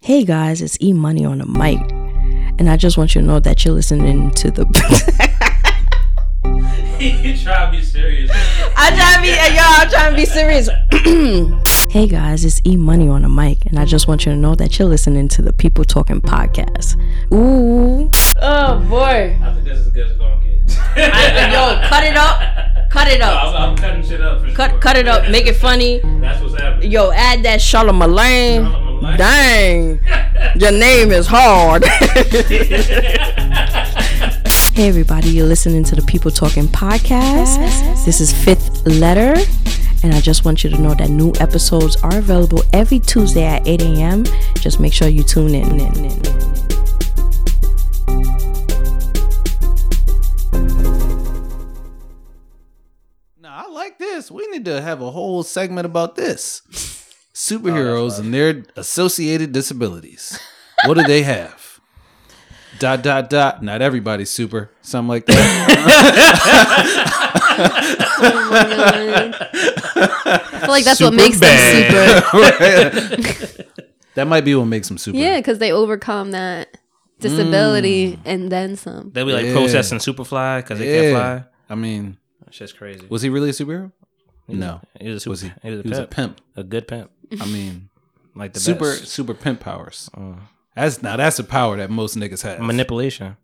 Hey guys, it's E Money on the mic. And I just want you to know that you're listening to the. you try to be serious. I try to be, yo, I'm trying to be serious. hey guys, it's E Money on the mic, and I just want you to know that you're listening to the People Talking podcast. Ooh. Oh boy. I think that's as good as it's gonna get. yo, cut it up. Cut it No, up. I'm, I'm cutting shit up for sure. Cut, cut it up. Make it funny. That's what's happening. Yo, add that Charlemagne. Dang. Your name is hard. hey everybody, you're listening to the People Talking podcast. This is Fifth Letter, and I just want you to know that new episodes are available every Tuesday at 8 a.m. Just make sure you tune in. in, in. Nah, I like this. We need to have a whole segment about this. Superheroes and their associated disabilities. What do they have? Dot dot dot. Not everybody's super. Something like that. I feel like that's what Super makes them bad. super. that might be what makes them super. Yeah, because they overcome that disability and then some. They be like Yeah. processing Superfly because they Yeah. can't fly. I mean, That's just crazy. was he really a superhero? No. He was a super, Was he? He was a, he was a pimp. pimp. a good pimp. I mean, Like the super best. Mm. super pimp powers. That's now that's a power that most niggas have. manipulation.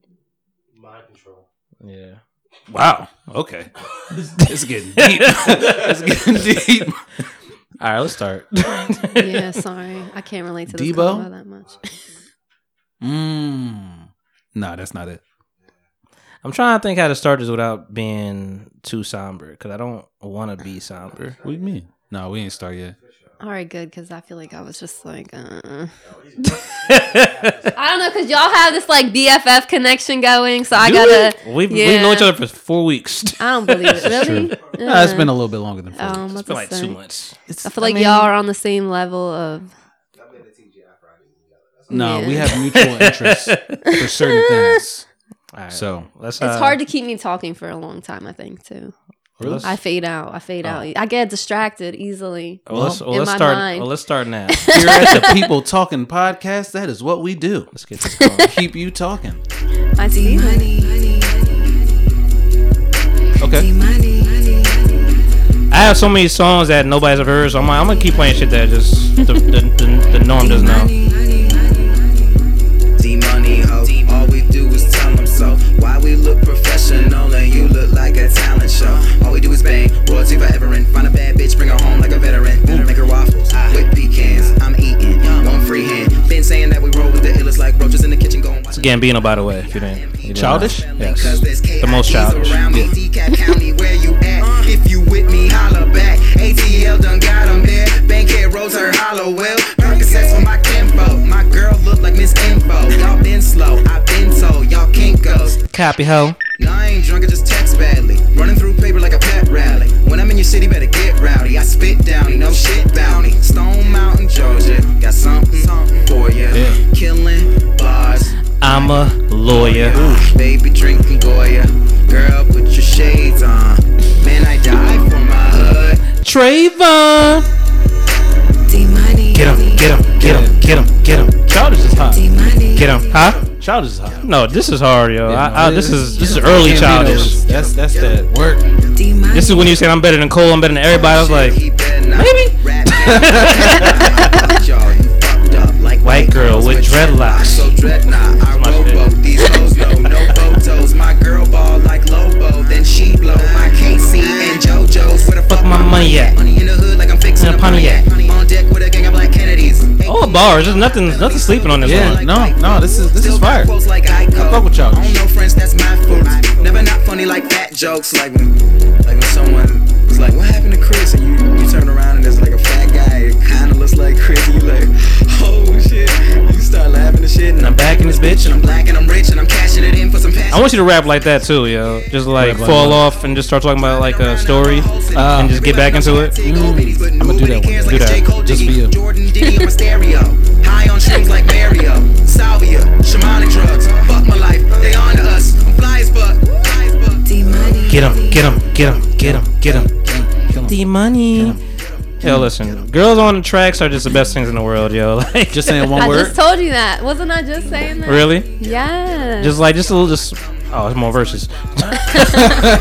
Mind control. Yeah. wow. Okay. it's getting deep. it's getting deep. All right, let's start. yeah, sorry. I can't relate to this Debo? Debo? that much. Mm. Nah, that's not it. I'm trying to think how to start this without being too somber because I don't want to be somber. What do you mean? No, we ain't start yet. All right, good, because I feel like I was just like, uh. I don't know, because y'all have this like BFF connection going, so I gotta. We've yeah. we've known each other for four weeks. It's I don't believe it. Really? Nah, it's been a little bit longer than four. Um, weeks. what's been to like say? two months. I feel like y'all are on the same level of. No, we Yeah. have mutual interests for certain things. All right, So let's. It's uh, hard to keep me talking for a long time, I think, too. Really? I fade out. I fade Oh. out. I get distracted easily. Well, let's, well, in let's my start. mind. Well, let's start now. here at the People Talking podcast, that is what we do. let's get this going. Keep you talking. I see. Okay. I have so many songs that nobody's ever heard, so I'm like, I'm gonna keep playing shit that just the, the, the, the norm doesn't know. D money ho. All we do is tell them so. Why we look professional and you look like a talent show. All we do is bang, royalty forever and find a bad bitch, bring her home like a veteran. Ooh, make her waffles with pecans. I'm eating, one free hand. Been saying that we roll with the illest like roaches in the kitchen going. It's Gambino, by the way, if you didn't. you didn't know. Childish? Yes. The most childish. Around me, DeKalb County, where you at? If you with me, holla back. ATL done got 'em there. Bankhead rolls her hollow well. Percocets for my kinfo. My girl look like Miss Info. Y'all been slow, I been told. Y'all kinkos. Copy hoe. Nah, I ain't drunk, I just text badly. Running through paper like a pet rally. When I'm in your city, better get rowdy. I spit downy, no shit bounty. Stone Mountain, Georgia. Got something, something for ya. Yeah. Killing bars. I'm a lawyer. Baby drinking Goya. Girl, put your shades on. Man, I die for my hood. Trayvon. Get him, get him, get him, get him, get him. Childish is hot. Get him, huh? Childish is hot. No, this is hard, yo. Yeah, no, I, I, it this is. is this is early childish. That's that's that work. This is when you said I'm better than Cole, I'm better than everybody. I was like, He better not maybe. rap game. Y'all, you fucked up like White girl girls with dreadlocks. So dreadnought, I my robo. shit. These hoes know no photos. My girl ball like Lobo, then she blow. My KC and JoJo's. Where the fuck, my money at? Money in the hood like I'm fixing In a a Pontiac. Pontiac. On deck with a gang of black Kennedys. oh, bars. There's nothing, nothing sleeping on this Yeah, one. no, no, this is this is fire. Quotes like I fuck with y'all. Own no friends, that's my fault. Never not funny like fat jokes. Like when, like when someone was like, "What happened to Chris?" and you you turn around and there's like a fat guy that kind of looks like Chris, and you like, "Oh shit!" You start laughing at shit, and I'm I'm back in this bitch. and I'm black and I'm rich and I'm cashing it in for some passion. I want you to rap like that too, yo. Just like Uh, Rap like fall what? off and just start talking about like a story and just get back into it. I'm gonna do that one. Do that. Just for you. Jordan Diddy on my stereo. High on shrooms like Mario. Salvia, shamanic drugs. Fuck my life, they on to us. I'm fly as fuck. Fly as fuck. Get him, get him, get him, get him, get him. Kill him. D money. Mm. Yo, listen, girls on the tracks are just the best things in the world, yo. Like, Just saying one I word. just told you that. Wasn't I just saying that? really, Yeah. just like just a little, just oh, it's more verses.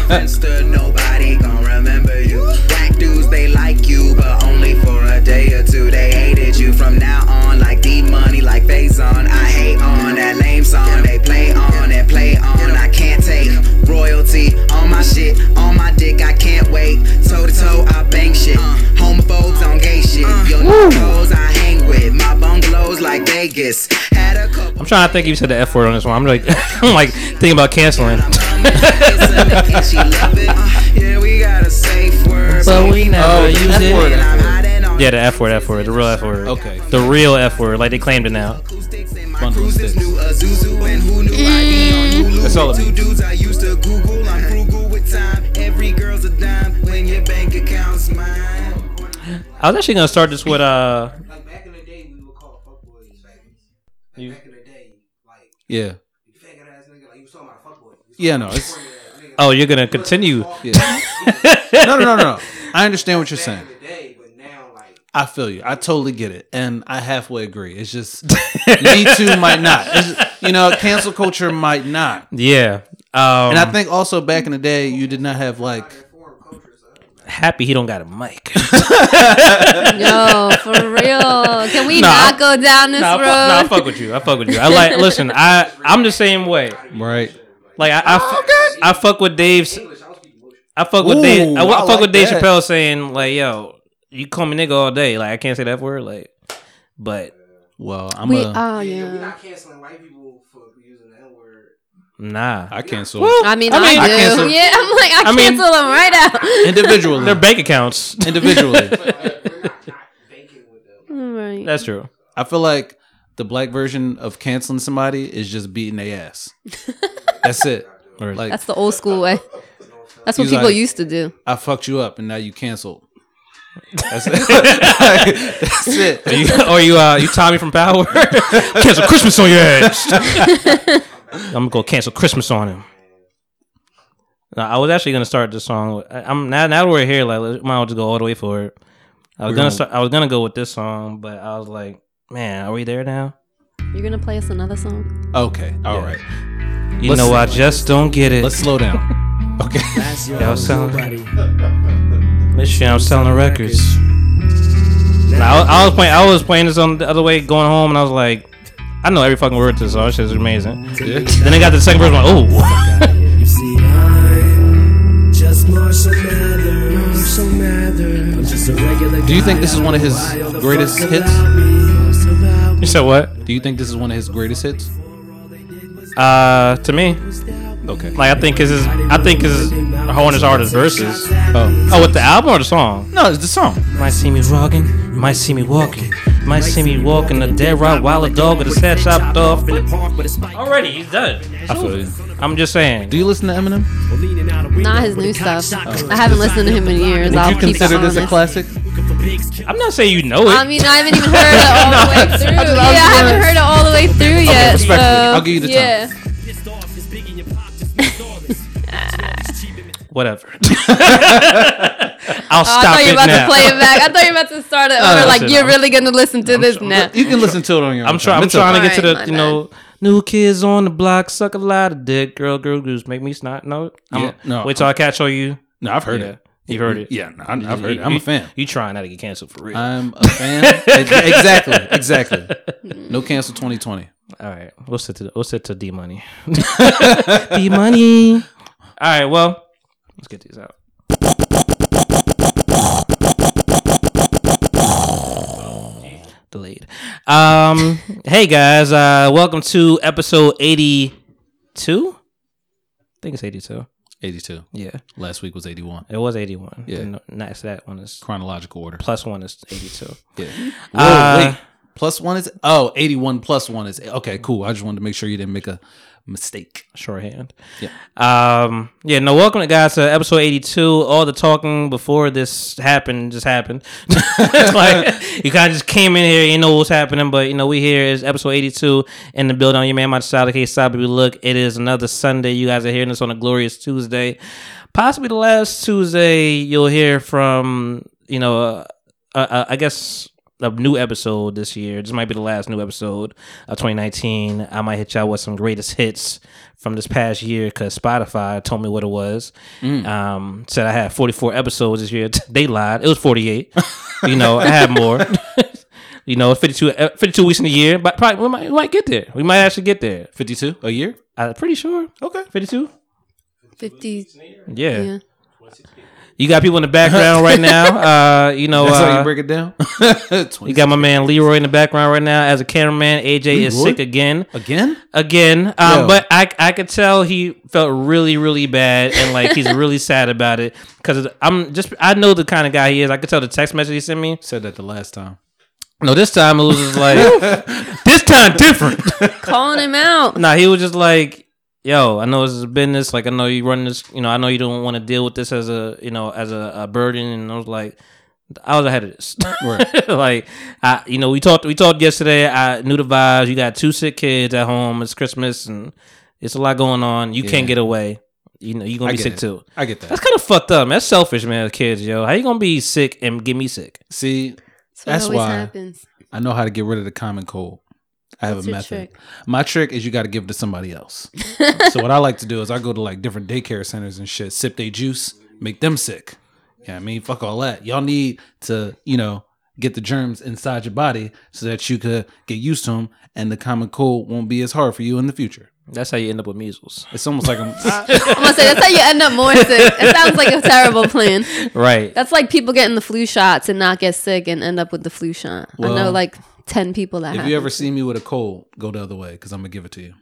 Friendster, nobody gon' remember you. Black dudes, they like you, but only for a day or two. They hated you from now on, like D Money, like Faison. I hate on that lame song. They play on and play on. I can't take royalty on my shit, on my dick. I can't wait. Toe to toe, I bang shit. Homophobes on gay shit. Your hoes I hang with. My bungalows like Vegas. Had a couple. I'm trying to think. if You said the f word on this one. I'm like, I'm like thinking about canceling. yeah, we got a safe word. But we never Oh, use use it. it. word. Yeah, the f word, f word, the real f word. Okay. The real f word, like they claimed it now. That's all it means. Two dudes I used to Google. I'm frugal with time. Every girl's a dime when your bank account's mine. I was actually gonna start this with uh, Like back in the day, we would call fuckboys faggots. Like You- back in the day, like Yeah. you faggot ass nigga, like you was talking about a fuckboy. Yeah, no. It's, oh, you're gonna continue. yeah. no, no, no, no. I understand what you're saying. Back in the day, but now like I feel you. I totally get it, and I halfway agree. It's just me too might not. It's just- you know, cancel culture might not. Yeah. Um, And I think also back in the day, you did not have like happy he don't got a mic. Yo, for real. Can we Nah. not go down this nah, I fu- road? nah, I fuck with you. I fuck with you. I like. Listen, I I'm the same way. right. Like I, I, Oh, fu- I fuck with Dave's. I fuck with Ooh, Dave. I, wa- I fuck like with Dave that. Chappelle saying like, "Yo, you call me nigga all day. Like I can't say that word. Like, but Well, I'm we, a. oh, we're yeah. not canceling white people for using the N word. nah. I cancel I mean, I, mean, I do. cancel- yeah, I'm like, I, I mean- cancel them right out. individually. Their bank accounts. individually, Right. That's true. I feel like the black version of canceling somebody is just beating their ass. That's it. Or- Like That's the old school way. That's what He's people like- used to do. I fucked you up, and now you canceled. That's it. That's it. Are you, or you, uh, you Tommy from Power? cancel Christmas on your ass. I'm gonna go cancel Christmas on him. No, I was actually gonna start this song. with- I- I'm now now that we're here, like let- might as well just go all the way for it. I was We're gonna gonna- start, I was gonna go with this song, but I was like, man, are we there now? You're gonna play us another song? Okay. All Yeah. right. You Let's- know, I just don't get it. Let's slow down. Okay. Y'all selling, this shit, I'm selling records. Now, I, I was playing, I was playing this on the other way going home, and I was like, I know every fucking word to this song. This shit is amazing. Then I got the second verse, I'm like, oh. You see, I'm just Marshall Mathers. I'm just a regular Do you think this is one of his greatest hits? You said what? Do you think this is one of his greatest hits? Uh, to me, Okay. like I think is his, I think is Horner's artist verses. Oh. Oh, with the album or the song? No, it's the song. Might see me walking, you might see me walking, you might see me walking a dead rod while a dog with his head chopped off. Already, he's done. I feel you. I'm just saying. Do you listen to Eminem? Not his new stuff. I haven't listened to him in years. Would I'll you keep consider it this a honest. classic? I'm not saying you know I it. mean, I haven't even heard it all the way through. I just- I yeah, I was haven't gonna- heard it all the way through yet. respectfully, so, I'll give you the time. yeah. Whatever. I'll Oh, I stop thought you it were about now. to play it back. I thought you were about to start it Oh, over. no, like, shit, you're I'm- really gonna listen to this now. You can listen to it on your own. I'm trying. time. I'm It's okay. trying to get to Alright, the my you know new kids on the block suck a lot of dick. Girl, girl, goose make me snot. No, I'm, Yeah, no. Wait till I catch all you. No, I've heard Yeah. it. You heard it. Yeah, no, I- I've heard it. You- I'm you- a fan. You trying not to get canceled for real? I'm a fan. Ex- exactly. Exactly. No cancel 2020. All right, we'll sit to we'll sit to D money. D money. All right, well, let's get these out. Delayed. Um, hey guys, uh, welcome to episode eighty-two. I think it's eighty-two. 82. Yeah, Last week was 81. it was eighty-one. Yeah. no, not so that one is Chronological order. plus one is eighty-two. Yeah. Whoa, Uh, wait. Plus one is oh, 81 plus one is okay, cool. I just wanted to make sure you didn't make a mistake. shorthand. Yeah. Um. Yeah. No. Welcome, guys, to episode eighty-two. All the talking before this happened just happened. It's like you kind of just came in here, you know what's happening, but you know we here is episode eighty-two in the build on your man, my solid case, solid we look. It is another Sunday. You guys are hearing this on a glorious Tuesday, possibly the last Tuesday you'll hear from you know. Uh, uh, uh, I guess a new episode this year. This might be the last new episode of 2019. I might hit y'all with some greatest hits from this past year because Spotify told me what it was. Mm. Um, said I had 44 episodes this year. they lied. It was 48. you know, I had more. you know, 52, uh, 52 weeks in a year, but probably we might, we might get there. We might actually get there. 52 a year? I'm pretty sure. Okay, 52. 50. Yeah. Yeah. You got people in the background right now. Uh, you know, That's how uh, you break it down? you 20. got my man Leroy in the background right now as a cameraman. AJ is Leroy? sick again. Again? Again. Um, Yo. but I I could tell he felt really, really bad and like he's really sad about it. Cause I'm just I know the kind of guy he is. I could tell the text message he sent me. Said that the last time. No, this time it was just like this time different. Calling him out. Nah, he was just like, "Yo, I know this is a business. Like, I know you run this. You know, I know you don't want to deal with this as a, you know, as a, a burden." And I was like, "I was ahead of this. like, I, you know, we talked. We talked yesterday. I knew the vibes. You got two sick kids at home. It's Christmas, and it's a lot going on. You can't Yeah. get away. You know, you're gonna I be get sick it. too." I get that. That's kind of fucked up. Man. That's selfish, man. Kids, yo, how you gonna be sick and get me sick? See, That's, That's what always why. happens. I know how to get rid of the common cold. I have What's a your method. trick? My trick is you got to give it to somebody else. so what I like to do is I go to like different daycare centers and shit, sip they juice, make them sick. Yeah, I mean, fuck all that. Y'all need to, you know, get the germs inside your body so that you could get used to them, and the common cold won't be as hard for you in the future. That's how you end up with measles, It's almost like I'm, I'm gonna say that's how you end up more sick. It sounds like a terrible plan. right? That's like people getting the flu shots and not get sick and end up with the flu shot. I know Well, like ten people that if have. you ever see me with a cold, go the other way because I'm gonna give it to you.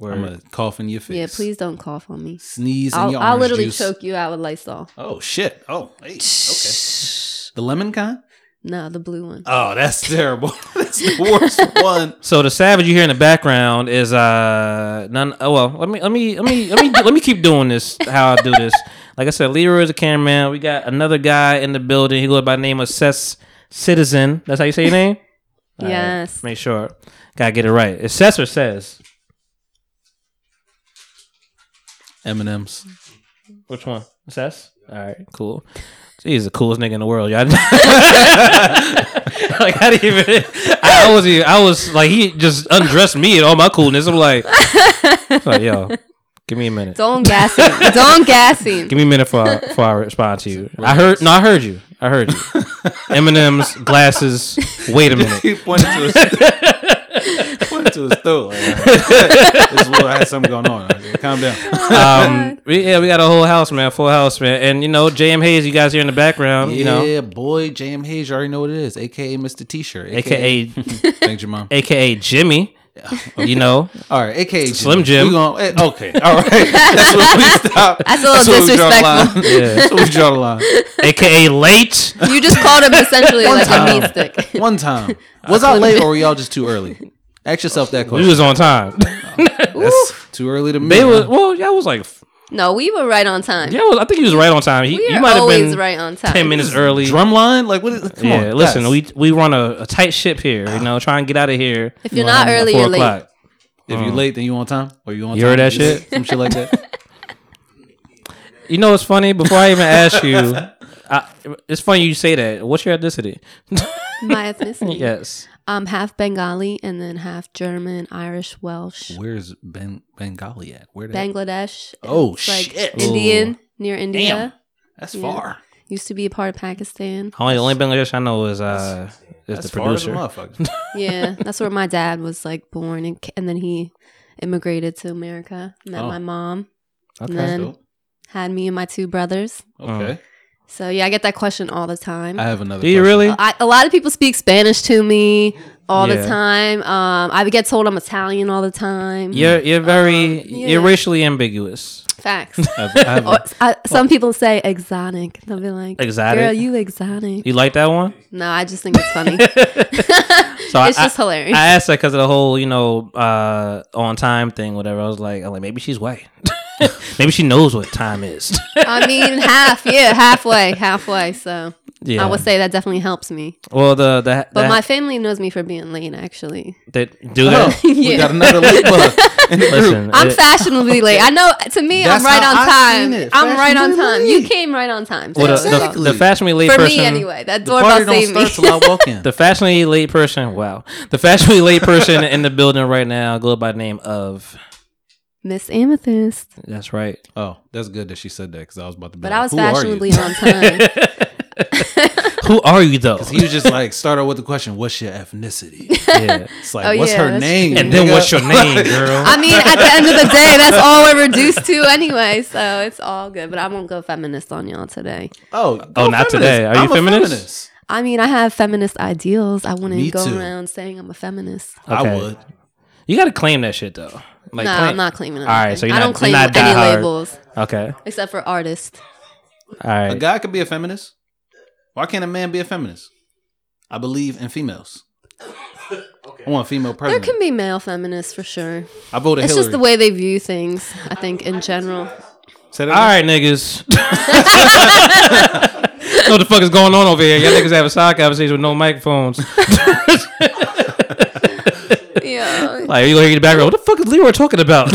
I'm gonna cough in your face. yeah, please don't cough on me. sneeze. in I'll, your I'll orange literally juice. choke you out with Lysol. Oh shit! Oh, hey, okay. The lemon kind? No, the blue one. Oh, that's terrible. that's the worst one. So the savage you hear in the background is uh none. Oh well, let me let me let me let me let me keep doing this. How I do this? Like I said, Leroy is a cameraman. We got another guy in the building. He goes by the name of Seth Citizen. That's how you say your name. All right, yes. make sure. Gotta get it right. It's Seth or says. M and M's. Which one? Seth. All right, cool. He's the coolest nigga in the world, y'all. like I didn't even. I, I was. Even, I was like he just undressed me and all my coolness. I'm like, it's like yo, give me a minute. Don't gas him. don't gas him. Give me a minute for I, for I respond to you. I heard no, I heard you. I heard you. Eminem's glasses. Wait a minute. He pointed to his, pointed to his throat. Like, this is what I had something going on. Like, Calm down. Um, we, yeah, we got a whole house, man, full house, man, and you know, J.M. Hayes, you guys here in the background, you know, yeah, boy, J.M. Hayes, you already know what it is, aka Mr. T-shirt, aka thanks your mom. aka Jimmy, you know, All right, aka Jimmy. Slim Jim. We gonna- eh, okay, all right. That's where we stop. That's a little where we draw the disrespectful. line. Yeah. That's where we draw the line. aka late. You just called him essentially like a meat stick. One time, was I late or were y'all just too early? Ask yourself that We question. was on time. That's too early to me. They huh? was well, y'all was like, No, we were right on time. yeah, I think he was right on time. He, we you are might have always been right on time. ten minutes early. drumline? Like what? Is, come yeah, on, listen, guys. we we run a, a tight ship here. You know, try and get out of here. If you're not early, you're late. If you're late, then you on time, or you on You time? heard that shit? Some shit like that. You know what's funny? Before I even ask you, I, it's funny you say that. What's your ethnicity? My ethnicity. yes. I'm half Bengali and then half German, Irish, Welsh, Where's Ben Bengali at? Where? That, Bangladesh. Oh, It's like shit. Indian near India. that's yeah. far. Used to be a part of Pakistan. Only the only Bangladesh I know is uh is That's the far as a producer. motherfucker. Yeah, that's where my dad was like born, and, ca- and then he immigrated to America. Met Oh. my mom, okay. then- dope. had me and my two brothers. Okay. So yeah, I get that question all the time. I have another. Oh. Do you question. really? Uh, I, a lot of people speak Spanish to me all Yeah. the time. Um, I get told I'm Italian all the time. You're you're very Um, yeah. Oh. you're racially ambiguous. Facts. I have, I have Or, a- I, some people say exotic. They'll be like, Exotic? Girl, you exotic. You like that one? No, I just think it's funny. So I- it's just I, hilarious. I asked that because of the whole you know uh on time thing, whatever. I was like, I'm like maybe she's white. maybe she knows what time is. I mean, half, yeah, halfway, halfway. So Yeah. I would say that definitely helps me. Well, the the, But the my family knows me for being late, actually. that do Oh, that. We Yeah. got another late bug in the Listen, group. it- I'm fashionably late. I know. To me, That's I'm right how on I seen time. it. I'm right on Fashionably time. late. You came right on time. Well, Sarah, the, so. the, the fashionably late for person me, anyway, that The doorbell party don't saved me. start till I walk in. The fashionably late person. Wow. The fashionably late person in the building right now go by the name of. Miss Amethyst, That's right. Oh, that's good that she said that because I was about to. Be but like, I was "Who are you?" fashionably on time. Who are you though? He was just like start out with the question, "What's your ethnicity?" Yeah. It's like, Oh, "What's yeah, her that's name?" And then nigga? what's your name, girl? I mean, at the end of the day, that's all we're reduced to anyway, so it's all good. But I won't go feminist on y'all today. Oh, Oh, go feminist. not today. Are you I'm a feminist? I mean, I have feminist ideals. I wouldn't Me go too. around saying I'm a feminist. I Okay. would. You got to claim that shit though. Like, no, claim- I'm not claiming. right, anything. so you're I not- don't claim you're not any diehard. labels Okay. except for artist. All A right. guy could be a feminist. Why can't a man be a feminist? I believe in females. I want a female There president. can be male feminists for sure. I voted It's Hillary. just the way they view things. I think in general. Say that All right, niggas. know what the fuck is going on over here? Y'all niggas have a side conversation with no microphones. Yeah. Like you gonna hear the background. What the fuck is Leroy talking about?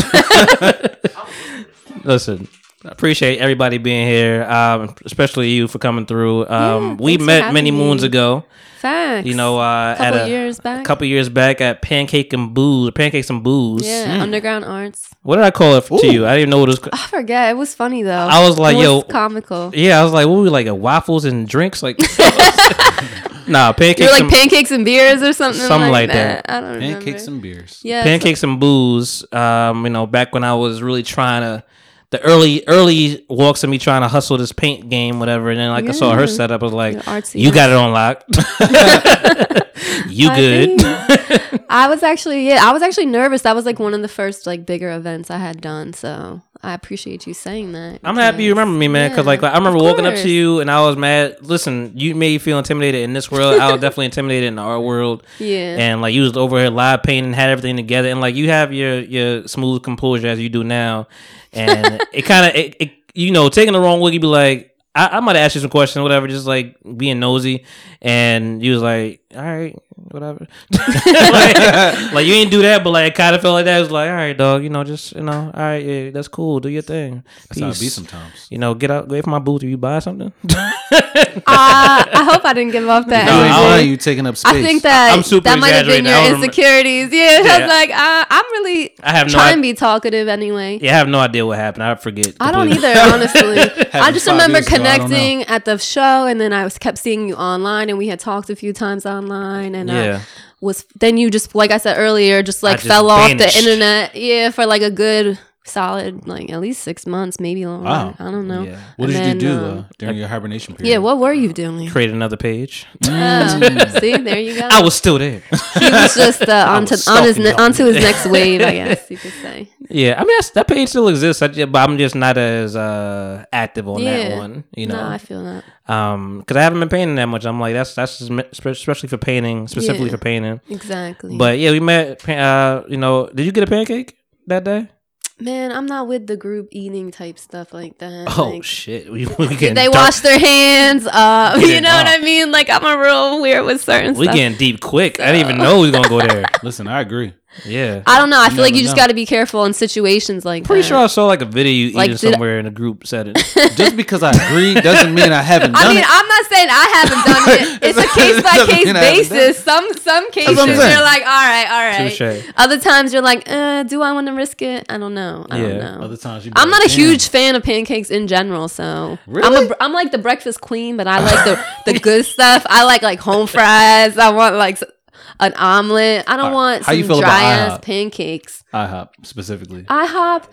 Listen, I appreciate everybody being here, um, especially you for coming through. Um, Yeah, we thanks for met having many me. moons ago. Facts. You know, uh, Couple at a, years back. a couple years back at Pancake and Booze, Pancakes and Booze. Yeah, underground arts. What did I call it to Ooh. you? I didn't know what it was. I forget. It was funny though. I was like, It was yo- comical. Yeah, I was like, what were we like? uh, Waffles and drinks? Like, nah, pancakes. You're like and, pancakes and beers or something. Something like, like that. that. I don't remember. Pancakes and beers. yeah, it's pancakes and booze. Um, you know, back when I was really trying to, the early early walks of me trying to hustle this paint game, whatever. And then like I saw her Yeah. setup, I was like, You're artsy, you got it on lock. you I good? think- I was actually yeah, I was actually nervous. That was like one of the first like bigger events I had done. So I appreciate you saying that. I'm happy you because- remember me, man. Because like, Yeah, like, I remember of walking up course. to you and I was mad. Listen, you made me feel intimidated in this world. I was definitely intimidated in the art world. Yeah. and like you was over here live painting, had everything together, and like you have your your smooth composure as you do now, and it kind of it, it you know taking the wrong look, you be like. I, I might have asked you some questions, whatever, just like being nosy, and you was like, "All right, whatever." like, like, you ain't do that, but like it kind of felt like that. It was like, "All right, dog, you know, just you know, all right, yeah, that's cool, do your thing." That's how it be Peace." sometimes. You know, get out, away from my booth. If you buy something, Uh, I hope I didn't give off that. You ain't energy. lying, you taking up space. I think that I'm super that might have been exaggerating. I your don't rem- insecurities. Yeah, I Yeah. was like, uh, I'm really I have no trying to be idea. talkative anyway. yeah, I have no idea what happened. I forget. I don't completely. either, honestly. I just five remember years ago, I don't know. connecting at the show, and then I was kept seeing you online, and we had talked a few times online, and Yeah. I was then you just like I said earlier, just like just fell off vanished. the internet, yeah, for like a good solid like at least six months, maybe longer. Wow. I don't know. Yeah. What did And you do then, uh, um, during your hibernation period? Mm. yeah, what were you doing? Create another page. Oh, see, there you go. I was still there. he was just uh, onto was on his stalking ne- y'all. onto his next wave, I guess you could say. Yeah, I mean that's, that page still exists, I, ju- but I'm just not as uh, active on that Yeah. one, you no, know, I feel that. Um 'cause because I haven't been painting that much. I'm like that's that's just me- spe- especially for painting, specifically Yeah. for painting. Exactly. But yeah, we met. pa- Uh, you know, did you get a pancake that day? man, I'm not with the group eating type stuff like that. Oh like, shit, we, we getting did they dark- wash their hands? Uh, Getting you know what dark. I mean? Like I'm a real weird with certain We stuff. getting deep quick. I didn't even know we was gonna go there. Listen, I agree. Yeah, I don't know. I feel like never you just know. got to be careful in situations like pretty that. sure I saw like a video you Like, eating did I- somewhere in a group setting. Just because I agree doesn't mean I haven't done I mean, it. I'm not saying I haven't done it. It's a case by Doesn't case mean I haven't done basis. Some some cases what I'm saying. you're like, all right, all right. Touche. Other times you're like, uh, do I want to risk it? I don't know. I Yeah. don't know. Other times you be I'm like, not a "Damn." huge fan of pancakes in general, so I'm Really? a, br- I'm like the breakfast queen, but I like the the good stuff. I like like home fries. I want like s- an omelet. I Alright, don't want how some you feel about dry ass IHOP? pancakes. IHOP specifically. IHOP.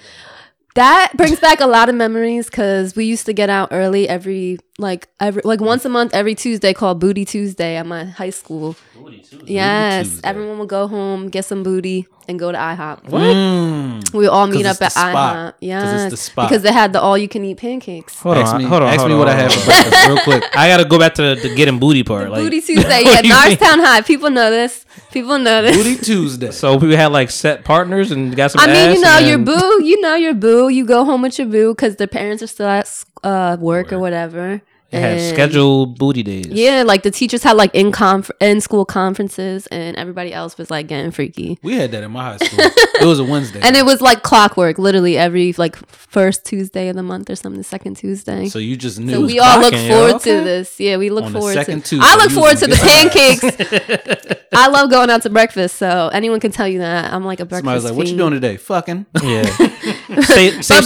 That brings back a lot of memories because we used to get out early every like every like once a month every Tuesday called Booty Tuesday at my high school. yes, Tuesday. everyone would go home get some booty and go to IHOP. Mm. We all meet 'Cause up it's the at spot. IHOP. 'Cause it's Yeah, the spot. because they had the all you can eat pancakes. Hold ask on, me, hold on, ask hold me on, what I had hold on. for breakfast real quick. I gotta go back to the, the getting booty part. like, Booty Tuesday, yeah, What do you mean? Norristown High. People know this. People know this. Booty Tuesday. So we had like set partners and got some. I mean, ass you know and your then- boo, you know your boo. You go home with your boo because their parents are still at s- uh, work or whatever. It had And- scheduled booty days. Yeah, like the teachers had like in conf- in school conferences, and everybody else was like getting freaky. We had that in my high school. it was a Wednesday. And it was like clockwork, literally every like first Tuesday of the month or something, the second Tuesday. so So, you just knew. we all look clocking, yo. forward Okay. to this. Yeah, we look On the forward second to. Tuesday, I look you forward to gonna the get pancakes. I love going out to breakfast, so anyone can tell you that I'm like a breakfast. Somebody's like, "What you fiend. doing today? Fucking." Yeah. safe, But safe,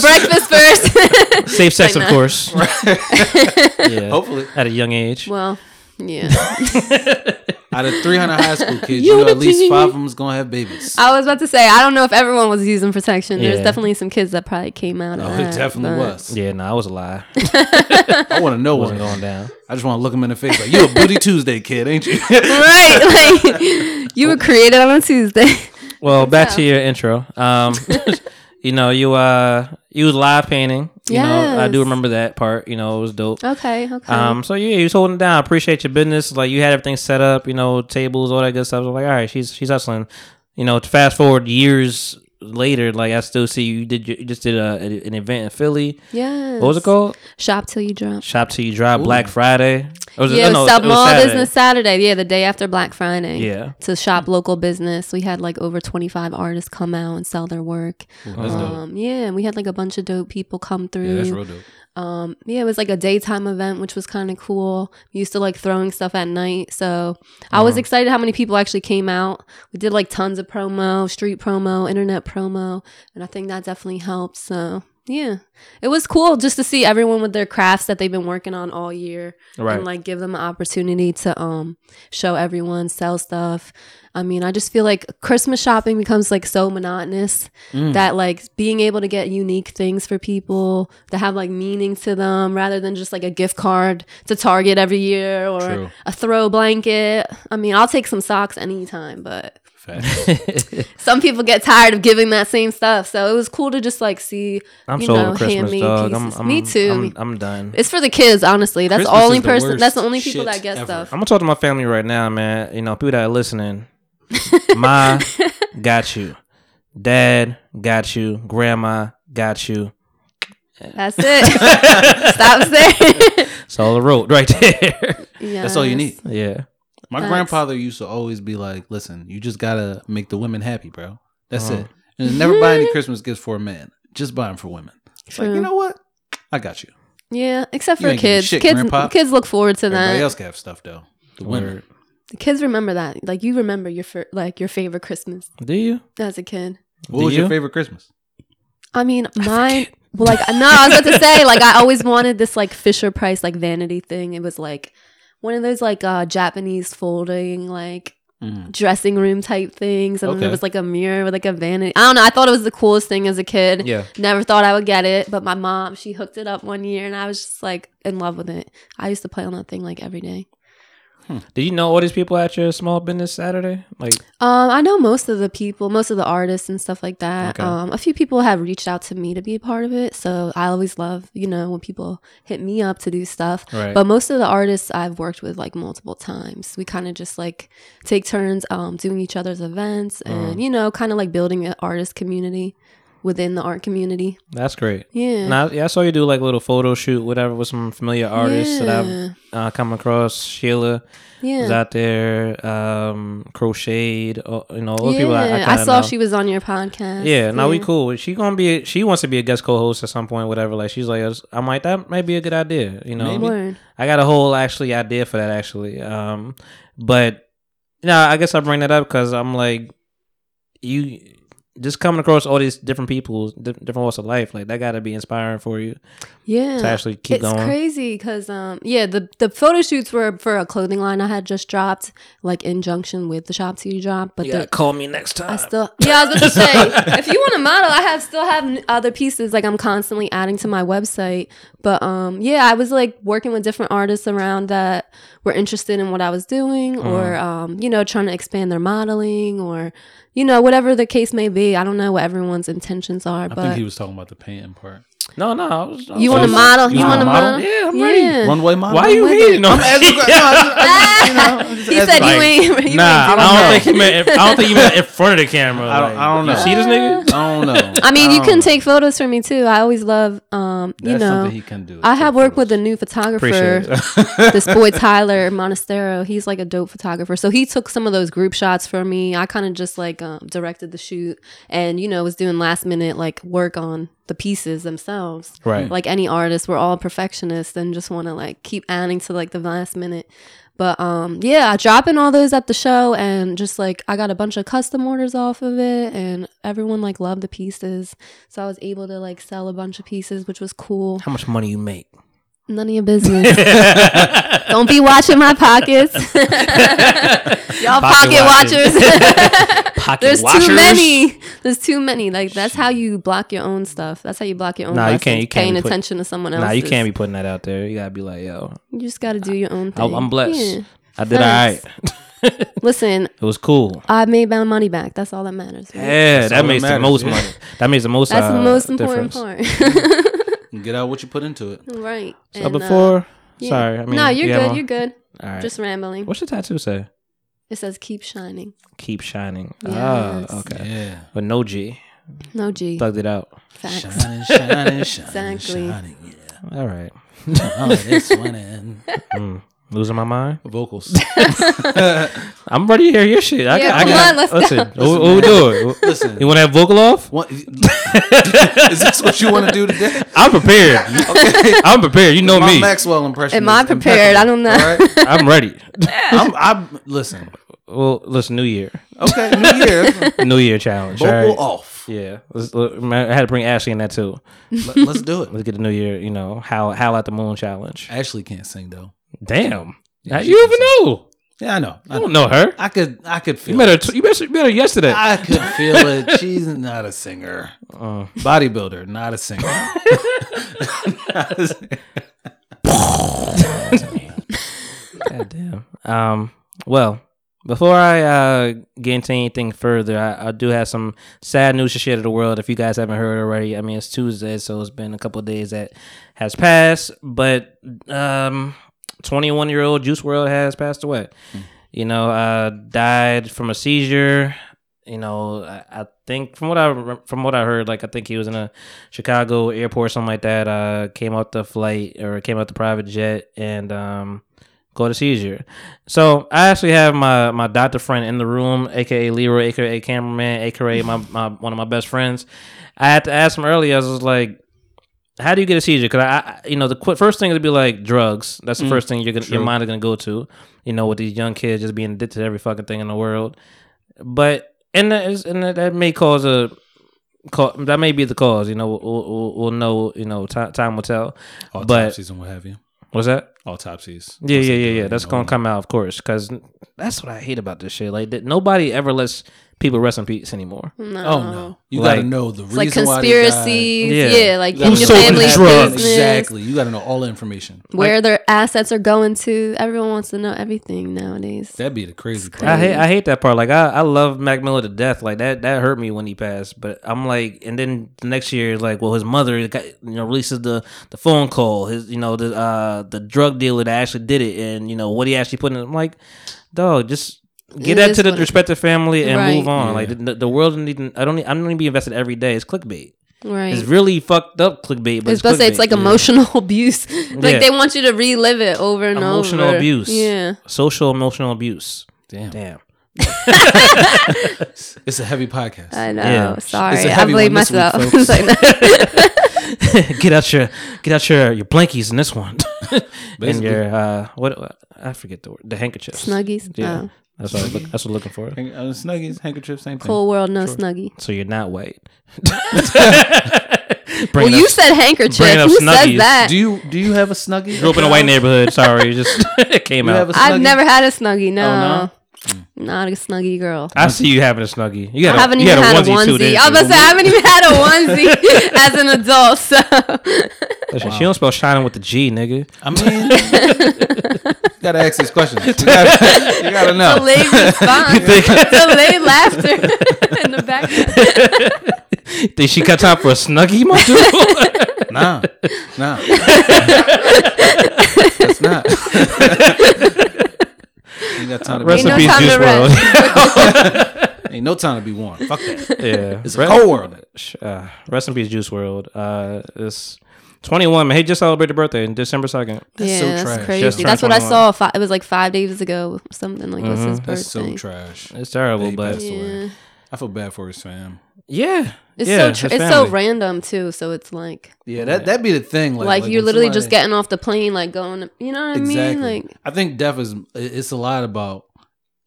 breakfast first. safe sex, Like, of nah. course. yeah. Hopefully, At a young age. well, yeah. out of 300 high school kids, you know at least five of them's gonna have babies. I was about to say I don't know if everyone was using protection. There's Yeah. definitely some kids that probably came out. No, of Oh, it that, definitely but- was. Yeah, no, nah, I was a lie. I want to know wasn't what. going down. I just want to look him in the face like, "You a booty Tuesday kid, ain't you?" right. Like you were created on a Tuesday. Well, back to your intro. Um, you know, you uh, you was live painting. You know, I do Yes. Uh-huh. remember that part. You know, it was dope. Okay. Okay. Um, so yeah, you was holding it down. I appreciate your business. Like you had everything set up. You know, tables, all that good stuff. I was like, all right, she's she's hustling. You know, to fast forward years later, like I still see you did you just did a, an event in Philly. yeah. What was it called? Shop till you drop. Shop till you drop Black Friday. Or was yeah, it no, was Shop was Mall Saturday. Business Saturday. Yeah, the day after Black Friday. Yeah. To shop local business, we had like over twenty five artists come out and sell their work. That's dope. Um, yeah, and we had like a bunch of dope people come Yeah, through. that's real dope. um, yeah, it was like a daytime event, which was kind of cool. We used to like throwing stuff at night, so I Uh-huh. was excited how many people actually came out. We did like tons of promo, street promo, internet promo, and I think that definitely helped. So yeah, it was cool just to see everyone with their crafts that they've been working on all year, Right. And like give them an opportunity to um show everyone, sell stuff. I mean, I just feel like Christmas shopping becomes like so monotonous Mm. that like being able to get unique things for people that have like meaning to them rather than just like a gift card to Target every year or True. a throw blanket. I mean, I'll take some socks anytime, but Facts. some people get tired of giving that same stuff. So it was cool to just like see, I'm you so know, over Christmas, handmade dog. I'm, pieces. I'm, Me too. I'm, I'm done. it's for the kids, honestly. That's Christmas the only is the person. worst that's the only people shit that get ever. stuff. I'm gonna talk to my family right now, man. You know, people that are listening. Ma got you. Dad got you. Grandma got you. That's it. Stops there. It's all the road right there. That's all you Yes. need. yeah. My Facts. grandfather used to always be like, "Listen, you just gotta make the women happy, bro. That's Uh-huh. it. And never buy any Christmas gifts for a man. Just buy them for women." It's like, True. you know what? I got you. Yeah, except You for ain't getting kids. shit, kids, Grandpa. kids look forward to Everybody that. else can have stuff though. The women. The kids remember that. Like you remember your fir- like your favorite Christmas Do you? as a kid. What Do was you? your favorite Christmas? I mean, mine. Well, like no, I was about to say like I always wanted this like Fisher Price like vanity thing. It was like one of those like uh Japanese folding like Mm. dressing room type things, and then Okay. there was like a mirror with like a vanity. I don't know. I thought it was the coolest thing as a kid. Yeah. Never thought I would get it, but my mom she hooked it up one year, and I was just like in love with it. I used to play on that thing like every day. Did you know all these people at your small business Saturday? Like, Um, I know most of the people, most of the artists and stuff like that. Okay. Um, a few people have reached out to me to be a part of it, so I always love, you know, when people hit me up to do stuff. Right. But most of the artists I've worked with like multiple times. We kind of just like take turns um doing each other's events Mm. and you know, kind of like building an artist community within the art community. that's great. Yeah. And I, yeah, I saw you do like a little photo shoot, whatever, with some familiar artists Yeah. that I've uh, come across. Sheila was yeah. out there, um, crocheted, uh, you know, all the people I, I, I, kinda saw know. she was on your podcast. Yeah, now we cool. She gonna be. She wants to be a guest co-host at some point, whatever. Like she's like, I'm like that might be a good idea. You know, Word. I got a whole actually idea for that actually. Um, but you know, I guess I bring that up because I'm like, you just coming across all these different people, di- different walks of life. Like that got to be inspiring for you Yeah. to actually it's keep going. crazy because um yeah the the photo shoots were for a clothing line I had just dropped like in junction with the shop to you drop but You the, gotta call me next time. I still yeah I was about to say if you want to model I have still have n- other pieces like I'm constantly adding to my website but um yeah I was like working with different artists around that were interested in what I was doing or um you know trying to expand their modeling or you know whatever the case may be I don't know what everyone's intentions are I but think he was talking about the painting part. No, no. I was, I You was- want to model? You wanna want to model? model? Yeah, I'm ready. One way model. Why are you hating on As a- no, I just- I just- you know, I'm just He as- said like, you ain't. You Nah, I ain't don't, doing think he meant. I don't think you meant in front of the camera. I don't- I don't like, know. You see this nigga? I don't know. I mean, you can take photos for me too. I always love, um, you That's know. something he can do. I have take worked with a photos. new photographer, Appreciate it. this boy Tyler Monastero. He's like a dope photographer. So he took some of those group shots for me. I kind of just like um, directed the shoot, and you know was doing last minute like work on the pieces themselves. Right. Like any artist, we're all perfectionists and just want to like keep adding to like the last minute. But um, yeah, I dropping all those at the show, and just like I got a bunch of custom orders off of it, and everyone like loved the pieces, so I was able to like sell a bunch of pieces, which was cool. How much money you make? None of your business. Don't be watching my pockets. Y'all pocket, Pocket watches. watchers. Pocket There's washers? too many. There's too many. Like that's how you block your own stuff. That's how you block your own. Nah, you blessings, can't- you can't Paying be put- attention to someone else. Nah, you can't be putting that out there. You gotta be like, yo, You just got to do your own I, thing. I'm blessed. Yeah. I did Thanks. all right. Listen, It was cool. I made my money back. That's all that matters. right? Yeah, all that that makes the matters, most yeah. money. That makes the most. That's the uh, most important difference. Get out what you put into it. part. right. And, So uh, before, yeah. sorry. I mean, no, you're yeah, good. I'm- You're good. all right. Just rambling. What's your tattoo say? It says keep shining. Keep shining. Yes. Ah, okay. Yeah. But no G. No G. Plugged it out. Facts. Shining, shining, shining, Exactly. shining. Yeah. All right. Oh, this one and Mm. Losing my mind. vocals. I'm ready to hear your shit. I, Yeah, got- I come got- on, let's go. listen, What, what we doing? Listen. You want that vocal off? What, is this what you want to do today? I'm prepared. I'm prepared. You know My me. Maxwell impression. Am I is prepared? I don't know. impeccable, all right? I'm ready. I'm, I'm listen. Well, listen. New year. Okay, New Year, vocal New year challenge. all right? off. Yeah. Let's, let- I had to bring Ashley in that too. Let, let's do it. Let's get the new year. You know, howl, howl at the moon challenge. Ashley can't sing though. Damn. How she you even know? Yeah, I know. I I, don't know her. I could, I could feel. You met her. it. T- you met, you met her yesterday. I could feel it. She's not a singer. Uh, Bodybuilder, not a singer. Not a singer. God damn. Um, well, before I uh, get into anything further, I, I do have some sad news to share to the world. If you guys haven't heard already, I mean, it's Tuesday, so it's been a couple of days that has passed, but um, 21 year old Juice World has passed away. You know, uh, died from a seizure. You know, I, I think from what I re- from what I heard, like I think he was in a Chicago airport, something like that. Uh, came out the flight or came out the private jet, and um, go to seizure. So I actually have my my doctor friend in the room, aka Leroy, aka cameraman, aka my, my one of my best friends. I had to ask him earlier. I was like, "How do you get a seizure?" Because I, I, you know, the qu- first thing would be like drugs. That's the first thing you're gonna, your mind is gonna go to. You know, with these young kids just being addicted to every fucking thing in the world. But and that, is, and that, that may cause a ca- that may be the cause. You know, we'll, we'll, we'll know. You know, time time will tell. But Autopsies and what have you. what's that? Autopsies. Yeah, What's yeah, it yeah, yeah. doing? Um, That's No gonna one- come out, of course, because that's what I hate about this shit. Like, that nobody ever lets people rest in peace anymore. No. Oh no! You Like- gotta know the It's reason like why they died. conspiracies. Yeah. Yeah. like You in gotta I'm your so know family's drugs. business. Exactly. You gotta know all the information. where their assets are going to. Everyone wants to know everything nowadays. That'd be the crazy part. I hate, I hate that part. Like, I, I love Mac Miller to death. Like that, that hurt me when he passed. But I'm like, and then the next year, like, well, his mother, got, you know, releases the the phone call. His, you know, the uh the drug dealer that actually did it, and you know what he actually put in. it. I'm like, dog, just. It Get that is to the what it- respective family and Right. move on. Like the, the world, need, I don't. Need, I don't need to be invested every day. It's clickbait. Right. It's really fucked up clickbait. I But was about to say it's clickbait. like Yeah. emotional abuse. like Yeah. they want you to relive it over and emotional over. abuse. Yeah. Social emotional abuse. Damn. Damn. It's a heavy podcast. I know. Yeah. It's a Sorry. I heavy blame one this week, myself. folks. It's like, no. get out your get out your your blankies in this one. and Basically. your uh what I forget the word the handkerchiefs. Snuggies. Yeah. Oh. That's what I was look, that's what I'm looking for. Hang- uh, Snuggies, handkerchiefs, same thing. Cold world, no snuggie. So you're not white. Well, Bringing you up- said handkerchief. bringing up Who Snuggies. says that? Do you do you have a snuggie? grew up in a white neighborhood. Sorry, just it came You out. have a snuggie? Oh, I've never had a snuggie. No. no? Not a snuggie girl. I see you having a snuggie. You got I a, haven't you even had a had a onesie, too. onesie. didn't I was about you? to say, I haven't even had a onesie as an adult. So Listen, She don't spell shining with the G, nigga. I mean, you gotta ask these questions. You gotta, you gotta know. delayed response, delayed laughter in the background. Think she got time for a snuggie, my dude? nah, nah. That's not. ain't got time to Rest be. no in peace, time Juice to rest. World. Ain't no time to be warm. Fuck that. yeah, It's a cold world. Sh- uh, rest in peace, Juice World. Uh, it's 21. Man, he just celebrated her birthday on December 2nd. That's yeah, so that's trash. crazy. Just turned that's what I 21. saw. Fi- it was like five days ago. Something like Mm-hmm. was his birthday. That's so trash. It's terrible, They but passed away. Yeah. I feel bad for his fam. yeah, It's so yeah, tr- his it's so family. random too. So it's like Yeah, that that be the thing. Like, like, you're when literally just somebody- getting off the plane, like going. You know what I mean? Like I think death is it's a lot about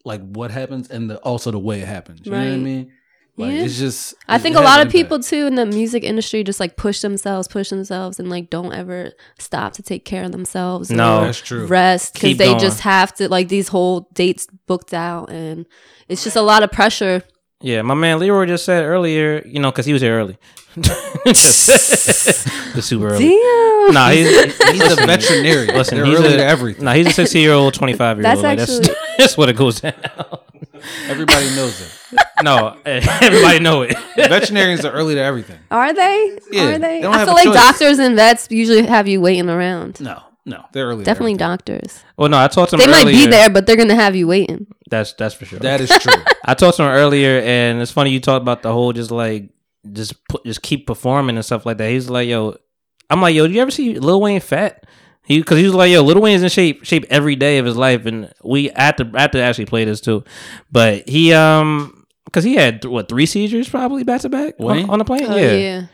like what happens and the, also the way it happens. You know what I Right. mean? Like Yeah. it's just. I it think a has lot an of people impact. too in the music industry just like push themselves, push themselves, and like don't ever stop to take care of themselves. No. or That's true. rest because Keep they going. just have to like these whole dates booked out, and it's just a lot of pressure. Yeah, my man Leroy just said earlier, you know, because he was here early. the super early. Damn, Nah, he's He's a veterinarian. listen, They're he's early a, to everything. Nah, he's a sixty year old, twenty five year old. That's Like that's actually- that's what it goes down. Everybody knows that. No, eh, everybody know it. Veterinarians are early to everything. are they? Yeah, are they they? don't I have a feel like choice. doctors and vets usually have you waiting around. No, no, they're early. to Definitely everything. doctors. Well, no, I talked to They him. might be earlier. there, but they're gonna have you waiting. That's that's for sure. That is true. I talked to him earlier, and it's funny you talked about the whole just like just put, just keep performing and stuff like that. He's like, yo, I'm like, yo, do you ever see Lil Wayne fat? He because he was like, yo, Lil Wayne's in shape shape every day of his life, and we I have to I have to actually play this too, but he um because he had what three seizures probably back to back Wayne? on, on the plane. Oh, yeah. yeah.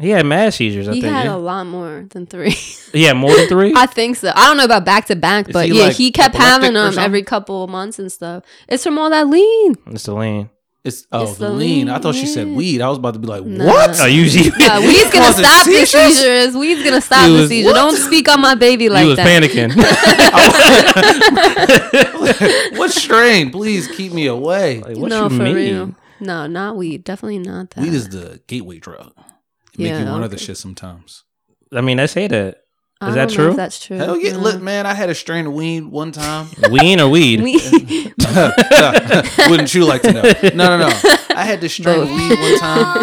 he had mad seizures. I he think had yeah. a lot more than three. He had more than three. I think so. I don't know about back to back, Is but he, yeah, like, he kept epileptic having or them something? every couple of months and stuff. It's from all that lean. It's the lane. It's oh It's the the lean. I thought she lean, said yeah. weed. I was about to be like, Nah. what? Oh, you you, Yeah, we's gonna Causing stop the seizures? seizures. We's gonna stop You the was- seizure. what? Don't speak on my baby like you was that. panicking. what strain? Please keep me away. Like, what no, you for mean? real. No, not weed. Definitely not that. Weed is the gateway drug. It make Yeah, you want other okay. shit sometimes. I mean, I say that. I don't is that know if true? that's true. Hell yeah, No. look, man, I had a strain of weed one time. Ween or weed? We- Wouldn't you like to know? No, no, no. I had this strain of weed one time,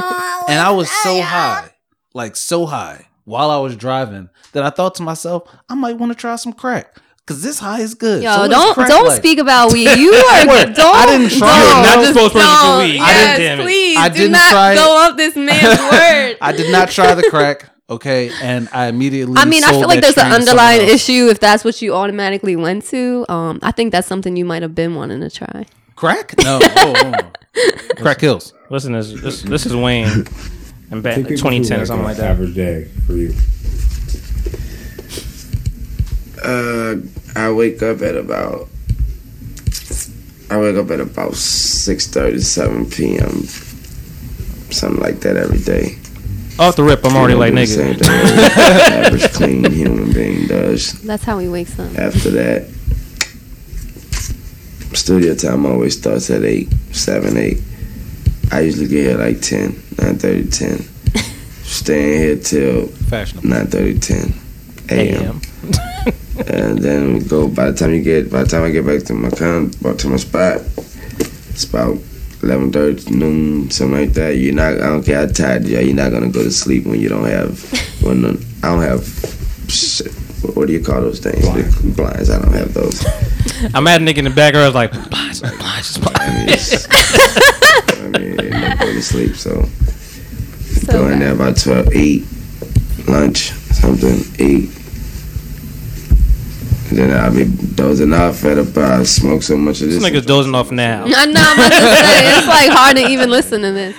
and I was so high, like so high, while I was driving that I thought to myself, I might want to try some crack because this high is good. Yo, So what is don't crack don't like? speak about weed. You are don't. I didn't try it. don't. You're not the spokesperson for Don't. weed. I Yes, didn't- damn it. please. I do didn't not try it. go off this man's word. I did not try the crack. Okay, and I immediately. I mean, I sold feel like that there's an strain to someone underlying else. issue if that's what you automatically went to. Um, I think that's something you might have been wanting to try. Crack? No, oh, oh. crack kills. Listen, this this, this is Wayne and back like 2010 or something like that. Average day for you. Uh, I wake up at about. I wake up at about 6:30, 7 p.m. Something like that every day. Off the rip, I'm already like Doing the nigga. same thing every average clean human being does. That's how he wakes up. After that, studio time always starts at 8, 7, 8. I usually get here like 10, 9.30, 10. Staying here till Fashionable. 9.30, 10 a.m. Damn. And then we go, by the time you get, by the time I get back to my con, back to my spot, it's about 11.30, noon, something like that. You're not, I don't care how tired you are, you're not going to go to sleep when you don't have, when I don't have, shit, what do you call those things? Blinds. I don't have those. I'm at a nigga in the back. I was like, blinds, blinds, blinds. I mean, it's- I mean, it ain't go to sleep. So, So going there bad. about 12, 8, lunch, something, 8. Then I'll be dozing off at about, I smoke so much of this. This nigga's dozing off now. I know. I'm about to say it's like hard to even listen to this.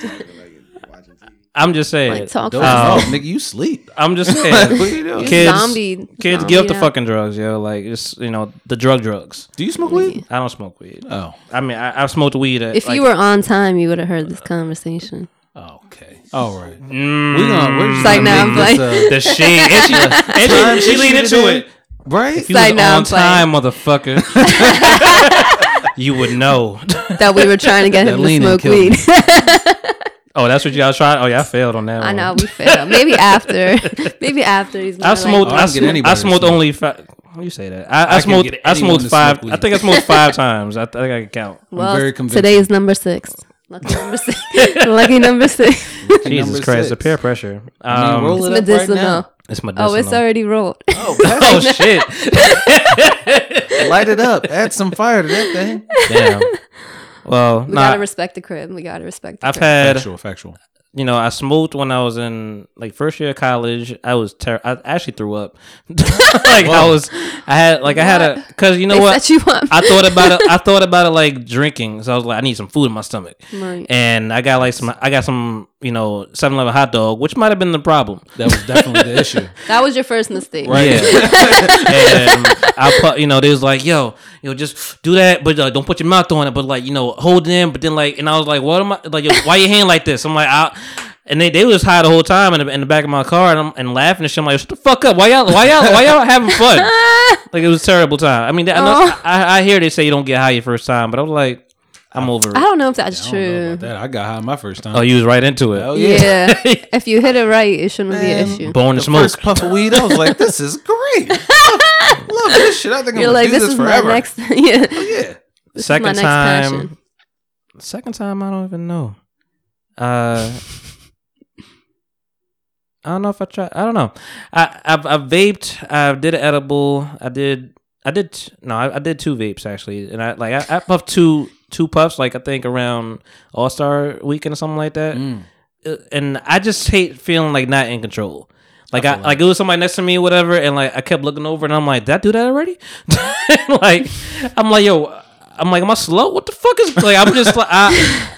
I'm just saying. Like talk. Dope. Uh, oh, nigga, you sleep. I'm just Like, what saying. you doing? kids, zombie- kids, give up zombie the out. fucking drugs, yo. Like, just you know, the drug, drugs. Do you smoke weed? I don't smoke weed. Oh, I mean, I, I've smoked weed. At, If like, you were on time, you would have heard this conversation. okay. All right. mm, We gonna, we're just Psych, gonna now make I'm this, uh, the shade, and she, and she, she leaned into it. right? If you Psych, was now on I'm playing. time, motherfucker, you would know. That we were trying to get him to lean-in smoke killed me. weed. Oh, that's what y'all tried. Oh, y'all failed on that. I one. know we failed. Maybe after. Maybe after he's. more I like- smoked. "Oh, I I, can get smoked. anybody I to smoked smoke. only five. You say that. I, I, I can smoked. get I anyone smoked to five. smoke I think I smoked five times. I, th- I think I can count. well, very today convincing. is number six. Lucky number six. Lucky number six. Lucky Jesus number Christ, the six. peer pressure. I mean, Um, roll It's it up right medicinal. now. it's medicinal. oh, it's already rolled. oh shit! Light it up. Add some fire to that thing. Damn. Well, we gotta nah, respect the crib. We gotta respect. The I've crib. had Factual, factual. you know, I smoked when I was in like first year of college. I was ter- I actually threw up. like I was, I had like I had a because you know they what set you up. I thought about it. I thought about it like drinking. So I was like, I need some food in my stomach, Right. and I got like some. I got some, you know, Seven Eleven hot dog, which might have been the problem. That was definitely the issue. that was your first mistake. Right. Yeah. and I put, you know, they was like, yo, you know, just do that, but uh, don't put your mouth on it, but like, you know, hold it in. But then like, and I was like, what am I, like, yo, why your hand like this? I'm like, I, and they, they was high the whole time in the, in the back of my car and, I'm, and laughing and shit. I'm like, shut the fuck up. Why y'all, why y'all, why y'all having fun? Like, it was a terrible time. I mean, I, know, Oh. I, I hear they say you don't get high your first time, but I was like, I'm over I it. don't know if that's I don't know true. about that. I got high my first time. Oh, you was right into it. Hell Yeah. if you hit it right, it shouldn't be an Man. issue. Born to the smoke. first puff of weed, I was like, "This is great. Love, love this shit. I think You're I'm like, gonna do this, this, is forever." Oh, my next. yeah. yeah, Second next time. passion. Second time, I don't even know. Uh, I don't know if I tried. I don't know. I I, I vaped. I did an edible. I did. I did. t- No, I, I did two vapes actually, and I like I, I puffed two two puffs. Like I think around All Star Weekend or something like that. Uh, And I just hate feeling like not in control. Like I, like it was somebody next to me, whatever, and like I kept looking over, and I'm like, "Did I do that already?" like, I'm like, "Yo, I'm like, am I slow? What the fuck is like?" I'm just like, I,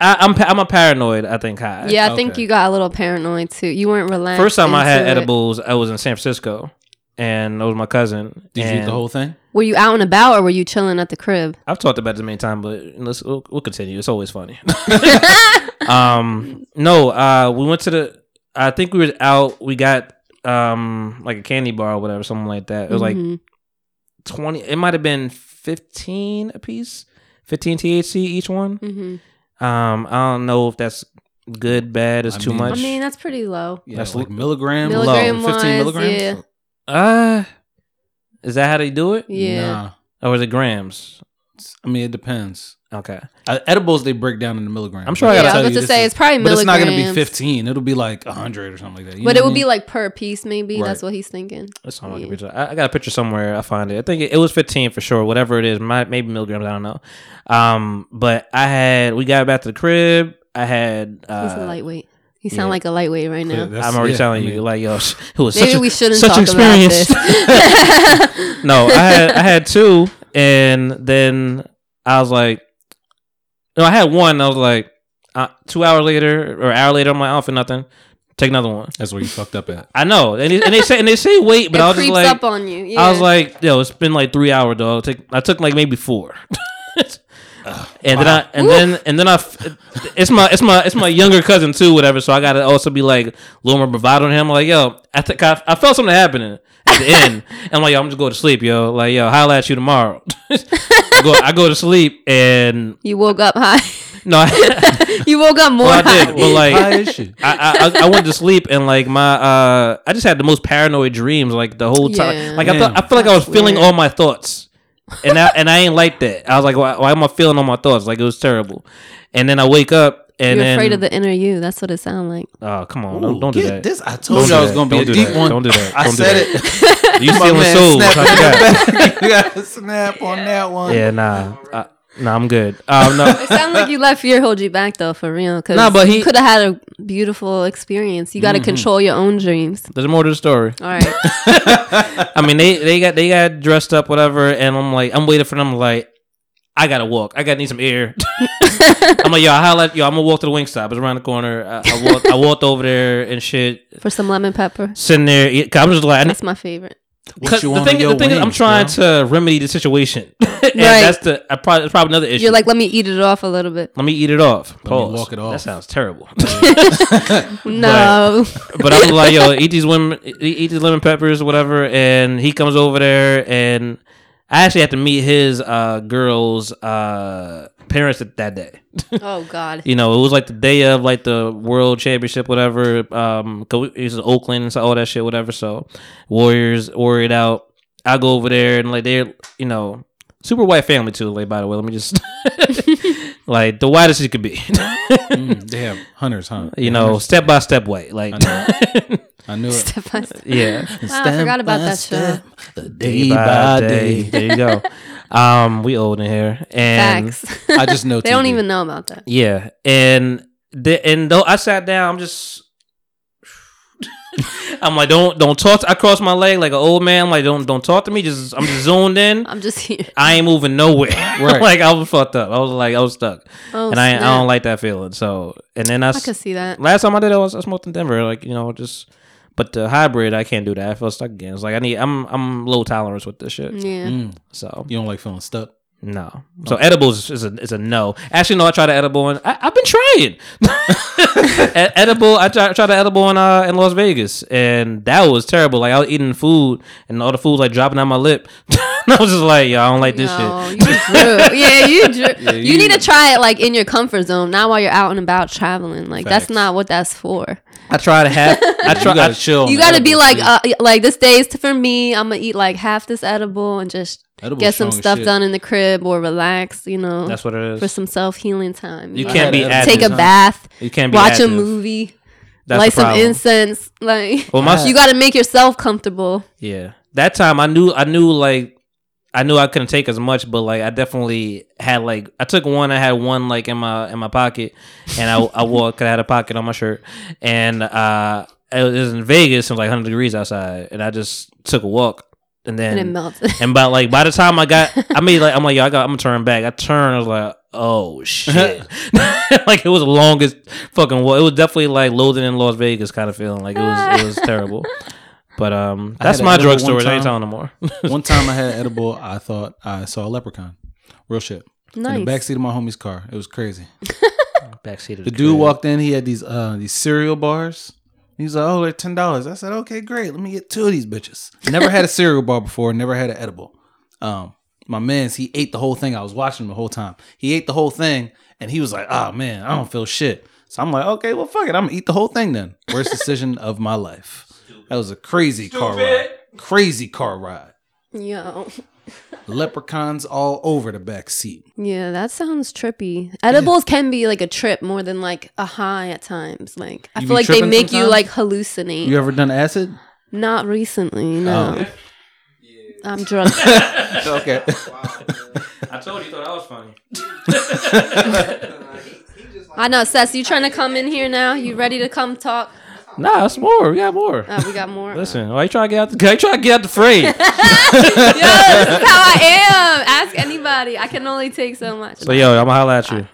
I, I'm, pa- I'm a paranoid. I think high. Yeah, I think Okay. you got a little paranoid too. You weren't relaxed. First time I had into it. edibles, I was in San Francisco, and it was my cousin. did you eat and the whole thing? Were you out and about or were you chilling at the crib? I've talked about this many times, but let's we'll, we'll continue. It's always funny. um, no, uh, we went to the. I think we were out. We got um like a candy bar or whatever, something like that. It was like Mhm. twenty. It might have been fifteen a piece, fifteen THC each one. Mhm. Um, I don't know if that's good, bad, is I too mean- much. I mean, that's pretty low. Yeah, That's like milligram, low. Milligram low, fifteen wise, milligrams. yeah. uh, is that how they do it, Yeah. Nah. or is it grams? I mean, it depends. Okay, Uh, edibles they break down into milligrams. I'm sure I Yeah, I gotta was tell about you to this say is- it's probably but it's not milligrams. gonna be fifteen. It'll be like hundred or something like that. You But know what it would I be mean? like per piece, maybe. Right. That's what he's thinking. That's not like a Yeah. picture. I, I got a picture somewhere. I find it. I think it, it was 15 for sure. Whatever it is, my, maybe milligrams. I don't know. Um, but I had. We got back to the crib. I had. He's a Uh, lightweight. He sound yeah. like a lightweight right Yeah, now. that's- I'm already yeah, telling I you, mean, like yo, it was Maybe such a, we shouldn't such talk experience. about this. no, I had I had two, and then I was like, no, I had one. I was like, uh, two hours later or hour later, I'm like, I don't feel nothing. Take another one. that's where you fucked up at. I know, and they, and they say and they say wait, but I it was just creeps like, up on you. Yeah. I was like, yo, it's been like three hour dog. Take, I took like maybe four. and then I and then and then I f- it's my it's my it's my younger cousin too whatever so I gotta also be like a little more bravado on him like yo I think I, I felt something happening at the end and I'm like yo I'm just going to sleep yo like yo holla at you tomorrow I, go, I go to sleep and you woke up high. no I, you woke up more well, I high. did but like High as shit. I, I I went to sleep and like my uh I just had the most paranoid dreams like the whole time. Yeah. Like I thought Damn. I feel like I was That's feeling weird. all my thoughts. And I and I ain't like that. I was like, why, why am I feeling all my thoughts? Like it was terrible. And then I wake up and You're then afraid of the inner you. That's what it sound like. oh come on, Ooh, don't, don't do get that. This I Don't told do you I was that. gonna be Don't a do deep that. one. Don't do that. I Don't do said that. it. You stealing man souls? I snapped forgot. you got a snap on that one. Yeah, nah, uh, nah, I'm good. Um, no, It sound like you let fear hold you back though, for real. Cause Nah, but he- Mm-hmm. you could have had a beautiful experience. You got to control your own dreams. there's more to the story. All right. I mean, they they got they got dressed up, whatever, and I'm like, I'm waiting for them. Like, I gotta walk. I gotta need some air. I'm like, yo, I holla, yo, I'm gonna walk to the wing stop. It's around the corner. I, I walked, I walked over there and shit, For some lemon pepper. sitting there. eat- 'cause I'm just like, I need, That's my favorite. What you the want on thing, is, your the thing is, I'm wings, trying girl? to remedy the situation, and that's the I probably that's probably another issue. You're like, let me eat it off a little bit. let me eat it off. me Pause. walk it off. That sounds terrible. No. but I was like, yo, eat these women, eat, eat these lemon peppers, whatever. And he comes over there, and I actually had to meet his uh, girl's uh, parents that, that day. oh God. You know, it was like the day of like the world championship, whatever. Um, 'cause it was in Oakland and so all that shit, whatever. So Warriors worried out. I go over there and like they're you know super white family too. Like by the way, let me just like the widest it could be. Mm, they have hunters, huh? you know, step by step way. Like, I knew it. Step by step. yeah. Wow, Ah, I forgot about that show. Day by day. There you go. Um, we old in here, and Facts. I just know they don't TV. even know about that. yeah, and the, and though I sat down, I'm just. I'm like, don't don't talk. To, I cross my leg like an old man. I'm like, don't don't talk to me. Just I'm just zoned in. I'm just here. I ain't moving nowhere. Right. like I was fucked up. I was like I was stuck, Oh, and I, I snap. don't like that feeling. So and then I, I s- could see that. last time I did it, I was I smoked in Denver. Like you know just. But the hybrid, I can't do that. I feel stuck again. It's like I need. I'm I'm low tolerance with this shit. Yeah. Mm, So you don't like feeling stuck. no. So edibles is a is a no. Actually, no. I tried an edible and I, I've been trying. E- edible. I tried, tried an edible in uh, in Las Vegas and that was terrible. Like I was eating food and all the food was, like dropping out my lip. I was just like, yo, I don't like this No, shit. you drew. Yeah, you drew. you, you- need to try it like in your comfort zone, not while you're out and about traveling. Like Facts. that's not what that's for. I tried half. I You tried. I, gotta chill. you got to be like, uh, like this day's for me. I'm gonna eat like half this edible and just Edibles get some strong as stuff shit. done in the crib or relax. You know, that's what it for is. some self healing time. You know? can't be I had active. edibles. take a huh? bath, You can't be watch active. a movie, That's light the some problem. incense. Like Well, my you got to make yourself comfortable. Yeah. That time I knew I knew like I knew I couldn't take as much, but like I definitely had like I took one, I had one like in my in my pocket and I I wore cause I had a pocket on my shirt. And uh it was in Vegas, it was like hundred degrees outside and I just took a walk and then And, it melted. and by like by the time I got, I mean like I'm like yo, I got, I'm gonna turn back. I turned, I was like, oh shit, like it was the longest fucking. wa- It was definitely like loathing in Las Vegas kind of feeling. Like it was, it was terrible. But um, I that's had my an drug edible one story. I ain't time. telling no more. One time I had edible, I thought I saw a leprechaun. Real shit. In the nice. backseat of my homie's car. It was crazy. Backseat of The dude walked in, he had these uh these cereal bars. He was like, Oh, they're ten dollars. I said, Okay, great. Let me get two of these bitches. Never had a cereal bar before, never had an edible. Um, my man's he ate the whole thing. I was watching him the whole time. He ate the whole thing and he was like, Oh man, I don't feel shit. So I'm like, okay, well fuck it. I'm gonna eat the whole thing then. Worst decision of my life. That was a crazy car ride. Crazy car ride. Yo. leprechauns all over the back seat. Yeah, that sounds trippy. Edibles can be like a trip more than like a high at times. Like I You be feel like they tripping make you sometimes? like hallucinate. You ever done acid? Not recently, no. Oh. I'm drunk. okay. I told you, thought I was funny. I know, Sess. You trying to come in here now? You ready to come talk? Nah, it's more. We got more. Uh, we got more. Listen, why you trying to get out the? Why you trying to get out the frame? Yo, this is how I am. Ask anybody. I can only take so much. so yo, I'ma holla at you. All right.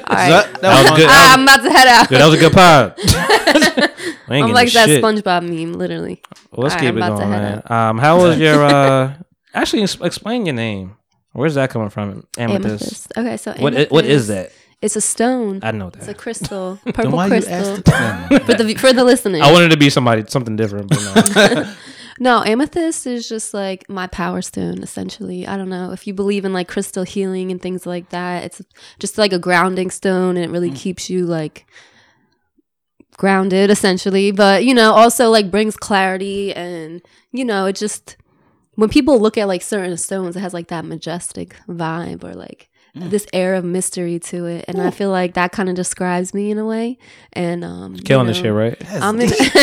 That, that That was one- good. I'm That was, about to head out. good. That was a good pod. I I'm ain't getting like that shit. SpongeBob meme, literally. Well, let's All right, keep I'm it about to going, head man. Um, how was your? uh Actually, ex- explain your name. Where's that coming from? Amethyst. Amethyst. Okay, so What i- amethyst, what is that? It's a stone. I know It's a that. crystal, then purple why you crystal. asked? Never mind. For the for the listeners, I wanted to be somebody something different, but no. No, amethyst is just like my power stone, essentially. I don't know if you believe in like crystal healing and things like that. It's just like a grounding stone, and it really keeps you like grounded, essentially. But you know, also like brings clarity, and you know, it just when people look at like certain stones, it has like that majestic vibe or like this air of mystery to it, and I feel like that kind of describes me in a way. And um, you killing this know, shit, right? I'm in.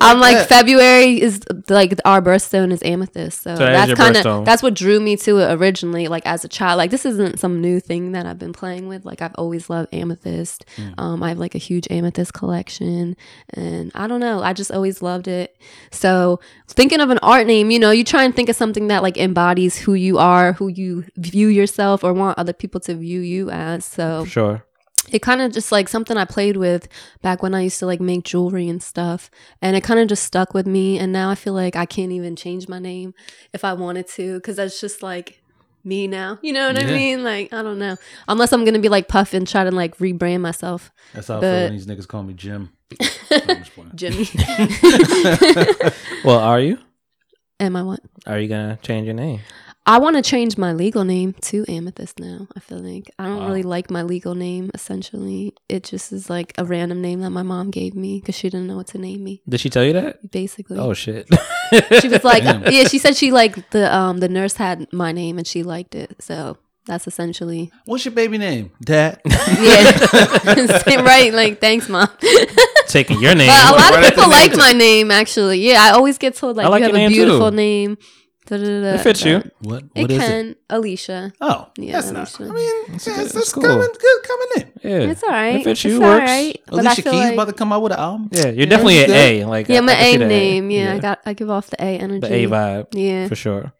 I'm like February is like our birthstone is amethyst, so, So that is that's your kind birthstone. of that's what drew me to it originally. Like as a child, like this isn't some new thing that I've been playing with. Like I've always loved amethyst. Mm. Um, I have like a huge amethyst collection, and I don't know. I just always loved it. So thinking of an art name, you know, you try and think of something that like embodies who you are, who you view yourself, or want other people to view you as. So Sure. it kind of just like something I played with back when I used to like make jewelry and stuff. And it kind of just stuck with me. And now I feel like I can't even change my name if I wanted to because that's just like me now. You know what I Yeah. mean? Like, I don't know. Unless I'm going to be like Puff and try to like rebrand myself, That's how I But- feel when these niggas call me Jim. No, I'm just playing. Jimmy. Well, are you? Am I what? Are you gonna change your name? I want to change my legal name to Amethyst now. I feel like I don't Wow. really like my legal name. Essentially, it just is like a random name that my mom gave me because she didn't know what to name me. Did she tell you that? Basically, Oh shit. she was like, Damn. yeah, she said she liked the um the nurse had my name and she liked it, so That's essentially What's your baby name? Dad. yeah, right. Like thanks, mom. Taking your name. But a lot right of at the people like name. my name, actually. Yeah, I always get told like, I like you your have a name, beautiful too. name. Da, da, da, It fits da. you. What? It What is can. Alicia. Oh, Yeah, that's that not. makes I sense. mean, that's, okay. that's, It's cool. coming good coming in. Yeah, It's all right. It fits you. It's works. all right. But I Alicia feel Keys like about to come out with an album. Yeah, you're definitely an A. Like yeah, I- my I can see A the name. Yeah, I got. I give off the A energy. the A vibe Yeah, for sure.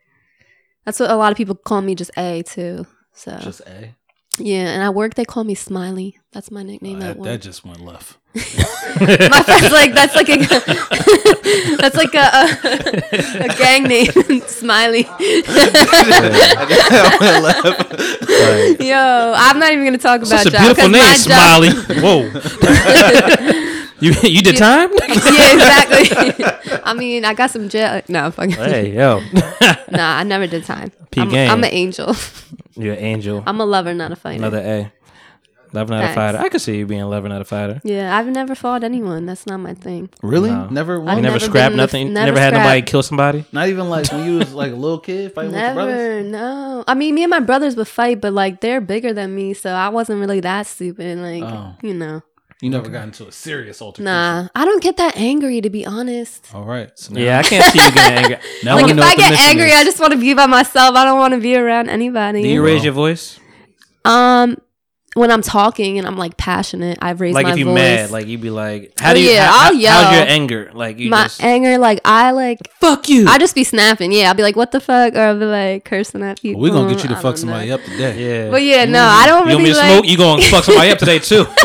that's what a lot of people call me. Just A too. So Just A. yeah, and at work they call me Smiley. That's my nickname. Oh, at that, work. that just went left. My friend's like, that's like a, that's like a, a, a gang name, Smiley. That went left. Yo, I'm not even gonna talk about Such a job, beautiful 'cause name, uh, my job- Smiley. Whoa. you you did time? yeah, exactly. I mean, I got some jail. No, fuck. hey yo, Nah, I never did time. P I'm, gang. I'm an angel. you're an angel. I'm a lover, not a fighter. Another A. Eleven out of Thanks. fighter. I could see you being eleven out of fighter. Yeah, I've never fought anyone. That's not my thing. Really? No. Never. I You One? never, never scrapped been with- nothing. never never had scrapped. nobody kill somebody. Not even like when you was like a little kid fighting with your brothers. Never, no. I mean, me and my brothers would fight, but like they're bigger than me, so I wasn't really that stupid. Like, Oh. you know, You never got into a serious altercation. nah. I don't get that angry, to be honest. All right. So now, Yeah, I can't see you getting angry. Now Like we if know I what the get mission angry, is. I just want to be by myself. I don't want to be around anybody. Do you raise your voice? um, when I'm talking and I'm like passionate, I raise Like my if you voice. mad, like you be like, how Oh, do you? yeah, how- I'll how- How's yell. your anger? Like you my just anger, like I like fuck you. I just be snapping. Yeah, I'll be like, "What the fuck?" Or I'll be like cursing at people. we're gonna get you to I fuck don't somebody know. up today. yeah. But yeah, no, I don't you want really me to like. smoke? You gonna fuck somebody up today too?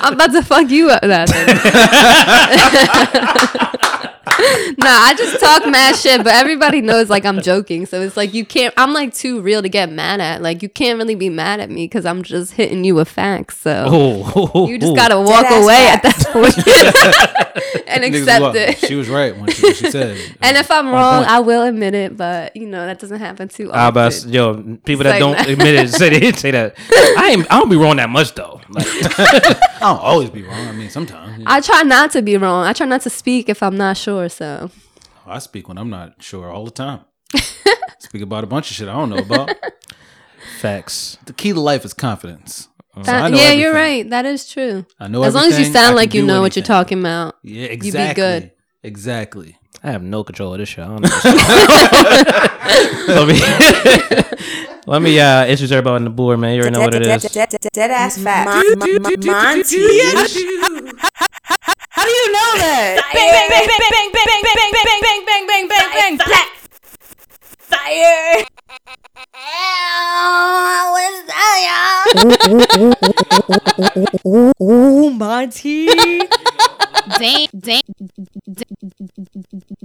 I'm about to fuck you up. Nah, nah, I just talk mad shit, but everybody knows like I'm joking. So it's like you can't. I'm like too real to get mad at. Like you can't really be mad at me because I'm just hitting you with facts. So oh, you just gotta walk away at that point and Niggas was accept up. it. She was right when she, when she said. And if I'm wrong, point. I will admit it. But you know that doesn't happen too often. Ah, How about yo people that Say don't that. admit it say they say that I ain't, I don't be wrong that much though. Like, I don't always be wrong. I mean, sometimes I, I try not to be wrong. I try not to speak if I'm not sure. So I speak when I'm not sure all the time. speak about a bunch of shit I don't know about. facts. the key to life is confidence. So That- Oh. I know yeah, you're everything. right. That is true. I know as long as you everything, I sound can like you do know what you're anything. talking about. Yeah, be exactly. good. Exactly. I have no control of this shit. I don't know. let me let me uh, issue her about on the board, man. You already know what it is. Dead ass fat. Monty. How do you know that? Oh, Monty. damn, damn,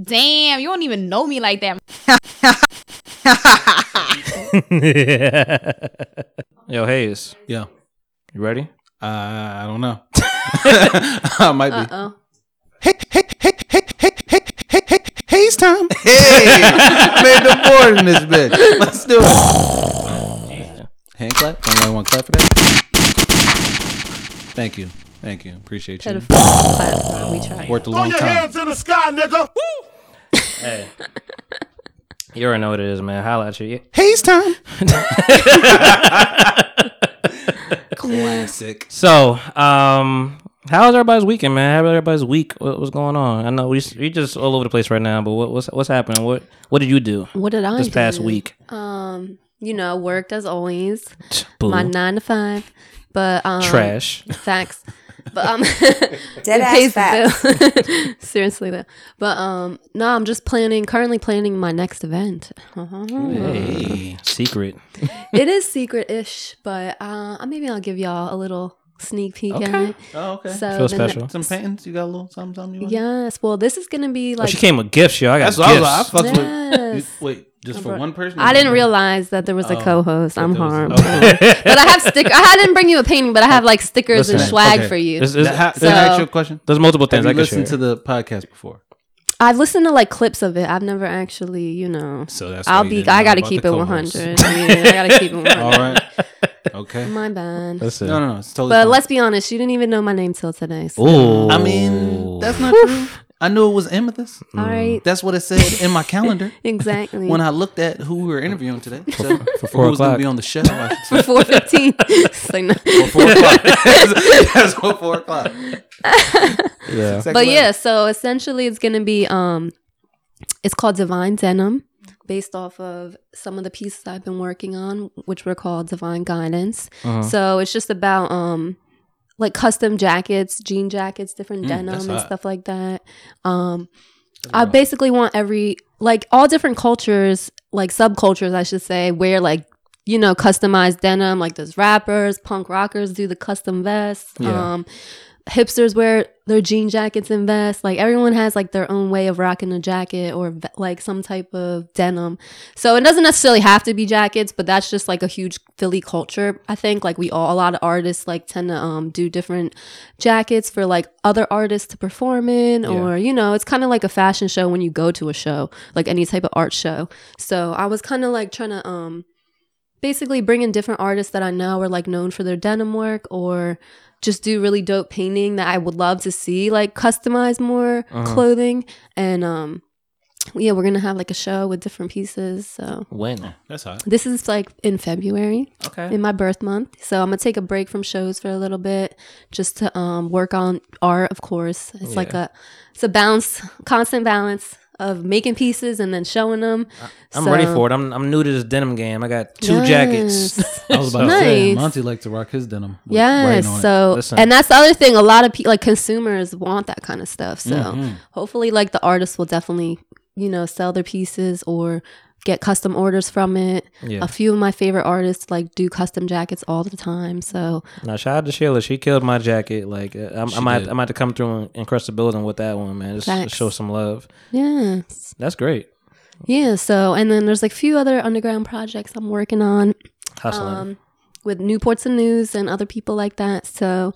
damn, you don't even know me like that. Yo, Hayes, Yeah. you ready? Uh, I don't know. I might be. Oh, Haze time. Hey, made the board in this bitch. Let's do it. Hand clap. Only one clap for that. Thank you. Thank you. Appreciate you. should have clapped. We tried. Worked a long time. You already know what it is, man. Holla at you. Haze time. Classic. So, um, how's everybody's weekend, man? How everybody's week? What, what's going on? I know we we just all over the place right now, but what, what's what's happening? What what did you do What did I this past do? week? Um, you know, worked as always. Boo. My nine to five, but um, Trash. facts. But um, Dead it ass pays the fat. bill. Seriously though, but um, no, I'm just planning. Currently planning my next event. Hey, secret. it is secret-ish, but uh, maybe I'll give y'all a little sneak peek at it. Oh, okay. So Feel the ne- special. Some paintings. You got a little something, something you want? Yes. Well, this is gonna be Oh, like. she came with gifts, yo. I got That's what gifts. I was like. I fucked with. Yes. You, wait, just for brought- one person? I didn't realize that there was a Oh, co-host. I'm there was a- harmed. okay. but I have sticker. I didn't bring you a painting, but I have like stickers and Listen, swag okay. for you. There's- there's- Ha- Can I ask So- you a question? there's multiple things Have you I can share. listened to the podcast before? I've listened to like clips of it. I've never actually, you know. So that's why I'll you be. didn't know I gotta about the keep it co-host. 100. yeah, I gotta keep it 100. All right. Okay. My bad. Listen. No, no, no. It's totally. But fine. let's be honest. You didn't even know my name till today. So. Ooh. I mean, that's not true. I knew it was amethyst. All right. That's what it said in my calendar Exactly. when I looked at who we were interviewing today. for So who four was going to o'clock. be on the show? I should say. Four fifteen. like, no. four o'clock. That's what four o'clock. Yeah. Sex But letter. yeah, so essentially it's gonna be um it's called Divine Denim, based off of some of the pieces I've been working on, which were called Divine Guidance. Uh-huh. So it's just about um like custom jackets, jean jackets, different denim Mm, that's and hot. stuff like that. Um I basically want every like all different cultures, like subcultures I should say, wear like you know, customized denim, like those rappers, punk rockers do the custom vests. Yeah. Um hipsters wear their jean jackets and vests. Like everyone has like their own way of rocking a jacket or ve- like some type of denim. So it doesn't necessarily have to be jackets, but that's just like a huge Philly culture. I think like we all a lot of artists like tend to um do different jackets for like other artists to perform in or you know, it's kind of like a fashion show when you go to a show, like any type of art show. So I was kind of like trying to um basically bring in different artists that I know are like known for their denim work or just do really dope painting that I would love to see like customize more Uh-huh. clothing and um yeah we're gonna have like a show with different pieces so When? That's hot. this is like in February Okay. in my birth month so I'm gonna take a break from shows for a little bit just to um work on art of course Oh, it's like a it's a balance constant balance of making pieces and then showing them I'm ready for it. I'm I'm new to this denim game. I got two jackets. I was about to say Nice. Monty liked to rock his denim. with Yes. writing on it. So, Listen. and that's the other thing. A lot of people, like consumers, want that kind of stuff. So, Mm-hmm. hopefully, like the artists will definitely, you know, sell their pieces or get custom orders from it. Yeah. A few of my favorite artists like do custom jackets all the time. So, Now shout out to Sheila. She killed my jacket. Like uh, I'm, I'm, did. out, I'm out to come through and, and crush the building with that one, man. Just, Facts. just show some love. yeah. That's great. Yeah. So, and then there's like a few other underground projects I'm working on. Hustling. um, with Newports and News and other people like that. So,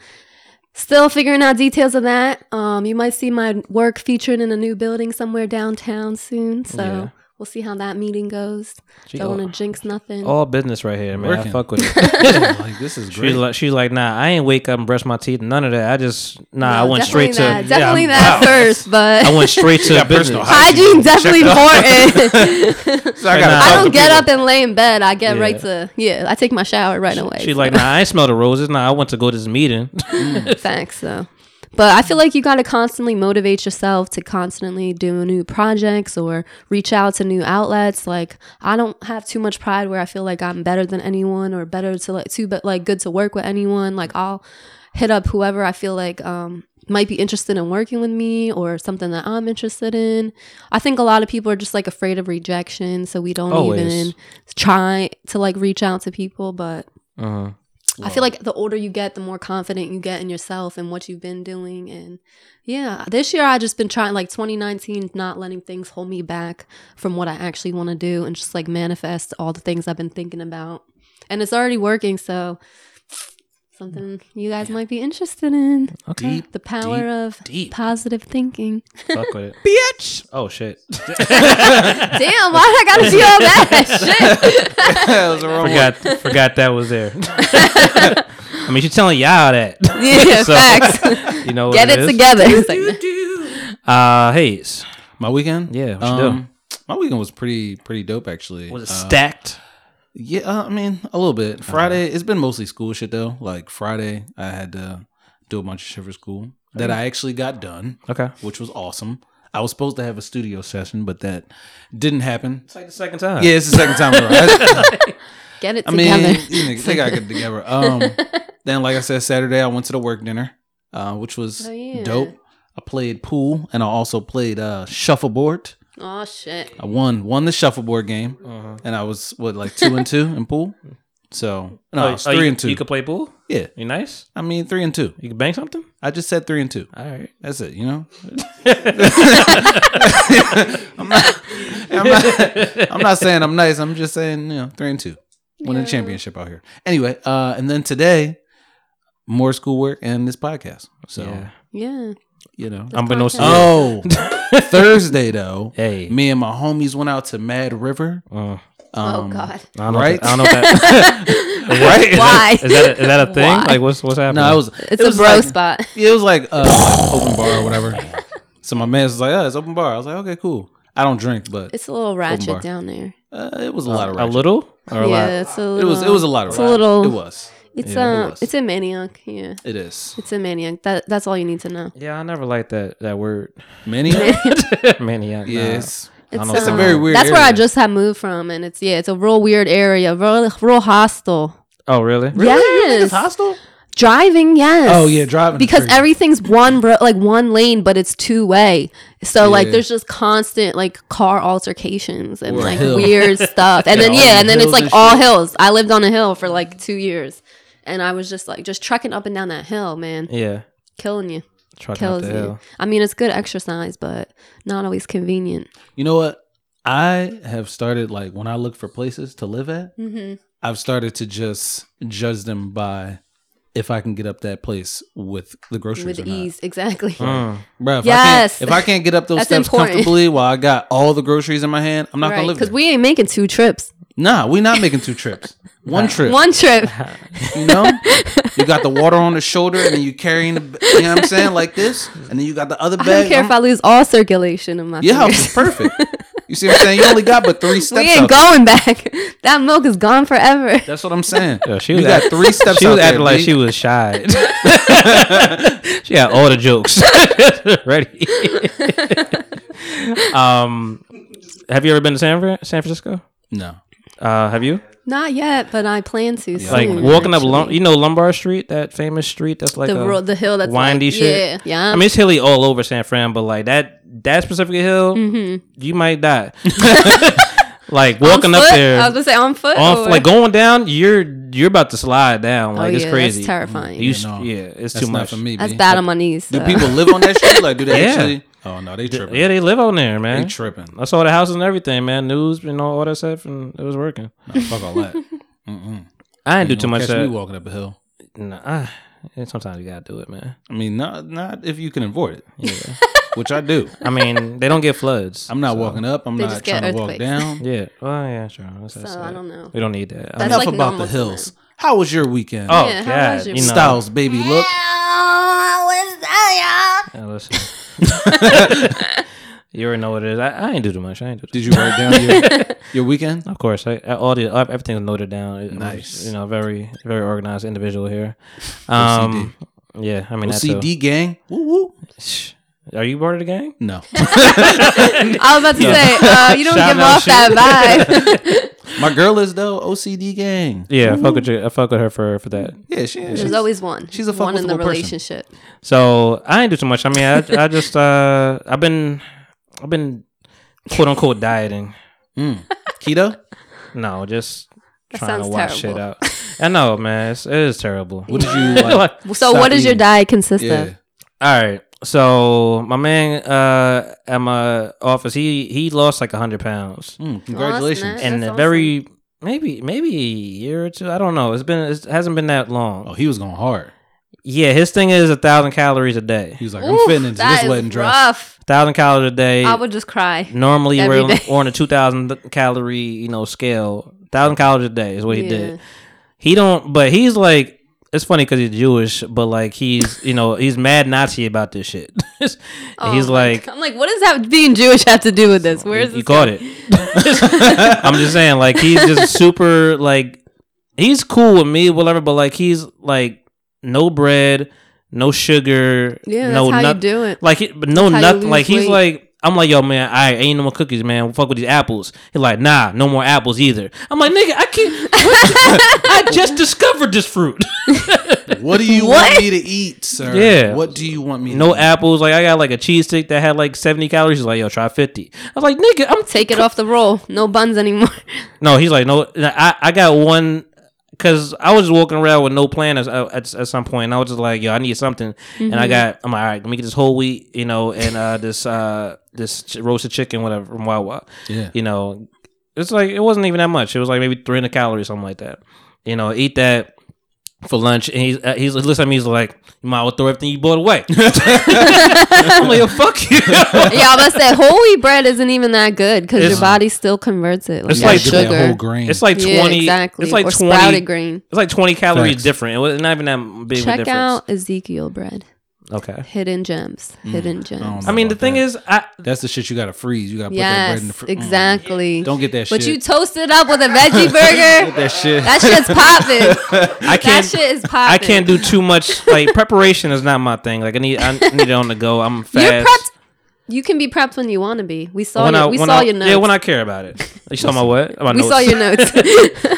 still figuring out details of that. Um, you might see my work featured in a new building somewhere downtown soon. So, Yeah. oh. we'll see how that meeting goes. She Don't all- want to jinx nothing. all business right here, man. Working. I fuck with it. like this is great. she's like, she's like, nah, I ain't wake up and brush my teeth. None of that. I just, nah, I No, went definitely straight that. to, definitely yeah, that first, but I went straight to personal business. hygiene definitely important. So I gotta Like, nah. talk I to don't get people. up and lay in bed. I get right Yeah. to yeah. I take my shower right away. She's like, nah, I ain't smell the roses. Nah, I went to go to this meeting. Thanks, though. But I feel like you got to constantly motivate yourself to constantly do new projects or reach out to new outlets. Like I don't have too much pride where I feel like I'm better than anyone or better to like too, but like good to work with anyone. Like I'll hit up whoever I feel like um, might be interested in working with me or something that I'm interested in. I think a lot of people are just like afraid of rejection, so we don't Always. even try to like reach out to people. But Uh-huh. I feel like the older you get, the more confident you get in yourself and what you've been doing. And yeah, this year I just been trying like 2019, not letting things hold me back from what I actually want to do and just like manifest all the things I've been thinking about. And it's already working, so something you guys might be interested in. Okay. The power of deep. positive thinking. fuck with it. Bitch. Oh, shit. Damn, why I gotta do all that shit? that was the wrong forgot, forgot that was there. I mean, she's telling y'all that. Yeah, So, facts. You know what Get is? it together. It's like, Uh, Hayes. My weekend? Yeah, what you Um, my weekend was pretty pretty dope actually. Was it Uh, stacked? Yeah, uh, I mean a little bit. Friday, it's been mostly school shit though. Like Friday, I had to do a bunch of shit for school that I actually got done, Okay. which was awesome. I was supposed to have a studio session, but that didn't happen. It's like the second time. Yeah, it's the second time. in a row. I- Get it I mean, together. you niggas, they gotta get it together. Um, then, like I said, Saturday I went to the work dinner, uh, which was Oh, yeah. dope. I played pool and I also played uh, shuffleboard. oh shit. I won won the shuffleboard game, Uh-huh. and I was what like two and two in pool. So no, I was three Oh, you, and two. You could play pool. yeah, You nice? I mean three and two. You can bang something? I just said three and two. All right. That's it. You know. I'm, not, I'm not. I'm not saying I'm nice. I'm just saying you know three and two, winning the championship out here. Anyway, uh, and then today, more schoolwork and this podcast. So Yeah. Yeah. you know. Unbeknownst to you. Oh, Thursday though. Hey. me and my homies went out to Mad River. Uh, Oh um, god. I don't know. Right? If that, I don't know if that. right? Why? Is that, is that, a, is that a thing? Why? Like, what's what's happening? No, it was. It's it a was bro like- spot. Yeah, It was like uh, open bar or whatever. So my man's like, "Oh, it's open bar." I was like, "Okay, cool." I don't drink, but It's a little bar. ratchet down there. Uh, it was a lot of A ratchet. little? Or a yeah, lot. it's a little. It was. It was a lot of It's ratchet. a little. It was. It's Yeah, it um. was. It's a maniac. Yeah. It is. It's a maniac. That that's all you need to know. Yeah, I never liked that that word. Maniac? Maniac. nah. Yes. I don't It's, know um, what that- That's where I just had moved from, and it's yeah, it's a real weird area, real, real hostile. Oh, really? Yes. hostile? Driving, yes. Oh, yeah, driving is Because crazy. everything's one bro- like one lane, but it's two way. So like Yeah. there's just constant like car altercations and Or a like hill. weird stuff. And Yeah, then all yeah, the and then it's hills like and all shit. hills. I lived on a hill for like two years. And I was just like just trekking up and down that hill, man. Yeah. Killing you. Trekking up Kills the you. hill. I mean it's good exercise, but not always convenient. You know what? I have started like when I look for places to live at, Mhm. I've started to just judge them by if I can get up that place with the groceries With or not. ease, exactly. Mm. Bruh, if, I Yes. can't, if I can't get up those That's steps important. comfortably while I got all the groceries in my hand, I'm not gonna live there. Because we ain't making two trips. nah, we're not making two trips. One trip. One trip. You know, you got the water on the shoulder, and then you carrying the. You know what I'm saying, like this, and then you got the other I bag. don't care I'm- if I lose all circulation in my Your house fingers. is perfect. You see what I'm saying? You only got but three steps. we out ain't there. going back. That milk is gone forever. That's what I'm saying. Yeah, she You was got act- three steps She was out acting there, like B. she was shy. she had all the jokes ready. um, have you ever been to San, Fran- San Francisco? No. Uh, have you? Not yet, but I plan to. Soon, like walking up, actually. Lum- you know, Lombard Street, that famous street that's like The a ro- the hill that's windy like- shit. yeah, yeah. I mean, it's hilly all over San Fran, but like that that specific hill, Mm-hmm. you might die. like walking up foot? there, I was gonna say, on foot on f- or- Oh, like going down, you're you're about to slide down. Like it's yeah, that's crazy, terrifying. You Yeah, s- no. yeah, it's That's too not much for me, That's B. bad on my knees. Do so. people live on that street? Like, do they Yeah. actually? Oh no, they tripping. Yeah, they live on there, man. They tripping. I saw the houses and everything, man. News and all, all that stuff, and it was working. Nah, fuck all that. Mm-mm. I didn't Ain't do too gonna much catch of Me that. walking up a hill. Nah, ah, and sometimes you gotta do it, man. I mean, not not if you can avoid it, Yeah. which I do. I mean, they don't get floods. I'm not so- walking up. I'm They not just get trying to walk earthquakes. down. Yeah. Oh yeah, sure. That's, that's So, I it. don't know. We don't need that. That's I Enough mean, like about the normal to hills. How was your weekend? oh Yeah, how yeah, was your you know. Styles, baby, look. Yeah, listen. you already know what it is. I, I ain't do too much. I ain't do. Too Did you write down your, your weekend? Of course, I, I all the everything's noted down. It- I'm Nice. just, you know, very very organized individual here. Um, yeah, I mean that's a- OCD gang. Woo woo. Are you part of the gang? No, I was about to say, uh, you don't Shout give out, off that vibe. my girl is though OCD gang. Yeah, I fuck with you. I fuck with her for for that. Yeah, she. is. There's always one. she's a one in the fuckable person. relationship. So I ain't do too much. I mean, I, I just uh, I've been I've been quote unquote dieting. keto. No, just That trying to sounds wash shit terrible. out. I know, man. It's, it is terrible. What did you like? Like, So, Stop what does your eating. diet consist Yeah. of? all right. So my man uh, at my office, he he lost like hundred pounds Mm, congratulations. nice. and That's very maybe maybe a year or two. I don't know. It's been it hasn't been that long. Oh, he was going hard. Yeah, his thing is a thousand calories a day. He was like, Oof, I'm fitting into that this is wedding dress. rough. Thousand calories a day. I would just cry. Normally Every we're on, day. we're on a two thousand calorie you know scale. Thousand calories a day is what he Yeah. did. He don't, but he's like it's funny because he's Jewish, but like he's you know he's mad Nazi about this shit. And Oh he's my like. God. I'm like, what does that being Jewish have to do with this? Where's You- this you caught going? it. I'm just saying, like he's just super like he's cool with me, whatever. But like he's like no bread, no sugar, Yeah, no that's how you noth- do it. Like it- but no That's how you nothing. lose Like he's weight. like. I'm like, yo, man, I ain't no more cookies, man. Fuck with these apples. He's like, nah, no more apples either. I'm like, nigga, I can't. what the- I just discovered this fruit. What do you What? want me to eat, sir? Yeah. What do you want me? no to apples. Like, I got like a cheese stick that had like 70 calories. He's like, yo, try 50. I was like, nigga, I'm Take it off the roll. No buns anymore. No, he's like, no, I, I got one because I was walking around with no plan at, at, at some point, And I was just like, yo, I need something. And Mm-hmm. I got, I'm like, all right, let me get this whole wheat, you know, and uh, this uh, this ch- roasted chicken, whatever, from Wawa. Yeah. You know, it's like, it wasn't even that much. It was like maybe 300 calories, something like that. You know, eat that. For lunch, and he's uh, he's looks at me. He's like, "You might as well throw everything you bought away." I'm like, "Yo, fuck you!" yeah, I'm gonna say whole wheat bread isn't even that good because your It's- body still converts it. Like, It's eat? that like- Give me that sugar. whole grain. It's like Yeah, twenty. exactly. It's like Or twenty. sprouted grain. It's like twenty calories Facts. different. It was not even that big of a Check difference. out Ezekiel bread. Okay. Hidden gems. Hidden gems. don't Mm. I mean, know the about thing that. is, I that's the shit you gotta freeze. You gotta put that bread in the mm. mm. Yes, fridge. exactly. Don't get that But shit. you toast it up with a Get veggie burger. that shit. That shit's popping. I can't. That shit is popping. I can't do too much. Like preparation is not my thing. Like I need. I need it on the go. I'm fast. You're prepped. You can be prepped when you want to be. We saw. when your, I, we when saw I, your notes. Yeah, when I care about it. You saw my what? My we saw notes. your notes.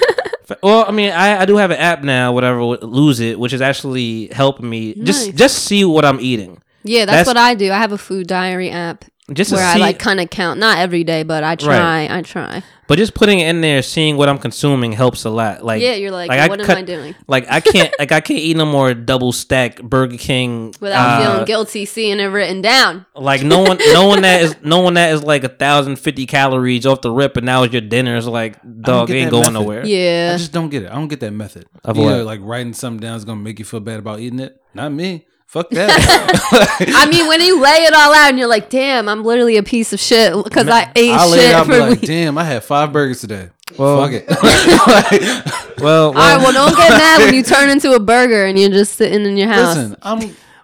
Well, I mean, I, I do have an app now, whatever, with lose it, which is actually helping me just Nice. just see what I'm eating. yeah, that's, what I do. I have a food diary app Just to where I see- like kind of count. Not every day, but I try. Right. I try. But just putting it in there, seeing what I'm consuming helps a lot. Like Yeah, you're like, what am I doing? Like I can't, like I can't eat no more double stack Burger King Without uh, feeling guilty, seeing it written down. Like no one, knowing that is knowing that is like a thousand fifty calories off the rip, and now it's your dinner. It's like dog, get it that ain't method. going nowhere. Yeah. I just don't get it. I don't get that method. Of You know, what? like writing something down is gonna make you feel bad about eating it. Not me. Fuck that. I mean, when you lay it all out and you're like, damn, I'm literally a piece of shit because I ate I laid shit out for be like, weeks. damn, I had five burgers today. Well- Fuck it. well, All right, well, don't get mad when you turn into a burger and you're just sitting in your house. Listen, I'm.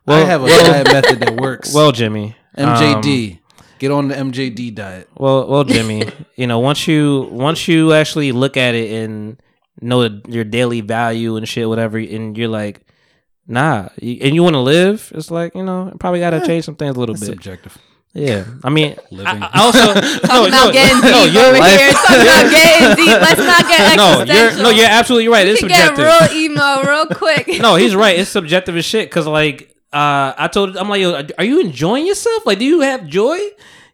Well- I have a well- diet method that works. Well, um, Jimmy, MJD, get on the MJD diet. Well, well, Jimmy, you know, once you once you actually look at it and know your daily value and shit, whatever, and you're like, nah, y- and you want to live, it's like you know, probably got to change some things a little That's bit. subjective. Yeah, I mean, Living. I, I also Talking about getting deep you're- over here. Talking about getting deep. Let's not get no, existential. you're no, you're absolutely right. It's You get subjective. real emo real quick. no, he's right. It's subjective as shit. Cause like, uh, I told, I'm like, yo, are you enjoying yourself? Like, do you have joy?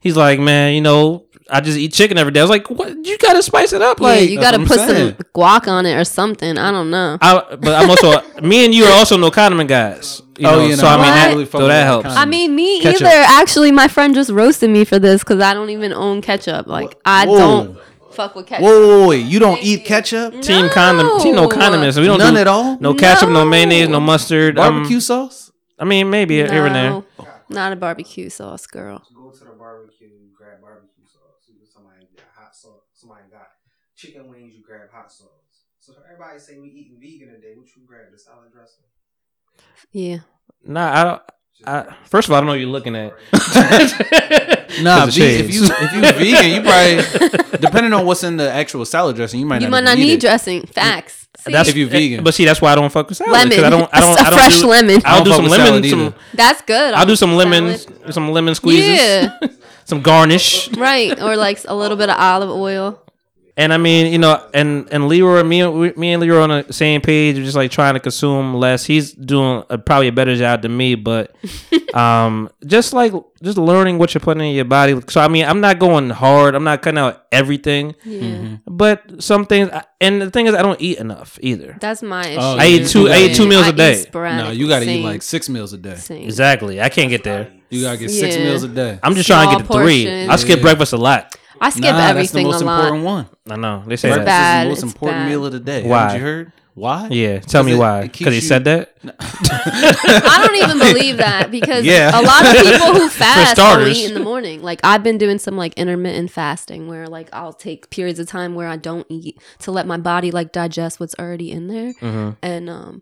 He's like, man, you know, I just eat chicken every day. I was like, what? You gotta spice it up, yeah, like. you got to I'm put saying. some guac on it or something. I don't know. I, but I'm also, me and you are also no condiment guys. You Oh, know, you so know, I mean, What? that, so that helps. Um, I mean, me Ketchup. either. Actually, my friend just roasted me for this because I don't even own ketchup. Like, I Whoa. don't Mm. fuck with ketchup. Whoa, whoa, whoa, wait, you don't eat ketchup? Team condom, team no condiments. We don't None do at all? No ketchup, no mayonnaise, no mustard. um, Barbecue sauce? I mean, maybe here and there. No, Not a barbecue sauce girl. Go to the barbecue, you grab barbecue sauce. You- Somebody got hot sauce. Somebody got chicken wings, you grab hot sauce. So everybody say we eating vegan today. What you grab? The salad dressing. Yeah. Nah, I don't. I, first of all, I don't know what you're looking at. Nah, Cause of ve- if shades. you if you vegan, you probably depending on what's in the actual salad dressing, you might You not might even not eat need it. dressing. Facts. See? That's eh, If you vegan. But see, that's why I don't fuck with salad. 'cause Lemon. I don't. I don't. A I don't fresh do, lemon. I'll I do don't some fuck with lemon. salad Some. either. That's good. I'll on do some salad. lemons. Some lemon squeezes. Yeah. some garnish. Right. Or like a little bit of olive oil. And I mean, you know, and and Leroy, me, and- we- me and Leroy on the same page. We're just like trying to consume less. He's doing a, probably a better job than me, but um, just like just learning what you're putting in your body. So I mean, I'm not going hard. I'm not cutting out everything, Yeah. Mm-hmm. but some things. I- And the thing is, I don't eat enough either. That's my issue. Oh, I eat two- I eat two meals a a day. No, you gotta eat like six meals a day. Exactly. I can't get there. You gotta get six Yeah. meals a day. I'm just Small trying to get to three. I portions. skip Yeah. breakfast a lot. I skip nah, everything that's the most a lot. important one. I know they say Breakfast that. bad, is it's the most important bad. meal of the day. Why? Haven't you heard? Why? Yeah, tell me it- why. it Because he keeps you- said that. I don't even believe that because Yeah. a lot of people who fast don't starters. eat in the morning. Like I've been doing some like intermittent fasting where like I'll take periods of time where I don't eat to let my body like digest what's already in there. Mm-hmm. Mhm. And um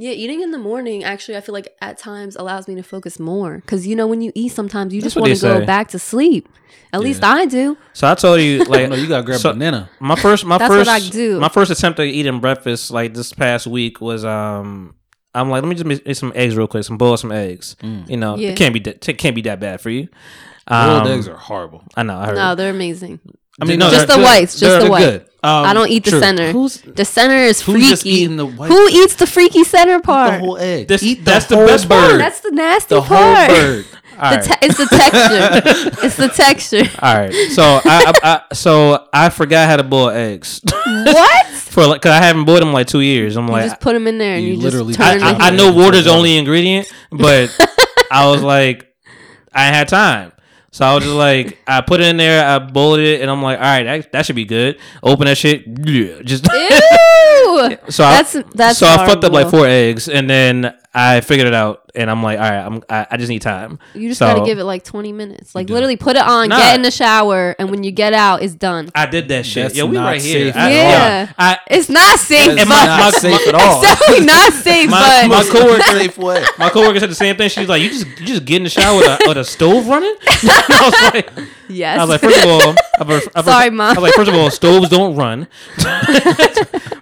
yeah, eating in the morning actually I feel like at times allows me to focus more cuz you know when you eat sometimes you That's just what want to they go say. back to sleep. At least I do. So I told you, like, no, you gotta grab so- a banana. My first, my That's what first, I do. my first attempt at eating breakfast like this past week was um. I'm like, let me just make, make some eggs real quick, some boil some eggs. You know, Yeah. it can't be that it can't be that bad for you. Mm. Boiled Um, eggs are horrible. I know. I heard. No, they're amazing. I mean, no, just they're- the whites, just they're the white. good. Um, I don't eat the true. center. Who's- the center is freaky. who's just eating the white- Who eats the freaky center part? the whole egg. This- Eat that's the whole best part. bird. That's the nasty the whole part. bird. All The right. te- it's the texture. it's the texture. All right. So I, I, I so I forgot how to boil eggs What? for like because I haven't boiled them in, like two years. I'm You like, just put them in there and You you, literally just turn put I, them. I know water's the only ingredient, but I was like, I ain't had time. So I was just like, I put it in there, I boiled it, and I'm like, all right, that, that should be good. Open that shit, yeah, just. Ew. so that's I, that's so I fucked up like horrible. four eggs, and then I figured it out, and I'm like, all right, I'm, I, I just need time. You just So, gotta give it like 20 minutes. Like literally put it on, Nah. get in the shower, and when you get out, it's done. I did that shit. That's yeah, we not right here. safe I- at yeah. I- it's not safe. That's And my- not my- safe my- at all. It's not safe, My- but my It's coworker- safe way. My coworker said the same thing. She's like, you just you just get in the shower with a, with a stove running. I was like, yes. I was like, first of all, I was- I was- Sorry, Mom. I was like, first of all, stoves don't run.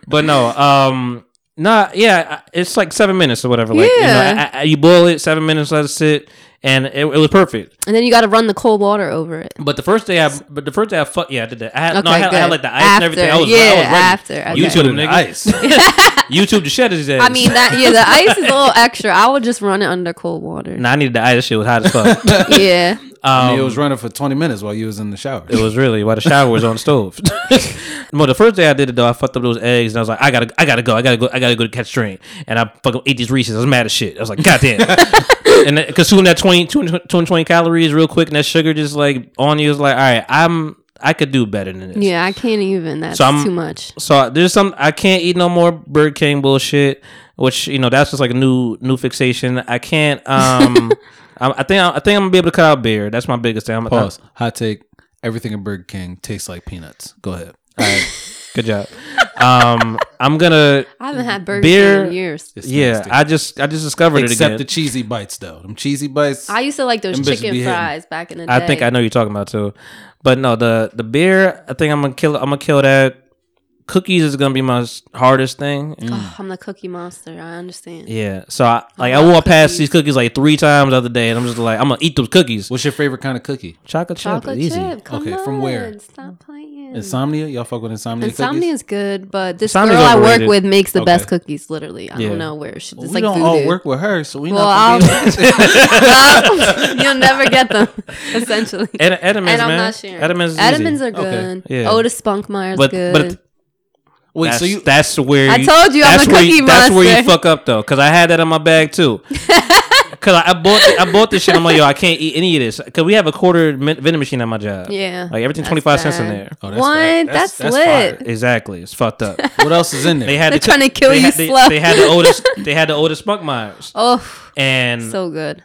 but no, um, nah, yeah, I- it's like seven minutes or whatever. Like, you, know, Yeah. I, I, you boil it, seven minutes, let it sit, and it, it was perfect. and then you gotta run the cold water over it. But the first day, I but the first day I fuck yeah, I did that. I had, no, I Okay, had, I had good. like the ice and After, everything. I was, yeah, I was ready. after, okay. YouTube, Put it in nigga. ice. YouTube the shit is I mean that yeah, the ice is a little extra. I would just run it under cold water. nah, I needed the ice. That shit was hot as fuck. Yeah. I mean, Um, it was running for 20 minutes while you was in the shower. It was really while the shower was on the stove. well, the first day I did it though, I fucked up those eggs and I was like, I gotta, I gotta go, I gotta go, I gotta go to catch train. And I fucking ate these Reese's. I was mad as shit. I was like, God damn. and then consume that 20, 20, 20 calories real quick, and that sugar just like on you. It's like, all right, I'm, I could do better than this. Yeah, I can't even. That's So I'm- too much. So there's some I can't eat no more Burger King bullshit, which you know that's just like a new new fixation. I can't. Um, I, I think I, I think I'm gonna be able to cut out beer. That's my biggest thing. I'm, Pause. Hot take. Everything at Burger King tastes like peanuts. Go ahead. All right. Good job. Um, I'm gonna. I haven't had Burger Beer- King in years. It's Yeah, nasty. I just I just discovered Except it the again. cheesy bites, though. Them cheesy bites. I used to like Them those bitches be chicken hitting. fries back in the day. I think I know you're talking about too, but no the the beer. I think I'm gonna kill. I'm gonna kill that. Cookies is gonna be my s- hardest thing. Ugh, I'm the cookie monster. I understand. Yeah, so I like I walked past these cookies like three times the other day, and I'm just like I'm gonna eat those cookies. What's your favorite kind of cookie? Chocolate, Chocolate chip, is easy. chip. Come Okay, on, from where? Stop playing. Insomnia? Y'all fuck with insomnia? Insomnia cookies? is good, but this Insomnia's girl I work overrated. with makes the best Okay. cookies. Literally, I Yeah. don't know where she. It's Well, we like don't voodoo. all work with her, so we Well, not gonna be able to- You'll never get them. Essentially, Ed- Edamame, and I'm man. not sharing. Edamame is Edamins easy. are Okay. good. Yeah. Otis Spunkmeyer's But- good. but- Wait, that's, so you that's where I told you I'm that's a where cookie That's where you monster. fuck up though, because I had that in my bag too. Because I, I bought I bought this shit. I'm like, yo, I can't eat any of this. Because we have a quarter min- vending machine at my job. yeah, like everything that's twenty five cents in bad. there. Oh, What? fire. That's, fire. lit. Exactly, it's fucked up. What else is in there? They had They're the cook- trying to kill they you had, they- slow. They, had the oldest. They had the oldest Spunkmeyers, Oh, and so good.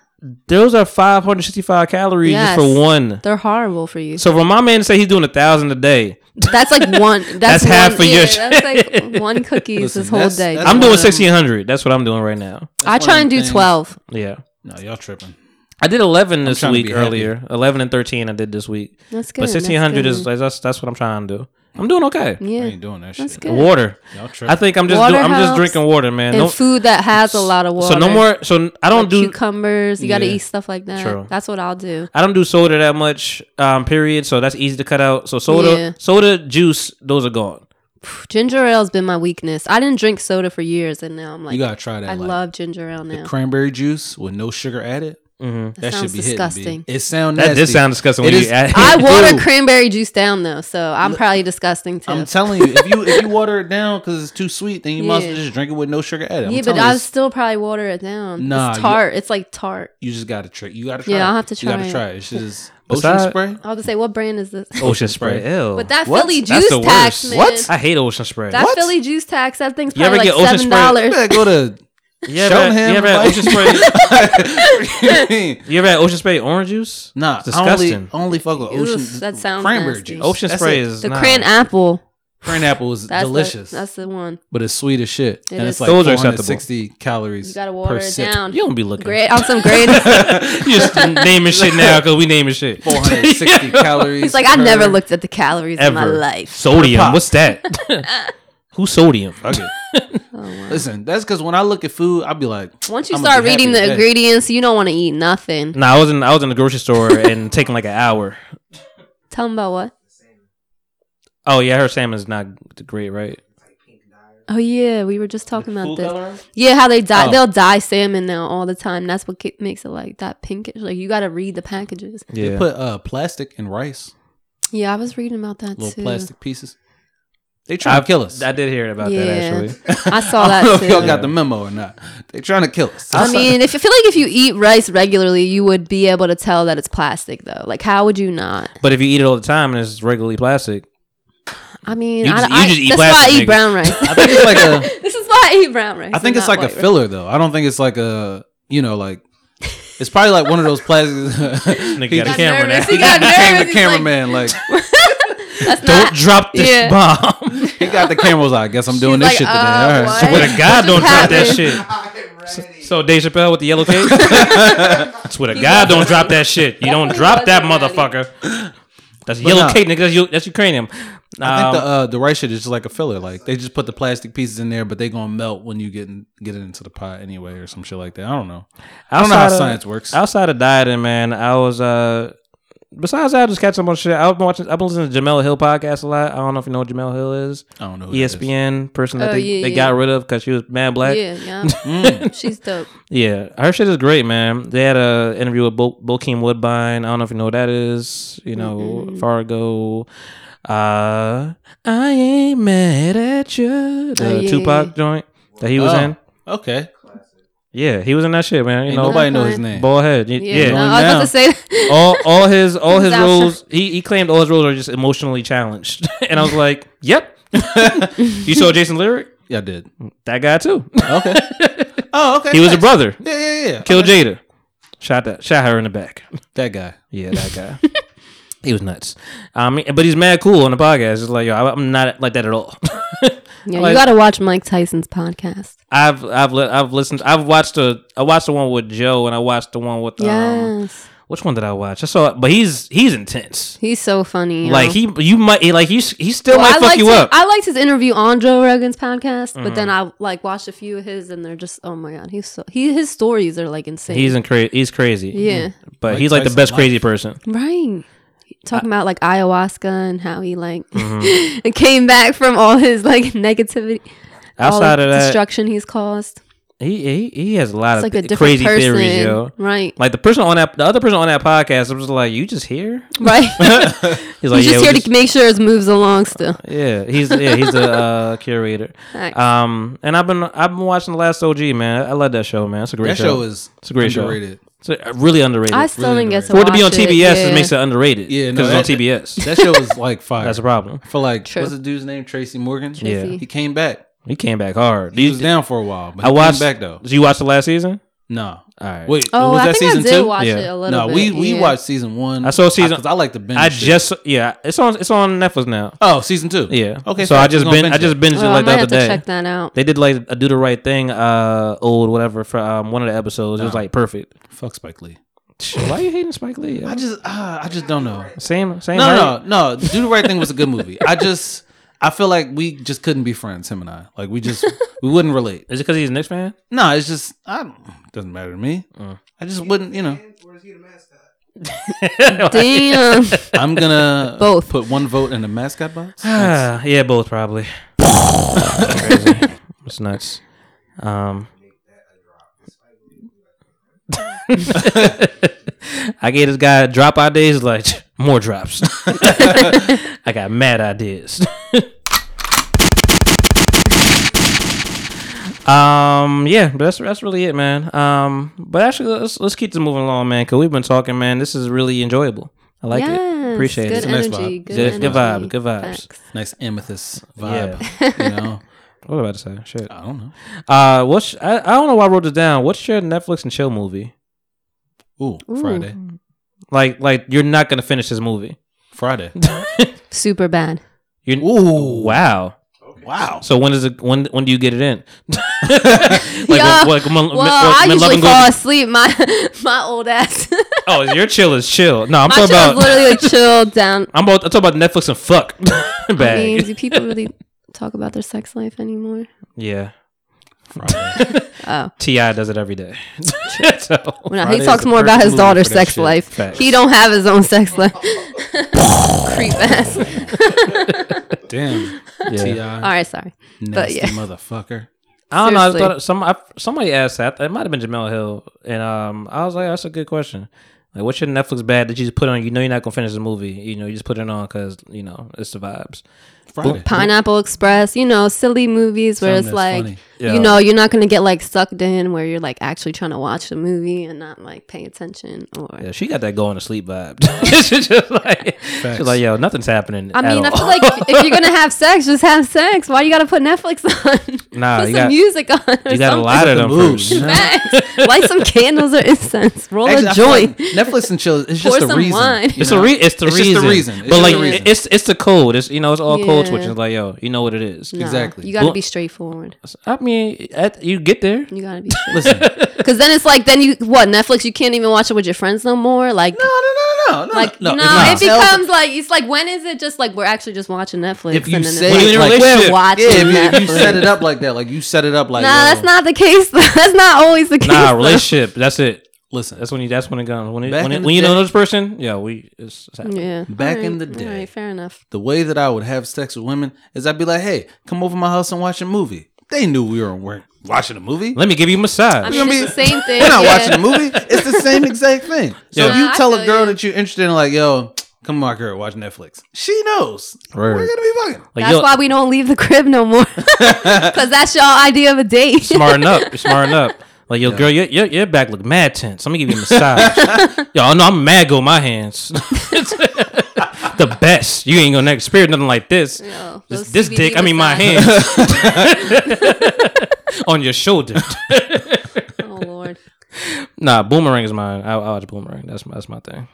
those are five hundred sixty five calories Yes. just for one. They're horrible for you. So for my man to say he's doing a thousand a day, That's like one. That's, That's one, half of your yeah, That's like one cookies Listen, this whole that's- day. that's I'm doing one of them- sixteen hundred. That's what I'm doing right now. I one try of and them do things. twelve. Yeah. No, y'all tripping. I did 11 this trying to week be happy. earlier. 11 and 13 I did this week. That's good. But that's 1600 is good. like, that's that's what I'm trying to do. I'm doing okay. I yeah, ain't doing that that's shit. good. Water. Y'all I tripping. think I'm just Water doing, I'm just helps. drinking water, man. and Don't- food that has a lot of water. So no more so I don't like do cucumbers. You got to Yeah. eat stuff like that. True. That's what I'll do. I don't do soda that much um period, so that's easy to cut out. So soda Yeah. soda juice those are gone. Ginger ale's been my weakness. I didn't drink soda for years, and now I'm like, you gotta try that. I like, love ginger ale now. the cranberry juice with no sugar added. Mhm. That, should sounds be disgusting. Hitting, B. it sound That nasty. did sound disgusting when It you is- add- I water Dude. cranberry juice down though, so I'm probably disgusting too. I'm telling you, if you if you water it down because it's too sweet, then you might as well Yeah. just drink it with no sugar added. I'm yeah, but telling you, I it's- still probably water it down. Nah, it's you- tart. It's like tart. you just gotta try. You gotta try. Yeah, I'll it. have to You try gotta it. try. it. It's just ocean Besides- spray. I'll just say, what brand is this? Ocean spray. Spray. Ew. But that What? Philly That's juice the tax, worst. man. What? I hate ocean spray. That What? Philly juice tax. That thing's You ever probably like get ocean seven spray? You dollars. better go to you ever, Shown had- him you ever had like- ocean spray What do you mean? You ever had ocean spray orange juice? Nah, It's disgusting. I only, I only fuck with Oof, ocean. that sounds cranberry nasty. juice. ocean That's spray it. is The nah. cran apple. Cran apple is That's the- delicious, that's the one. but it's sweet as shit, It and is. it's like Those are acceptable. 460 calories. You gotta per water it sip. down. You don't be looking. Great on some great. you just naming shit now because we naming shit. 460 calories. He's like, I per- never looked at the calories in my Ever. life. Sodium. What's that? Who's sodium? Fuck it. Listen, that's because when I look at food, I'll be like, Once you I'ma start be happy reading the today. ingredients, you don't want to eat nothing. Nah, I was in I was in the grocery store and taking like an hour. Tell them about what? Oh yeah, her salmon's not great, right? Oh yeah, we were just talking about this. Yeah, how they Oh. dye they'll dye salmon now all the time. That's what ki- makes it like that pinkish. Like you got to read the packages. They Yeah. put uh, plastic in rice, Yeah, I was reading about that little too. plastic pieces. They trying to kill us. I did hear about Yeah. that actually. I saw I don't that know too. if y'all got the memo or not. They trying to kill us. I mean, if I feel like if you eat rice regularly, you would be able to tell that it's plastic, though. Like, how would you not? But if you eat it all the time and it's regularly plastic, I mean, You I, just- you I- just eat that's why I plastic, eat nigga. brown rice. I think it's like a. this is why I I eat brown rice. I think and it's not like a white rice. filler though. I don't think it's like a you know like it's probably like one of those plastics. he got a He got camera nervous. now. He He became got nervous. the He's cameraman. Like, That's don't not- drop this Yeah. bomb. he got the cameras. I guess I'm doing this like, shit today. uh, All right. Swear to God, don't drop that shit. So, so Dave Chappelle with the yellow cake. Swear to God, don't drop that shit. You don't drop that motherfucker. That's But yellow nah. cake, nigga. That's, you, that's Ukrainian. I think the Um, uh, the right shit is just like a filler. Like they just put the plastic pieces in there, but they gonna melt when you get in, get it into the pot anyway, or some shit like that. I don't know. I don't know how outside of- science works. Outside of dieting, man, I was uh besides that, I just catch some more shit. I've been watching I've been listening to Jamel Hill podcast a lot. I don't know if you know what Jamel Hill is. E I don't know who that is. ESPN person that Oh, they, yeah, they yeah. got rid of because she was mad black. Yeah, yeah. Mm. She's dope. Yeah, her shit is great, man. They had a interview with Bo- Bokeem Woodbine. I don't know if you know what that is. You know, Fargo. Uh, I ain't mad at you. The Oh, yeah, Tupac yeah. joint that he was Oh, in. Okay. Yeah, he was in that shit, man. You Ain't know, nobody know know his his Fine. name. bald head. Y- Yeah, Yeah, no, I was about to say. all all his all He's his out roles. He he claimed all his roles are just emotionally challenged, and I was like, yep. you saw Jason Lyric, Yeah, I did. that guy too. Okay. oh, okay. He was a nice. brother. Yeah, yeah, yeah. Killed Jada. Shot that. Shot her in the back. That guy. Yeah, that guy. he was nuts. Um, but he's mad cool on the podcast. It's like, yo, I- I'm not like that at all. Yeah, you Like- got to watch Mike Tyson's podcast. I've I've li- I've listened. I've watched the I watched the one with Joe, and I watched the one with um, Yes, which one did I watch? I saw, but he's he's intense. he's so funny. yo. Like he, you might like you. He still Well, might fuck liked you his, up. Mm. I liked his interview on Joe Rogan's podcast, but then I like watched a few of his, and they're just oh my god, he's so he his stories are like insane. he's in cra- He's crazy. yeah, but Mike he's like the Tyson best life. crazy person. right. Talking about like ayahuasca and how he like Mm-hmm. came back from all his like negativity, Outside all of the that, destruction he's caused. he, he he has a lot It's like of a th- different crazy person, theories, yo. right? Like the person on that, the other person on that podcast, I was like, "You just here?" Right. He's He's "Yeah, just we Uh, here to make sure it moves along still. Yeah, he's yeah he's the uh, curator. Nice. Um, and I've been I've been watching the last OG man. I love that show, man. It's a great That show. show is it's a great underrated. show. It's a, really underrated. I still didn't get to For it to be on watch TBS, yeah. it makes it underrated. Yeah, Yeah, no, because that- it's on TBS. That show was like fire. That's a problem. For like, True. what's the dude's name? Tracy Morgan. Tracy. He came back. He came back hard. He was down for a while, but I he watched came back though. Did you watch the last season? No. All right. Wait, Oh, was I that think I season did two? watch Yeah. it a little No, bit. we we yeah. watched season one. I saw season- because I like the binge. I shit. just yeah. It's on it's on Netflix now. oh season two. Yeah. Okay. So I just gonna been I binge just it. binged Oh, it I like might the other have to day. check that out. They did like a do the right thing, uh, old whatever for um, one of the episodes. Oh. It was like perfect. fuck Spike Lee. Shit, Why you hating Spike Lee? yo? I just uh, I just don't know. same same. No, height. no, no. Do the right thing was a good movie. I just I feel like we just couldn't be friends, him and I. Like we just we wouldn't relate. Is it because he's a Knicks fan? No, it's just I don't, doesn't matter to me. Uh. I just wouldn't, you know. Damn. I'm gonna Both. put one vote in the mascot box. Ah, yeah, both probably. Crazy. It's nuts. Um, I gave this guy drop ideas like more drops. I got mad ideas. um, yeah, but that's that's really it, man. Um, but actually, let's let's keep this moving along, man, because we've been talking, man. This is really enjoyable. I like it. Yes, Appreciate good it. nice energy, vibe. Good, Good- energy. good vibes, good vibes. Facts. Nice amethyst vibe. You know, What was I about to say? Shit. I don't know. Uh, what's I, I don't know why I wrote it down. What's your Netflix and chill movie? Ooh, Ooh. Friday, Like, like you're not gonna finish this movie. Friday. Super bad. You're, Ooh, wow. wow. So when is it? When when do you get it in? like, Yeah. like, when- Well, when- I when usually Love and fall Goes- asleep. My my old ass. Oh, your chill is chill. No, I'm my shit talking was about. literally like chilled down. I'm about. I'm talking about Netflix and fuck I mean, bag. do people really talk about their sex life anymore? yeah. Friday. Oh, Ti does it every day. so, well, no, Friday he is talks the more about perfect his movie daughter's for that sex shit. life. Facts. He don't have his own sex life. Creep ass. Damn. Ti, yeah. All right, sorry. nasty but yeah. motherfucker. I don't know. I Seriously. thought some I, somebody asked that. It might have been Jamel Hill, and um, I was like, that's a good question. Like, what's your Netflix bad that you just put on? You know, you're not gonna finish the movie. You know, you just put it on because you know it's the vibes. Friday. Pineapple Express, you know, silly movies Something where it's that's like, funny. Yeah. you know, you're not gonna get like sucked in where you're like actually trying to watch the movie and not like pay attention or. Yeah, she got that going to sleep vibe. she's just like, she's like, yo, nothing's happening. I at mean, I all. feel like if you're gonna have sex, just have sex. Why you gotta put Netflix on? Nah, put you some got- music on. Or you got a lot of them. Moves. first. Facts. Light some candles or incense. Roll Actually, a I feel joint. like Netflix and chill is Pour just the some reason. wine. you It's know? the re- it's the It's just reason. the reason. It's but just like, the reason. it's it's the code. It's you know, it's all code Yeah. switching. Like, yo, you know what it is. Nah, Exactly. you gotta Well- be straightforward. I mean, at, you get there. You gotta be. Because then it's like, then you what Netflix? You can't even watch it with your friends no more. Like, No, no, no, no, no. like no, no, it's not. it becomes like it's like when is it just like we're actually just watching Netflix? If you then it's say like, it like- Relationship. we're watching Yeah, if you, Netflix. you set it up like that, like you set it up like nah, yo, that's not the case. though. that's not always the case. Nah, though. relationship. That's it. Listen, That's when you. That's when it comes. When it, Back when, in it, the when you day- know this person, yeah, we. It's, it's happening. Yeah. Back All in the all day. fair enough. the way that I would have sex with women is I'd be like, "Hey, come over my house and watch a movie." They knew we were weren't watching a movie. Let me give you a massage. I mean, gonna it's the same thing. We're not yeah. watching a movie. It's the same exact thing. So Yeah. if Nah, you I tell a feel girl you. that you're interested in, like, "Yo, come on, girl, watch Netflix," she knows we're gonna be fucking. like, That's yo, why we don't leave the crib no more. Because that's your idea of a date. smarten up. Smarten up. Like, yo, girl, your, your, your back look mad tense. Let me give you a massage. yo, I know I'm mad go my hands. the best. You ain't gonna experience nothing like this. Yo, this Oh, those this CBD dick, I mean my massages. hands. On your shoulder. Oh lord. nah, boomerang is mine. I, I watch boomerang. That's my, that's my thing.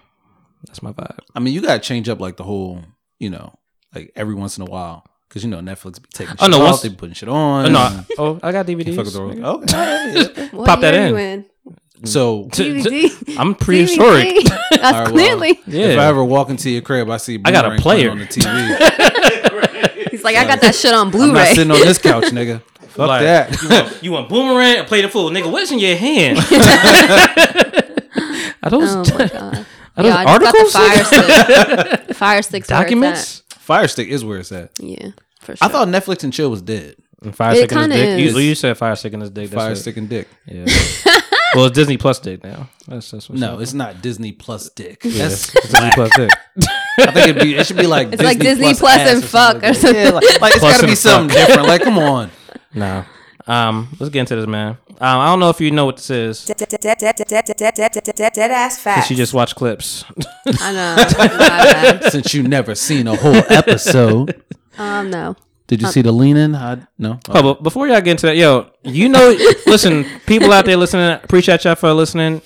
That's my vibe. I mean, you gotta change up like the whole, you know, like every once in a while, because you know Netflix be taking. Shit Oh, no, off, once- they be putting shit on. Oh, no, I, oh, I got DVDs. Mm. Fuck with the world. nigga. Okay. all right, yeah. What Pop that year in. you in. So T- DVD. t- I'm prehistoric. DVD. That's well. clearly. Yeah. If I ever walk into your crib, I see I got a Boomerang playing player. on the TV. He's like, I got that shit on I'm not Blu-ray. sitting on this couch, nigga. Fuck Like, that. You want, you want boomerang? Or play the fool, nigga. What's in your hand? are those, Oh my god. are Yeah, those I just got articles? the fire stick. fire sticks. where it's Documents? Fire stick is where it's at. at. Yeah, for sure. I thought Netflix and chill was dead. And Fire It stick in his kinda dick. is. You, you said fire stick in his dick. That's Fire it. stick and dick. Yeah. well, it's Disney Plus dick now. That's, that's what's No, up. it's not Disney plus dick. Yeah, That's, it's Disney Plus dick. I think it'd be, it should be like it's like Disney Plus ass and or fuck or something. something. Yeah, like, like it's Plus got to and be fuck. something different. Like, come on. Nah. Um, let's get into this, man. Um, I don't know if you know what this is. Dead ass facts. She just watched clips. I know. my bad. Since you never seen a whole episode, Um, no. did you see the lean in? I, no. Oh, but before y'all get into that, yo, you know, listen, people out there listening, appreciate y'all for listening.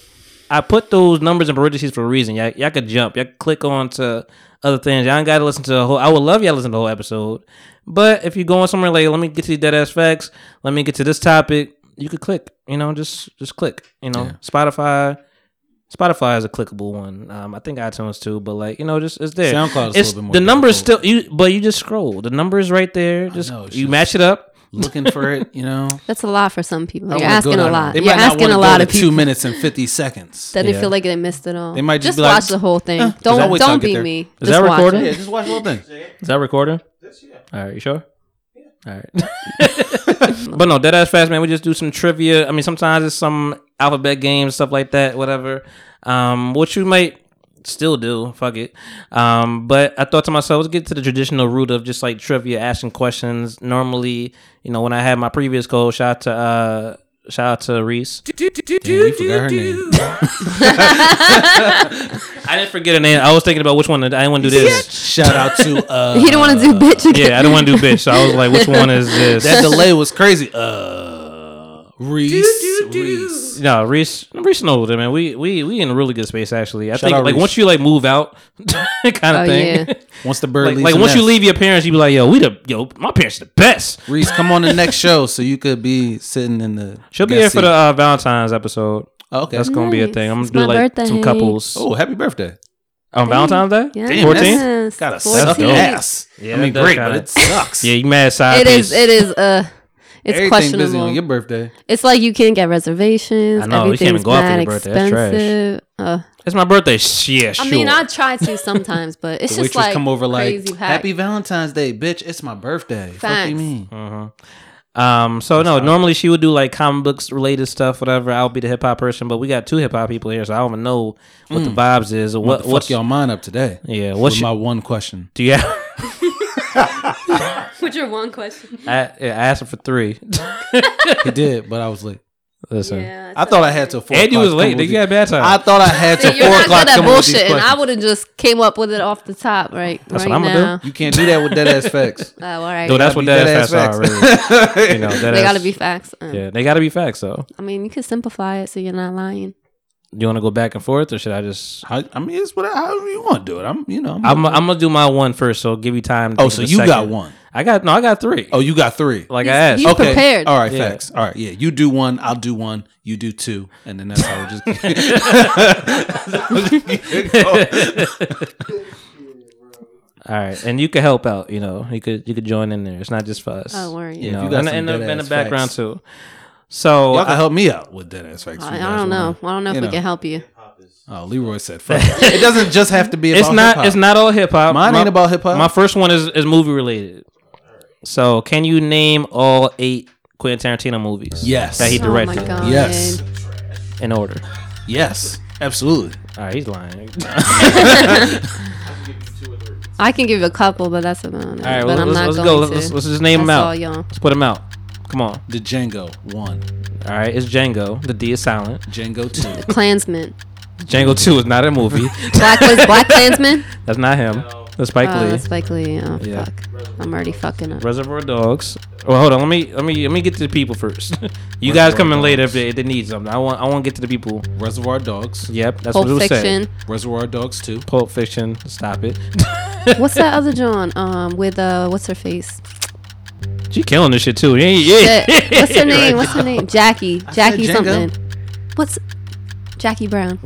I put those numbers in parentheses for a reason. Y'all, y'all could jump. Y'all could click on to other things. Y'all ain't got to listen to the whole. I would love y'all to listen to the whole episode. But if you're going somewhere like, let me get to these dead ass facts. Let me get to this topic. You could click. You know, just just click. You know, Spotify. Spotify is a clickable one. Um, I think iTunes too, but like you know, just it's there. SoundCloud is a it's, little bit more the numbers difficult. still you, but you just scroll. The numbers right there. Just know, it's you just- match it up. Looking for it, you know. That's a lot for some people. I You're wanna go asking a down- lot. They You're might not asking wanna a go lot to of people. Two minutes and fifty seconds. That Yeah. they feel like they missed it all. They might just just be like, watch the whole thing. that don't wait till I don't get be there? me. Is Just that watch recording? yeah, it. just watch the whole thing. Is that recording? This year. All right, you sure? All right. but no, dead ass fast, man. We just do some trivia. I mean, sometimes it's some alphabet games, stuff like that, whatever. Um, which you might still do. Fuck it. Um, but I thought to myself, let's get to the traditional route of just like trivia, asking questions. Normally, you know, when I had my previous goal, shout out to uh, shout out to Reese. Damn, you forgot her name. I didn't forget her name. I was thinking about which one. I didn't want to do this. Shout out to uh, He didn't want to do bitch again. Yeah, I didn't want to do bitch. So I was like, which one is this? that delay was crazy. Uh, Reese, Reese. No, Reese, Reese knows it, man. We we we in a really good space actually. I think out like Reese. once you like move out, kind of Oh, thing. yeah. Once the bird Like, leaves, like the once you nest. leave your parents, you be like, yo, we the yo, my parents the best. Reese, come on the next show so you could be sitting in the. She'll be guest here for seat. the uh, Valentine's episode. Oh, okay. That's gonna be a Nice. thing. I'm It's gonna do my like some birthday. couples oh, happy birthday! on Valentine's Day. Yes. Damn, that's- Yes. Gotta suck 14. ass. Yeah, I mean, that does great, kinda- but it sucks. Yeah, you mad side It is. piece. It is. Uh, it's Everything busy questionable. on your birthday. It's like you can't get reservations. I know, you can't even Everything's go out for mad your birthday. That's trash. expensive. Uh, It's my birthday. Sh- Yeah, sure. I mean, I try to sometimes, but it's The waitress just like come over like, crazy hack. "Happy Valentine's Day, bitch! It's my birthday." Fuck you Facts. mean? Um, so no, normally she would do like comic books related stuff, whatever. I'll be the hip hop person, but we got two hip hop people here, so I don't even know what the vibes is or what What Mm. the fuck what's y'all mind up today? Yeah, what's With your- my one question? Do you have, What's your one question? I, yeah, I asked him for three. he did, but I was late. Listen, I thought I had till four. and you o'clock was to late. come Did with you have bad time? I thought I had till You're four not o'clock. good at coming with these bullshit, and I questions. would have just came up with it off the top, right? That's right what I'ma do. now. You can't do that with dead ass facts. Oh, all right. Though that's what Gotta that be ass facts dead-ass are. really. you know, that they ass- gotta be facts. Um, Yeah, they gotta be facts though. I mean, you can simplify it so you're not lying. Do you want to go back and forth, or should I just? I, I mean, it's what I, however you want to do it. I'm, you know. I'm, I'm, I'm gonna do my one first, so give you time. to oh, think so of a you got second. one. I got no, I got three. Oh, you got three. like I He's- asked. he's Oh, okay. prepared. All right, Yeah. facts. All right, yeah. You do one, I'll do one. You do two, and then that's how we just. All right, and you could help out. You know, you could you could join in there. It's not just for us. Don't worry. You Yeah, if know, you got and, some and, the, dead and the ass background facts. too. So Y'all can I, help me out with dead ass facts. I, you I guys don't know. wanna- I don't know if you we know. can help you. Oh, Leroy said first. it doesn't just have to be. About it's not hip-hop. it's not all hip hop. Mine My- ain't about hip-hop. My first one is is movie related. So can you name all eight Quentin Tarantino movies? Yes. that he Oh my directed god. Yes. in order. Yes. Absolutely. All right, he's lying. I can give you a couple, but that's about it. All right, but well, I'm let's, not let's going go. to. Let's, let's just name I them saw out. y'all. Let's put them out. Come on. The Django one, All right, it's Django. The D is silent. Django two, Klansman. Django Two is not a movie. Black was Black Klansman. That's not him. That's Spike Oh, Lee. that's Spike Lee. Oh Yeah. fuck. I'm already fucking up. Reservoir Dogs. Well, hold on. Let me let me let me get to the people first. you guys come in later if they, if they need something. I want I want to get to the people. Reservoir Dogs, Yep, that's what Pulp it was saying. Fiction. Reservoir Dogs two, Pulp Fiction. Stop it. What's that other John? Um, with uh, what's her face? She killing this shit too. Yeah, yeah. Shit. What's her name? What's her name? Jackie. Jackie Django. something. What's Jackie Brown?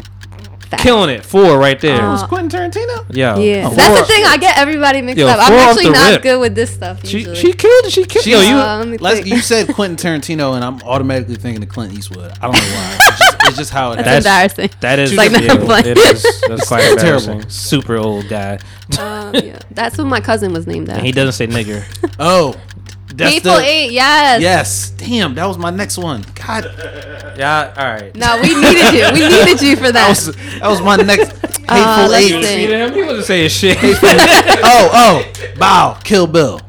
Fat. Killing it. Four right there. Uh, Quentin Tarantino. yeah. Yeah, Four. that's the thing. I get everybody mixed Yo, up. I'm four off actually the not rip. good with this stuff. Usually. She she killed. She killed. Yo, you. Uh, let me Let's, think. oh, you said Quentin Tarantino, and I'm automatically thinking of Clint Eastwood. I don't know why. It's just, it's just how it That's happens. embarrassing. That is It's like yeah, not funny. it is. That's quite Terrible. embarrassing. Super old guy. Um, yeah. That's what my cousin was named And he after. doesn't say nigger. Oh, that's Hateful the- Eight, yes. Yes. Damn, that was my next one. God, yeah. All right. No, we needed you. We needed you for that that. was, that was my next hateful Uh, let's eight. see. See him? He wasn't saying shit. Oh, oh, bow, Kill Bill,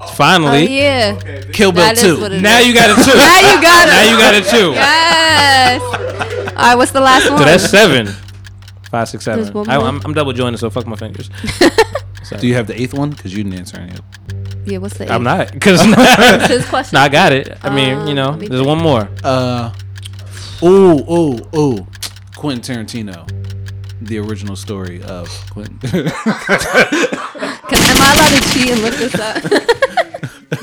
oh Finally. yeah. Kill Bill That is two. what it Now is. you got it too. Now you got it. Now you got it too. Yes. All right. What's the last one? So that's seven. Five, six, seven. There's one I, more. I'm, I'm double joining, so fuck my fingers. Do you have the eighth one? Because you didn't answer any of them. yeah. What's the? I'm eighth? not, because What's no, his question. I got it. I mean, Um, you know, let me there's think. one more. Uh, oh, oh, oh, Quentin Tarantino, the original story of Quentin. Can, am I allowed to cheat and look this up?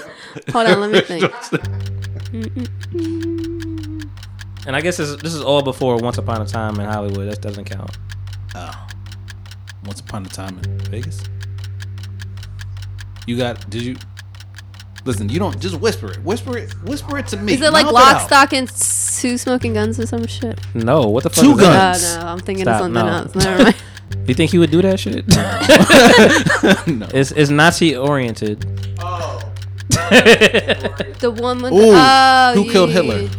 Hold on. Let me think. And I guess this, this is all before Once Upon a Time in Hollywood. That doesn't count. Oh. Once upon a time in Vegas. You got? Did you? Listen, you don't just whisper it. Whisper it. Whisper it to me. Is it like Mouth lock, out. stock, and two smoking guns or some shit? No, what the fuck? Two is that? Uh, Guns. no, I'm thinking Stop, of something no. else. Never mind. You think he would do that shit? No. It's, it's Nazi oriented. Oh. The one with Ooh, the, oh, who killed yeah, Hitler? yeah,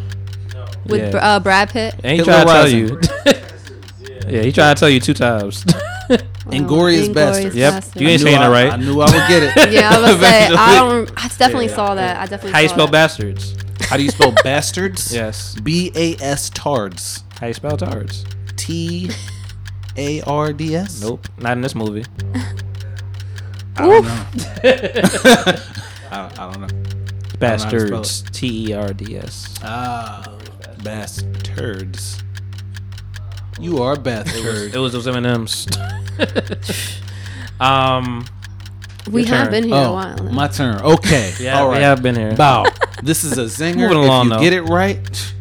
yeah. With Yeah. Br- uh, Brad Pitt. And he Hitler tried to tell Rising. you. yeah, he tried to tell you two times. Inglorious Inglourious Bastards. Yep. Basterds. You I ain't knew saying I, it right. I knew I would get it. Yeah, I was gonna say I Eventually. don't. I definitely saw that. I definitely. How you saw spell that. bastards? How do you spell bastards? Yes. B A S tards. How you spell tards? T A R D S. Nope, not in this movie. I, I don't know. how to spell Bastards. T E R D S. Ah, bastards. You are a bastard. It was those M and M's. Um. We Your have turn. been here a Oh, while. now. my turn. Okay. Yeah, All right. we have been here. Bow. This is a zinger. Oh. Moving along, if you though. get it right,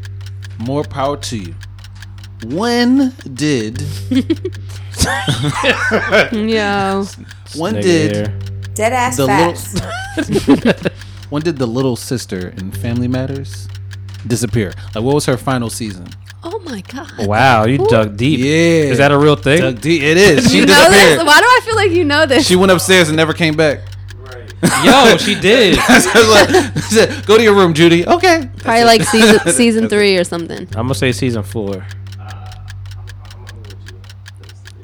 more power to you. When did Yo, when Nigga did here. Dead ass the facts. little when did the little sister in Family Matters disappear? Like, what was her final season? oh my god. Wow, you dug deep. Yeah. Is that a real thing? Doug D. It is. She you know this? disappeared. Why do I feel like you know this? She went upstairs and never came back. Yo, she did. I was like- she said, Go to your room, Judy. Okay. Probably like season season three or something. I'm gonna say season four.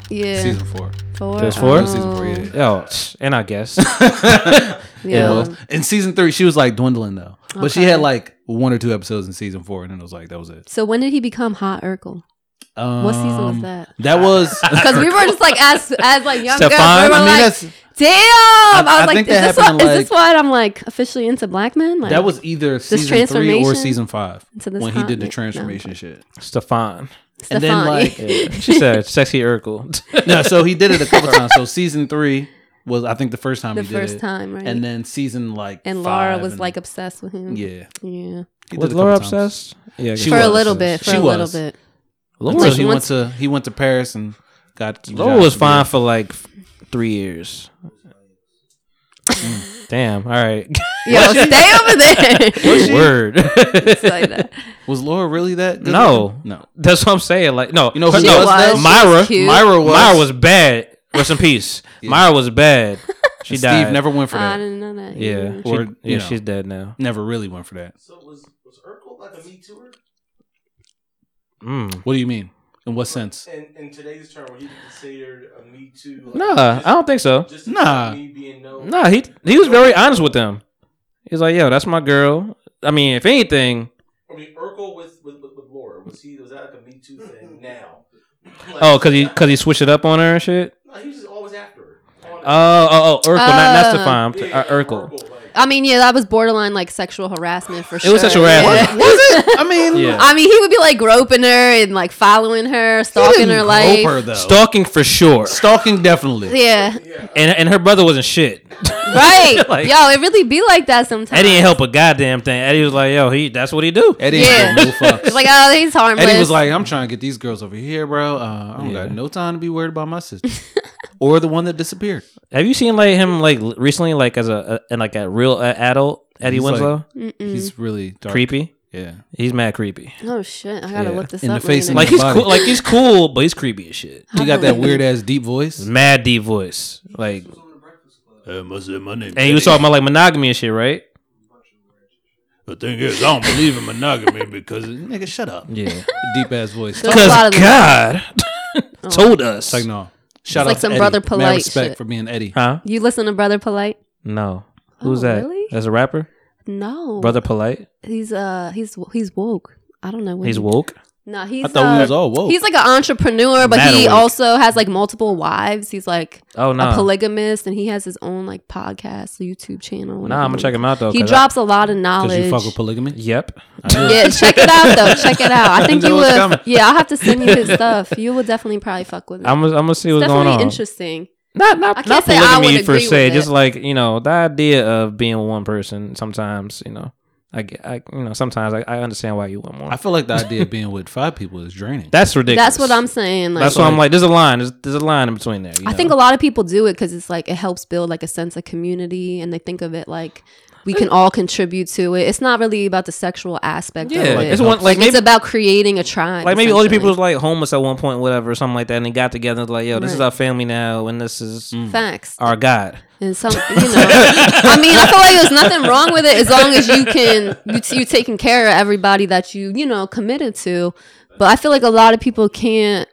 Yeah. Season four. Four? Um, Just four? Season four, yeah. Yo, tch, and I guess. Yeah. In season three, she was like dwindling though, but she Okay. had like one or two episodes in season four, and then it was like that was it. So when did he become Hot Urkel? What season was Um, that? That was Because we were just like as as like young girls, we were Stefan? I mean, like, that's- damn. I, I was like, think is that this, what, happened in, is this what I'm like officially into black men? Like, that was either season three or transformation season five into this when he hot did the man- no. transformation shit. Stefan. And then Stefan. like Yeah. She said, sexy Urkel. no, so he did it a couple times. So season three was I think the first time The he did first it. time, right. And then season like and Laura five was and- like obsessed with him. yeah. yeah. He did a Was couple Laura times. obsessed? Yeah, I guess She for was a little bit. obsessed. For She a little was. bit. Until Laura- he went once- to he went to Paris and got Laura was fine for like three years. Mm, Damn. All right. Yo, stay over there. Word. It's like that. Was Laura really that? good no. looking? no. That's what I'm saying. Like, no. You know who Her- she no, was, though? She was Myra. cute. Myra was. Myra was bad. Rest in peace. Myra was bad. She Steve died. never went for I that. didn't know that. Yeah. Or, she, you yeah. know. She's dead now. Never really went for that. So was was Urkel like a Me Tooer? Mm. What do you mean? In what sense? In, in today's term, would he be considered a Me Too? Like, Nah, I don't think so. Just Nah. Me being known. Nah, he he was very honest with them. He's like, yo, that's my girl. I mean, if anything, I mean, Urkel with with, with, with Laura was he was that like a Me Too thing now? Like, oh, cause he cause he switched it up on her and shit. nah, he was just always after her. On- Oh, oh, oh, Urkel, not not Uh, Stefan, Yeah, uh, yeah, Urkel. like, I mean, yeah, that was borderline like sexual harassment for sure. It was sexual harassment. Was it? I mean, Yeah. I mean, he would be like groping her and like following her, stalking her life. Over, though. Stalking for sure. Stalking definitely. Yeah, And and her brother wasn't shit. right. Like- Yo, it really be like that sometimes. Eddie didn't help a goddamn thing. Eddie was like, yo, he that's what he do. Eddie yeah. Yeah. no fucks. It's like, oh, he's harmless. Eddie was like, I'm trying to get these girls over here, bro. Uh, I don't got no time to be worried about my sister or the one that disappeared. Have you seen like him like l- recently, like as a, a and like a real uh, adult Eddie He's like- Winslow? He's really dark. creepy. Yeah. He's mad creepy. oh shit, I gotta Yeah. look this In the up. face later. and Like the he's body. cool. Like he's cool, but he's creepy as shit. He got that weird ass deep voice. Mad D voice. Like Uh, must say my name. and he was talking about like monogamy and shit, right? The thing is, I don't believe in monogamy because nigga, shut up. Yeah. Deep ass voice. There's It's a lot of Because them. God told us. like no. Shout like out some to Eddie. Brother Mad Polite respect shit. for being Eddie. Huh? You listen to Brother Polite? No. Who's Oh, that? really? As a rapper? No, Brother Polite? He's uh, he's he's woke. I don't know. What He's he- woke. No, he's. I thought uh, we was all woke. He's like an entrepreneur, but Mad he awake. also has like multiple wives. He's like Oh no. a polygamist, and he has his own like podcast, YouTube channel. Nah, I'm gonna check him out though. He 'cause I- drops a lot of Because knowledge. you fuck with polygamy. Yep. yeah, check it out though. Check it out. I think know you what's would. coming. Yeah, I'll have to send you his stuff. You would definitely probably fuck with it. I'm gonna I'm gonna see it's what's going definitely on. interesting. Not not I can't not say I polygamy would per agree with se. it. Just like you know the idea of being with one person. Sometimes you know I get I you know sometimes I, I understand why you want more. I feel like the idea of being with five people is draining. That's ridiculous. That's what I'm saying. Like, That's why I'm like. There's a line. There's, there's a line in between there. I think a lot of people do it because it's like it helps build like a sense of community, and they think of it like we can all contribute to it. It's not really about the sexual aspect. Yeah, of it. like, it's one- like, it's maybe- about creating a tribe. like maybe older people essentially. was like homeless at one point, whatever, or something like that, and they got together. and was Like, yo, this is Right. our family now, and this is facts our God. and some. You know, I mean, I feel like there's nothing wrong with it as long as you can you t- you taking care of everybody that you you know committed to. But I feel like a lot of people can't.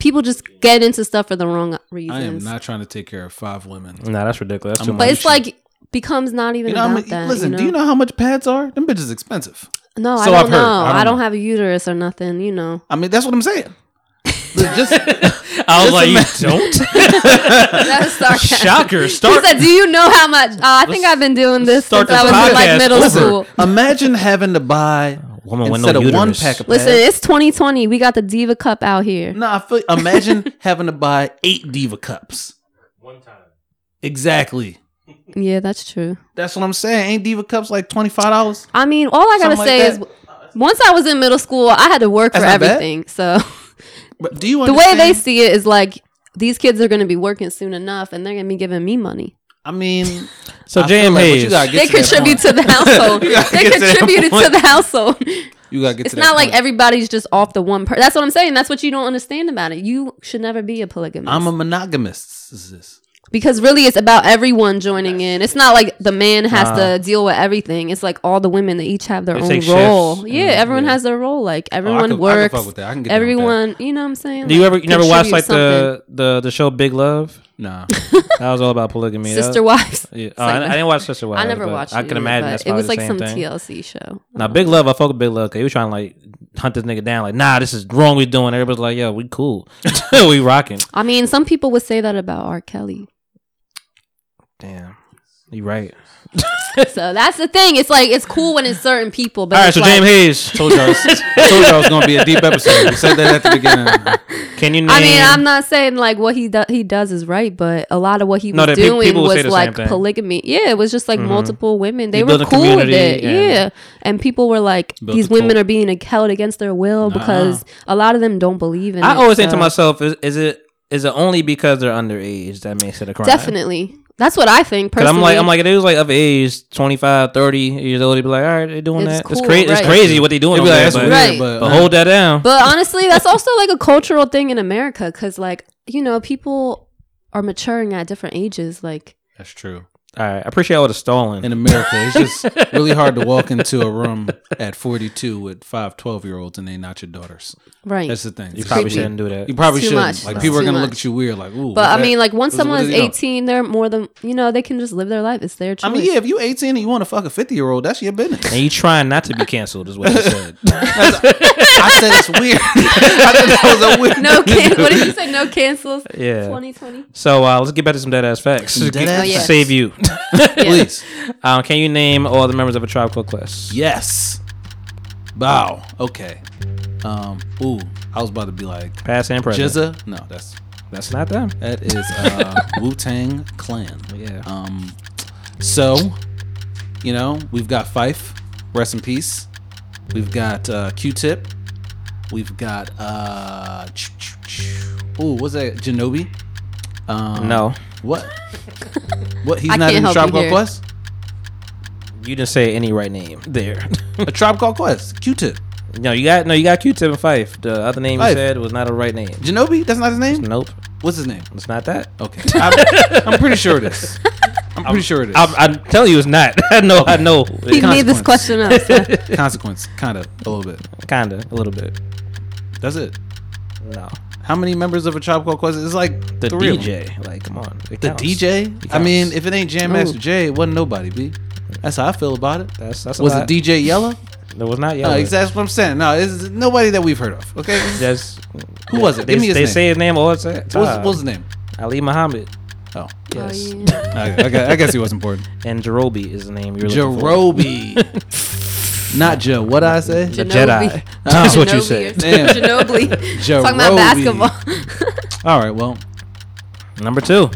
People just get into stuff for the wrong reasons. I am not trying to take care of five women. Nah, that's ridiculous. That's too I'm but much. it's like becomes not even You know, how about many- that. listen, you know? do you know how much pads are? Them bitches expensive. No, I So don't I've know. heard. I I don't, don't know. have a uterus or nothing, you know. I mean, that's what I'm saying. Just I was just like, imagine- you That was don't. sarcasm. Shocker. He Start. said, "Do you know how much? Uh, I think I've been doing this start since I this was in like podcast middle over. school." imagine having to buy woman with no instead of one uterus. pack of Listen, pads. it's 2020. We got the Diva Cup out here. No, I feel, imagine having to buy eight diva cups. one time. Exactly. Yeah, that's true. That's what I'm saying. Ain't diva cups like twenty five dollars? I mean, all I gotta Something like say is, that. once I was in middle school, I had to work for That's not bad. everything. So But do you the way understand? they see it is like these kids are gonna be working soon enough, and they're gonna be giving me money. I mean, So I feel JM like what Hayes. you gotta get They to that contribute point. to the household. You gotta they get to that contributed to point. the household. You gotta get. it's to that not like point. everybody's just off the one person. That's what I'm saying. That's what you don't understand about it. You should never be a polygamist. I'm a monogamist. This is- Because really, it's about everyone joining in. It's not like the man has Nah. to deal with everything. It's like all the women. They each have their They own take shifts Mm-hmm, Oh, role. and- Yeah, everyone has their role. Like everyone could- I could works. fuck with that. I can get down with that. everyone, you know what I'm saying? Do you Like, ever you never watched contribute like something. the, the the show Big Love? Nah. that was all about polygamy. That- Sister Wives? Yeah, It's Oh, like I, I that. didn't watch Sister Wives. I never but watched. I can either, imagine but that's it probably was the like same some thing. TLC show. Now Big Love, I fuck with Big Love because he was trying to like hunt this nigga down. Like, nah, this is wrong. We doing. Everybody's like, yo, we cool. we rocking. I mean, some people would say that about R. Kelly. Damn, you right. so that's the thing. It's like it's cool when it's certain people. But All right, it's so like, James Hayes. Told y'all, I told y'all it was gonna be a deep episode. We said that at the beginning. Can you name? I mean, I'm not saying like what he do- he does is right, but a lot of what he No, was that pe- doing people would was say the same like thing. polygamy. Yeah, it was just like multiple women. They You build were a cool with community it. and- yeah, and people were like, Built these a cult. women are being held against their will because a lot of them don't believe in. I it, always think to so- myself, is, is it is it only because they're underage that makes it a crime? definitely. That's what I think Because personally. I'm like, I'm like, if it was like of age, 25, 30 years old, they'd be like, all right, they're doing It's that. it's cool, crazy. right. It's crazy what they doing. It'd be over like, there, that's but, weird, but, Right. but hold that down. But honestly, that's also like a cultural thing in America because, like, you know, people are maturing at different ages. Like, that's true. all right, I appreciate all the stalling. In America, it's just really hard to walk into a room at 42 with five 12 year olds and they not your daughters. right. That's the thing. you It's probably creepy. shouldn't do that. You probably Too shouldn't. much. Like No. people are Too gonna much. look at you weird. Like, ooh. but what's I mean, that? like, once What is- what someone is- is you know. 18, they're more than, you know, they can just live their life. It's their choice. I mean, yeah. If you 18 and you want to fuck a 50 year old, that's your business. and you trying not to be canceled is what you said. I said it's weird. I said that was a weird. No, can- what did you say? No cancels. Yeah. 2020. So uh, let's get back to some dead ass facts. Some Get- dead-ass facts. Save you. Please. um, can you name all the members of a tribe called Quest? Yes. Bow. Okay. Um. Ooh. I was about to be like Past and present. Jizza. No, that's That's not them. That is uh, Wu Tang Clan. Yeah. Um. So, you know, we've got Fife, rest in peace. We've got uh, Q-Tip. We've got uh. Ooh, what's that? Janobi. Um, No, What? What? He's I not can't in help Tribe you Called here. Quest. you didn't say any right name there. A Tribe Called Quest. Q-Tip. no, you got no, you got Q-Tip and Fife. The other name you Fife. said was not a right name. Janobi. That's not his name. Nope, What's his name? it's not that. Okay. I'm, I'm pretty sure it is. I'm pretty sure it is. I'm, I'm telling you, it's not. I know, I know. He made this question consequence. up. so- Consequence, kind of, a little bit. Kinda, a little bit. That's it. No, How many members of a Tribe Called Quest? It's like the three of them. DJ. Like, come on, It The counts. DJ? I counts. mean, if it ain't Jam Master Jay, it wasn't nobody, B. That's how I feel about it. That's that's Was a it Oh, lot. DJ Yellow? No, it was not No, yellow. exactly. exactly what I'm saying. No, it's nobody that we've heard of. Okay? This is- That's Who was it? They, Give me his they name. say his name all the what, was, time. what was his name? Ali Muhammad Oh. Oh, Yes. yeah. I, I guess, I guess he was important. and Jerobi is the name you're looking for. Jerobi. Not Joe. What I say? The Janobi. Jedi. That's what you Ginobili or said. something. Damn. Ginobili. Talking about basketball. All right, well, Number two.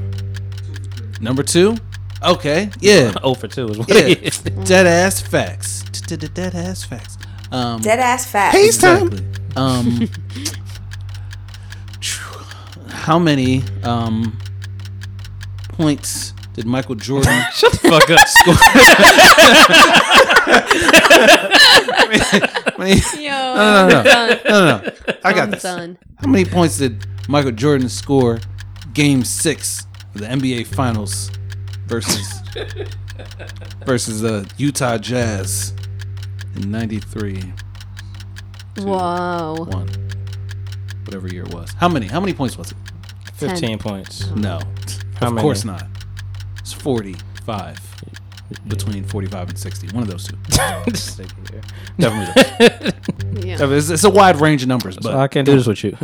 number two. Okay. Yeah. Oh for two is what Yeah. it is. Dead ass facts. Dead ass facts. Um, Dead ass fat. Exactly. Um, how many um, points did Michael Jordan? Shut the fuck up. I mean, Yo, no, no, no, done. no, no. Uh, I got I'm this. done. How many points did Michael Jordan score Game Six of the NBA Finals versus versus the Utah Jazz in '93? Wow. One, whatever year it was. How many? How many points was it? Fifteen points. No, Mm. How of many? course not. It's forty-five, between forty-five and sixty. One of those two. Definitely. those two. Yeah. It's, it's a wide range of numbers, So but I can't do this with you.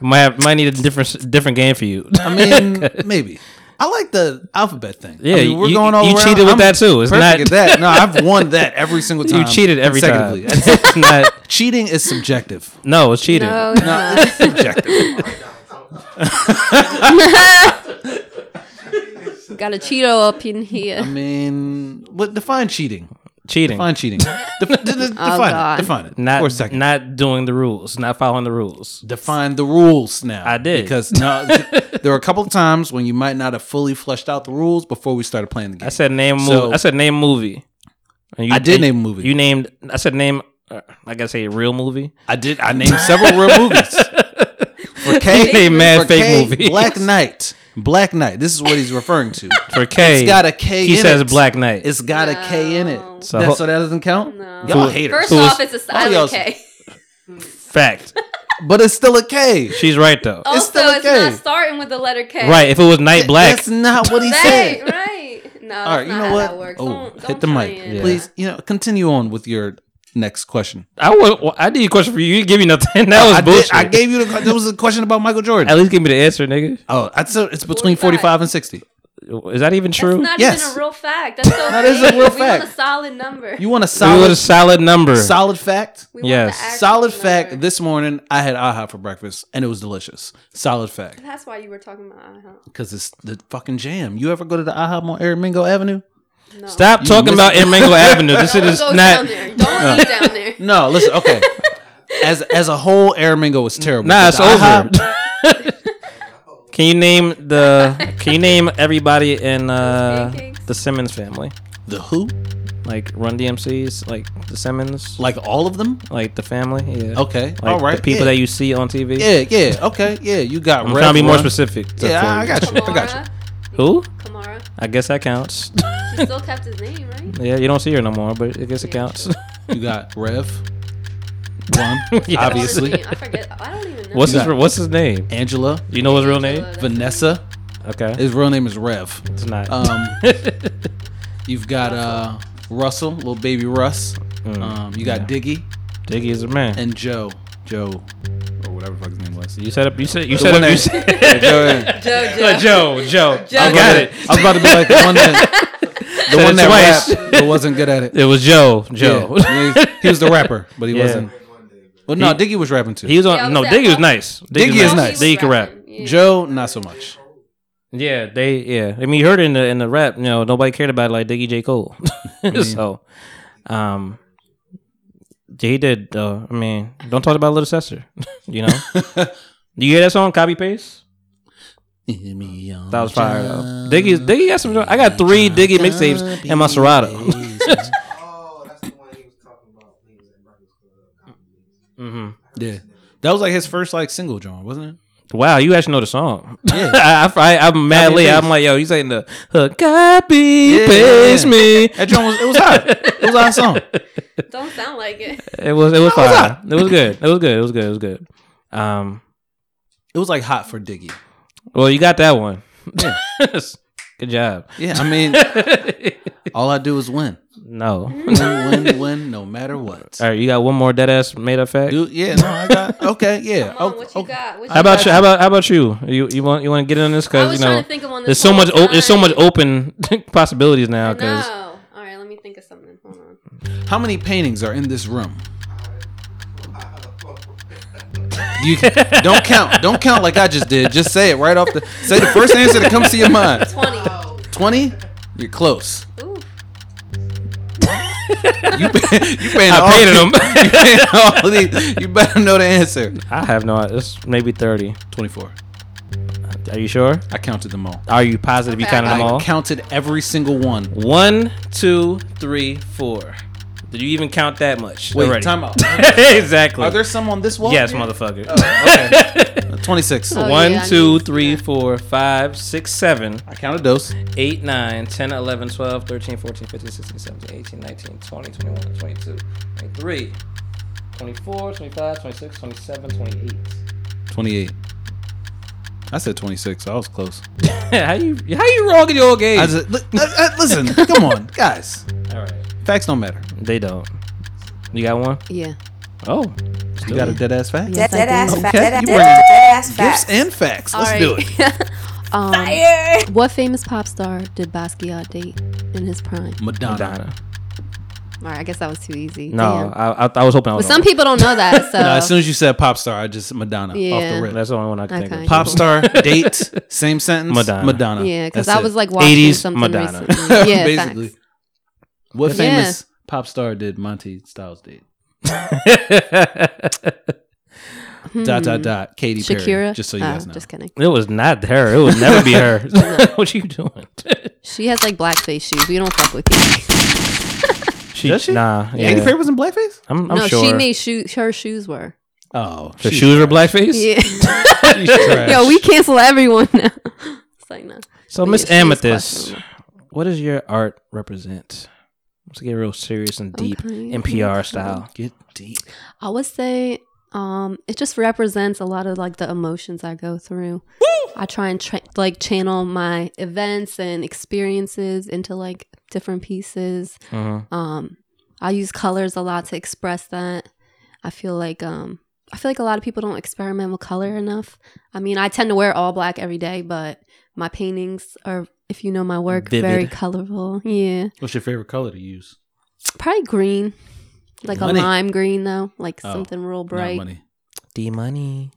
might have, might need a different different game for you. I mean, maybe. I like the alphabet thing. I Yeah, mean, we're you- going all you around. cheated with I'm that too. It's perfect not- at that. No, I've won that every single time. you cheated every time. consecutively. That's- It's not, cheating is subjective. no, it's cheating. No, it's No, not. it's subjective. Got a Cheeto up in I here. mean, what define cheating? Cheating. Define cheating. Def- de- de- define Oh, God. it. Define it. for a Not second. not doing the rules, not following the rules. define the rules now. I did. because no, there were a couple of times when you might not have fully fleshed out the rules before we started playing the game. I said name movie. So- I said name movie. And you, I did and name a movie. You named. I said name. Uh, I gotta say real movie. I did. I named several real movies. For K, They mad for fake K, movies. Black Knight, Black Knight. This is what he's referring to. For K, it's got a K. He in says it. Black Knight. It's got a K in it. So So- that, so that doesn't count. No. Y'all Who- haters. First Who off, is- it's a all y'all- silent K. Fact. But it's still a K. She's right though. Also, it's, still a K. not starting with the letter K. Right. If it was Night Black, That's not what he said. Right, right. No, All right, you not know how that what? works. Oh, Don't- don't hit the try mic, and- please. You know, continue on with your next question. I was. I did a question for you. You didn't give me nothing. That was I, did- bullshit. I gave you the. There was a question about Michael Jordan. At least give me the answer, nigga. Oh, I said it's between 45, 45. and sixty. Is that even That's true? not Yes. even a real fact. That's so That is a real vague. We want a fact. solid number. You want a We were solid, a solid number. solid fact? We want the Yes. actual Solid number. fact. This morning I had AHA for breakfast and it was delicious. Solid fact. That's why you were talking about uh-huh. Because it's the fucking jam. You ever go to the AHA on Aramingo Avenue? Stop You talking missed- about Mango Avenue. This shit Don't is go not. down there. Don't leave down there. No, listen. Okay. as as a whole, Aramingo was terrible. Nah, But it's the AHA over. can you name the? Can you name everybody in uh, Pancakes. the Simmons family? the who? Like Run DMC's, like the Simmons, Like all of them? like the family. Yeah. Okay. Like all right. The people yeah. that you see on TV. Yeah, yeah, okay, yeah. You got. I'm Rev trying to be more Run. specific. to- Yeah, for I, I you. got you. I got Kamara. you. Who? Kamara. I guess that counts. She still kept his name, right? yeah, you don't see her no more, but I guess it counts. You got Rev, Ron, Yeah. obviously, I forget. I don't even know. What's his got- What's his name? Angela, You know his real name? Angela, that's- Vanessa. Okay, His real name is Rev. it's not. Um, you've got uh Russell, little baby Russ. Um, you got Diggy Mm. Diggy is a man. and Joe, Joe, or whatever the fuck his name was. you said up. You said. You said up. one You that- said. Joe. Uh, Joe. Joe. I I was got about it. to- I was about to be like the one that, the Said one it that twice. rapped, but wasn't good at it. It was Joe. Joe. Yeah. He- He was the rapper, but he Yeah. wasn't. Well, no, Diggy was rapping too. He was on. Yeah, I was no, at- Diggy was nice. Diggy is nice. Diggy can rap. Yeah. Joe, not so much. Yeah, they. Yeah, I mean, you heard it in the in the rap. You know, nobody cared about it like Diggy J Cole. so, um, he did. though. I mean, don't talk about Little Sister. you know, you hear that song? Copy paste. That was fire. Though. Diggy, Diggy got some. I got three Diggy mixtapes in my Serato. Oh, that's the one he was talking about when he was at Breakfast Club. hmm Yeah. That was like his first like single, John, wasn't Wow, you actually know the song. Yeah. I, I, I'm mad Copy late. paste. I'm like, yo, you saying the hook, copy Yeah, paste yeah. me. it? That John was it was hot. It was a hot song. Don't sound like it. It was it was How was fire. It was good. It was good. It was good. It was good. Um, It was like hot for Diggy. well, you got that one. good job. Yeah, I mean, all I do is win, No. Mm-hmm. win, win, win, no matter what. All right, you got one more dead ass made up fact. Dude, yeah, no, I got okay, yeah. Come on, oh, what you okay. got? What How about you? How about how about you? You you want you want to get in on this I because was you trying know to think of one. there's This so whole much o- time. there's so much open possibilities now because No. All right, let me think of something. Hold on. How many paintings are in this room? You don't count. Don't count like I just did. Just say it right off the. Say the first answer that comes to your mind. Twenty. Twenty. You're close. Ooh. You, pay- you paying all I painted these- them. You paying all these. You better know the answer. I have no. It's maybe thirty. Twenty-four. Are you sure? I counted them all. Are you positive you Okay, I counted them I all? counted every single one. One, two, three, four. Did you even count that much? Wait, already? time out. exactly. Are there some Oh, on this wall? yes, motherfucker. Twenty-six. Oh, One, yeah, I two, need to see three, that. four, five, six, seven, I counted those. eight, nine, 10, 11, 12, 13, 14, 15, 16, 17, 18, 19, 20, 21, 22, 23, 24, 25, 26, 27, 28. Twenty-eight. I said twenty-six. I was close. how you how you wrong in your old game? I just, li- I- I- uh, listen, come on, guys. All right. Facts don't matter. They don't. You got one? Yeah. Oh. You got a dead ass fact. Dead dead ass fact. Okay, Dead you dead ready? ass Gifts fact. and facts. Let's do it. um, Fire. What famous pop star did Basquiat date in his prime? Madonna. Madonna. All right, I guess that was too easy. No, Damn. I, I I was hoping I But was. some wrong. people don't know that. So No, as soon as you said pop star, I just Madonna off Yeah. the rip. That's the only one I can think Okay. of. Pop star, date, same sentence. Madonna. Madonna. yeah, because That's I it. was like watching 80s something Madonna. recently. Yeah, basically. facts. What Yeah. famous pop star did Monty Styles date? Dot dot dot. Katy Perry. Hmm. Shakira. Just so you Oh, guys know. Just kidding. It was not her. It would never be her. what you doing? She has like blackface shoes. We don't fuck with you. she, Does she? Nah. Katy Yeah. Perry was in blackface. I'm, I'm no, sure. she made shoes. Her shoes were. Oh, the shoes were blackface. Yeah. She's trash. Yo, we cancel everyone now. So But yeah, she was Miss Amethyst, questionable. what does your art represent? Let's get real serious and deep Okay, NPR style. Get deep. I would say um, it just represents a lot of like the emotions I go through. I try and tra- like channel my events and experiences into like different pieces. Mhm. Um, I use colors a lot to express that. I feel like um, I feel like a lot of people don't experiment with color enough. I mean, I tend to wear all black every day, but my paintings are, if you know my work, very Vivid. colorful. Yeah, What's your favorite color to use? probably green, like Money. a lime green though, like Oh, something real Not bright. money. D money.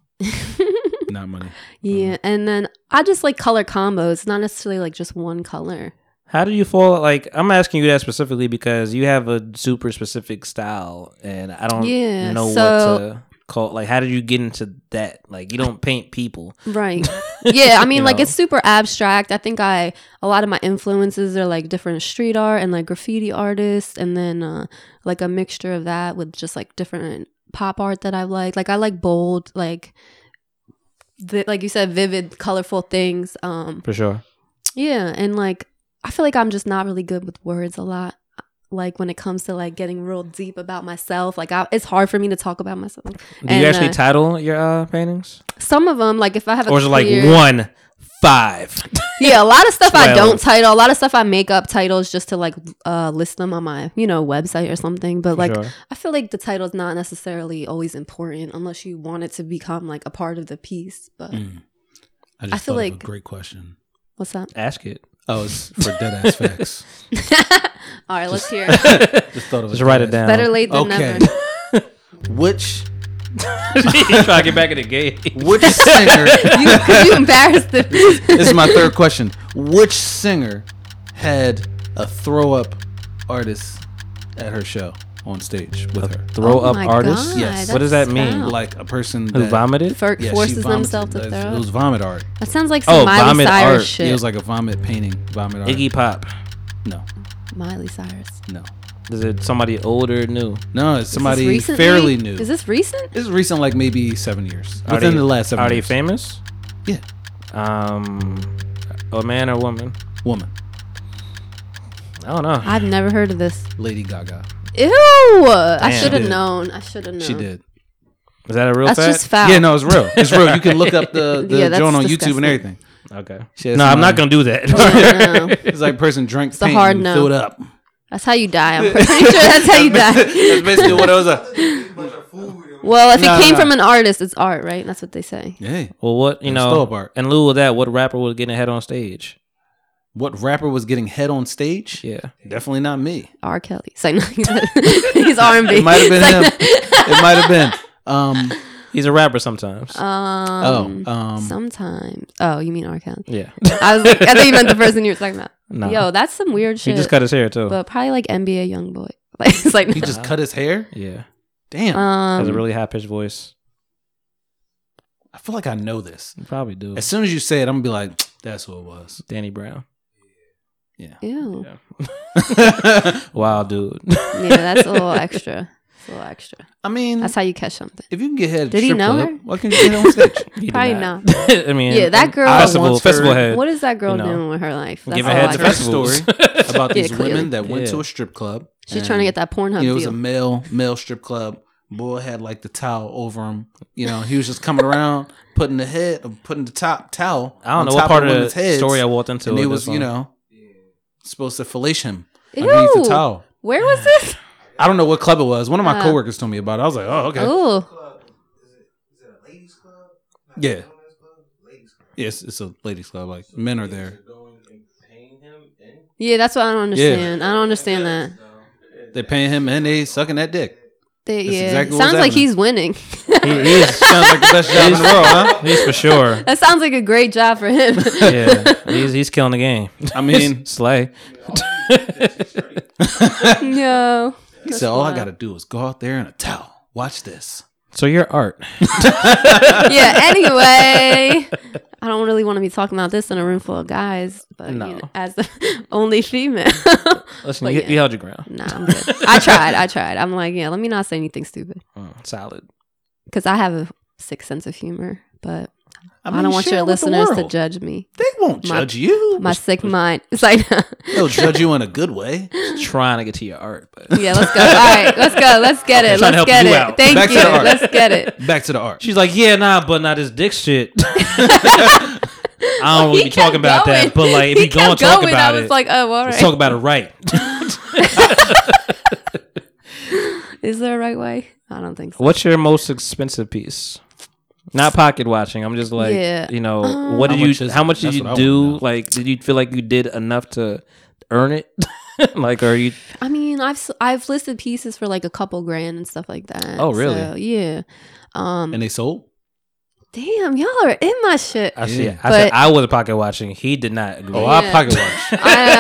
Not money. Yeah, Mm-hmm. and then I just like color combos, not necessarily like just one color. How do you fall? Like I'm asking you that specifically because you have a super specific style, and I don't Yeah, know so- what to call. Like, how did you get into that? Like, you don't paint people. Right. Yeah, I mean You like know. it's super abstract. I think I a lot of my influences are like different street art and like graffiti artists and then uh like a mixture of that with just like different pop art that I like. Like I like bold, like the, like you said vivid, colorful things. Um for sure. Yeah, and like I feel like I'm just not really good with words a lot. Like when it comes to like getting real deep about myself, like I, it's hard for me to talk about myself. Do you actually uh, title your uh, paintings, some of them, like if I have, or a is it like clear- one five? Yeah, a lot of stuff I Twelve. don't title. A lot of stuff I make up titles just to like uh, list them on my you know website or something. But like sure. I feel like the title's not necessarily always important unless you want it to become like a part of the piece. But Mm. I just feel thought of like- a great question. what's that? Ask it. Oh, it's for dead ass facts. All right, let's hear. it. just thought of a Just write it deadass- down. Better late than Okay. never. Which Try to get back in the game. which singer? You, 'cause you embarrassed the this is my third question. Which singer had a throw up artist at her show on stage with her? Throw Oh up my artists. God, Yes. What does that that's mean? foul. Like a person Who that- vomited? Fer- Yeah, she forces vomited. themselves to That's- throw. It was vomit art. That sounds like some Oh, Miley vomit Cyrus art. shit. It was like a vomit painting. Vomit art. Iggy Pop. No, Miley Cyrus. no, Is it somebody older, or new? no. It's somebody Is this recently? fairly new. Is this recent? It's recent, like maybe seven years. Are Within they- the last seven Are they years. famous? Yeah. Um, a man or woman? Woman. I don't know. I've never heard of this. Lady Gaga. Ew! I Damn. should have She did. known. I should have known. She did. Is that a real That's fact? just foul. Yeah, no, it's real. It's real. You can look up the, the Yeah, that's joint on YouTube disgusting. and everything. okay. She has No, I'm not somebody- gonna do that. Yeah, no. It's like person drank a paint hard and no. filled up. That's how you die. I'm pretty sure that's how you die. That's basically what it was. Like. Well, if No, it came no. from an artist, it's art, right? That's what they say. Hey, Well, what you It's know? still a bar. In lieu of that, what rapper was getting ahead on stage? what rapper was getting head on stage? Yeah. Definitely not me. R. Kelly. It's like, no, he's, he's R&B. It might have been It's him. like, It might have been. Um, He's a rapper sometimes. Um, oh, um, sometimes. Oh, you mean R. Kelly? yeah. I was like, I thought you meant the person you were talking about. No. Yo, that's some weird He shit. just cut his hair too. but probably like NBA YoungBoy. Like it's like he just cut his hair. yeah. Damn, Has a um, really high pitched voice. I feel like I know this. You probably do. As soon as you say it, I'm gonna be like, "That's who it was." Danny Brown. ew. Wow, dude. yeah, that's a little extra. It's a little extra. I mean, That's how you catch something. if you can get head, at a Did he strip know club, her? Why can't you get head on stage? He did Probably I mean, Yeah, that girl- Festival, wants festival her- head. What is that girl you know, doing with her life? That's Give all a head I to got. That's festivals. her About these Yeah, clearly. women that went Yeah. to a strip club. She's trying to and- get that Pornhub you know, it was deal. a male male strip club. Boy had like the towel over him. You know, he was just coming around, putting the head, putting the top towel. I don't on know what top part of the women's heads, story I walked into. and he with was, this you one. know, supposed to fellate him underneath the Ew. towel. Where was this? I don't know what club it was. One of my Uh. coworkers told me about it. I was like, oh, okay, Oh, yeah, yes, it's a ladies' club. Like men are there. yeah. That's what I don't understand. I don't understand that. They paying him and they sucking that dick. They, That's yeah, exactly it what's sounds like happening. he's winning. he, he is, sounds like the best job in the world, huh? He's for sure. that sounds like a great job for him. Yeah, he's he's killing the game. I mean, Slay. no. he said, all I gotta do is go out there in a towel. Watch this. So your art. Yeah. Anyway, I don't really want to be talking about this in a room full of guys, but you No. know, as the only female. Listen, But you, yeah. you held your ground. Nah, I'm good. I tried. I tried. I'm like, yeah, let me not say anything stupid Mm, solid. because I have a sick sense of humor, but I, mean, don't want share your it with the listeners to world. judge me. They won't My- judge you. My sick mind. It's like, They'll judge you in a good way. trying to get to your art, but yeah, let's go. All right, let's go. Let's get it. Trying Let's to help get you it. out. Thank Back to you. the art. Let's get it. Back to the art. She's like, yeah, nah, but not this dick shit. I don't really He be talking kept about going. that, but like, if He you gonna kept talk going. about I was it, like, oh, all let's right. talk about it right. Is there a right way? I don't think so. What's your most expensive piece? Not pocket watching. I'm just like, Yeah. Um, you know, what How did much you? is How it? much did That's what I you wanna do? know. Like, did you feel like you did enough to earn it? like, are you? I mean, I've s- I've listed pieces for like a couple grand and stuff like that. Oh, really? So, yeah. Um. And they sold. Damn, y'all are in my shit. I see. Yeah. I said But- I was pocket watching. He did not agree. Oh, Yeah. I pocket watch. I,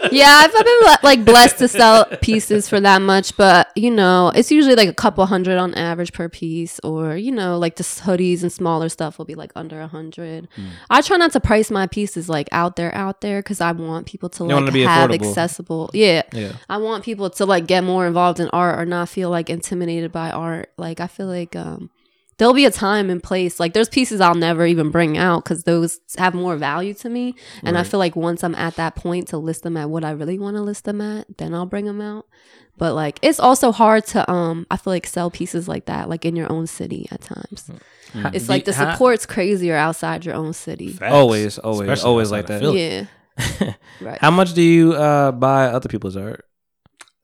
uh, yeah, I've, I've been ble- like blessed to sell pieces for that much, but you know, it's usually like a couple hundred on average per piece, or you know, like just hoodies and smaller stuff will be like under a hundred. Hmm. I try not to price my pieces like out there, out there, because I want people to You wanna like be have affordable. accessible. Yeah, Yeah. I want people to like get more involved in art or not feel like intimidated by art. Like I feel like um there'll be a time and place. Like there's pieces I'll never even bring out cuz those have more value to me and I feel like once I'm at that point to list them at what I really want to list them at, then I'll bring them out. But like it's also hard to um I feel like sell pieces like that like in your own city at times. Hmm. Mm. It's like the How- support's crazier outside your own city. Always, always, Especially always outside like of that. Philly. Yeah. Right. How much do you uh, buy other people's art?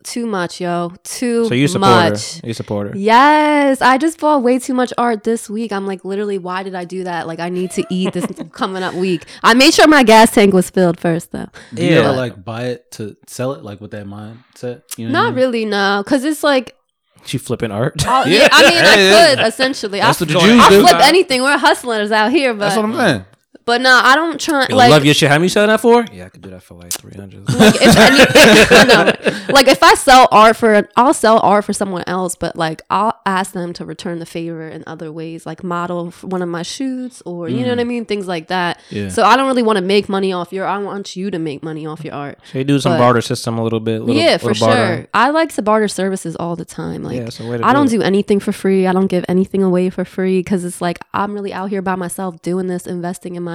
Too much, yo. Too So you supporter. much. You supporter. Yes, I just bought way too much art this week. I'm like, literally, why did I do that? Like, I need to eat this coming up week. I made sure my gas tank was filled first, though. Do you Yeah. ever like buy it to sell it, like with that mindset? You know what I Not mean? really, no, because it's like, She flipping art. all, yeah. I mean, I Yeah. could essentially. That's I, what the Jews I do. flip anything. We're hustlers out here, but That's what I'm saying. but no, I don't try. Yo, like, love your shit. How many you selling that for? Yeah, I could do that for like three hundred. like if any, no, like if I sell art for I'll sell art for someone else, but like I'll ask them to return the favor in other ways, like model for one of my shoots or you know what I mean, things like that. Yeah. So I don't really want to make money off your. I want you to make money off your art. They do some But- barter system a little bit. Little, yeah, for little bartering. sure. I like to barter services all the time. Like Yeah, it's a way to I do don't it. do anything for free. I don't give anything away for free because it's like I'm really out here by myself doing this, investing in myself.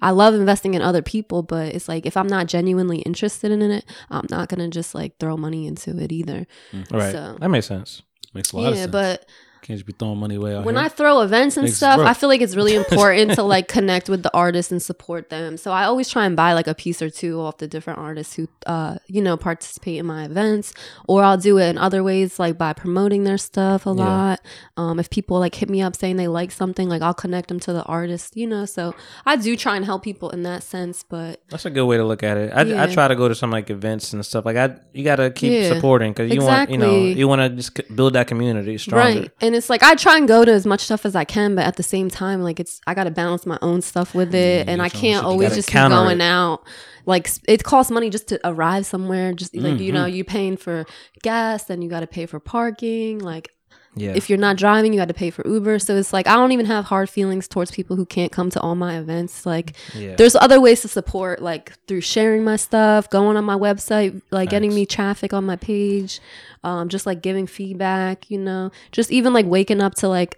I love investing in other people, but it's like if I'm not genuinely interested in it, I'm not gonna just like throw money into it either. Right. So- That makes sense. Makes a lot of Yeah, sense. but Can't just be throwing money away out when here. I throw events and Niggas is stuff, broke. I feel like it's really important to like connect with the artists and support them. So I always try and buy like a piece or two off the different artists who, uh, you know, participate in my events, or I'll do it in other ways, like by promoting their stuff a lot. Um, if people like hit me up saying they like something, like I'll connect them to the artist, you know. So I do try and help people in that sense, but That's a good way to look at it. I, Yeah. I try to go to some like events and stuff. Like I, you gotta keep Yeah. supporting because you want you know Exactly. you want to just c- build that community stronger. Right. And it's like I try and go to as much stuff as I can, but at the same time, like it's I gotta balance my own stuff with it, and I can't always gotta just be counter going it. out. Like s- it costs money just to arrive somewhere. Just like Mm-hmm. you know, you paying for gas, then you gotta pay for parking. Like Yeah. if you're not driving, you got to pay for Uber. So it's like I don't even have hard feelings towards people who can't come to all my events. Like Yeah. there's other ways to support, like through sharing my stuff, going on my website, like getting me traffic on my page, um, just like giving feedback, you know, just even like waking up to like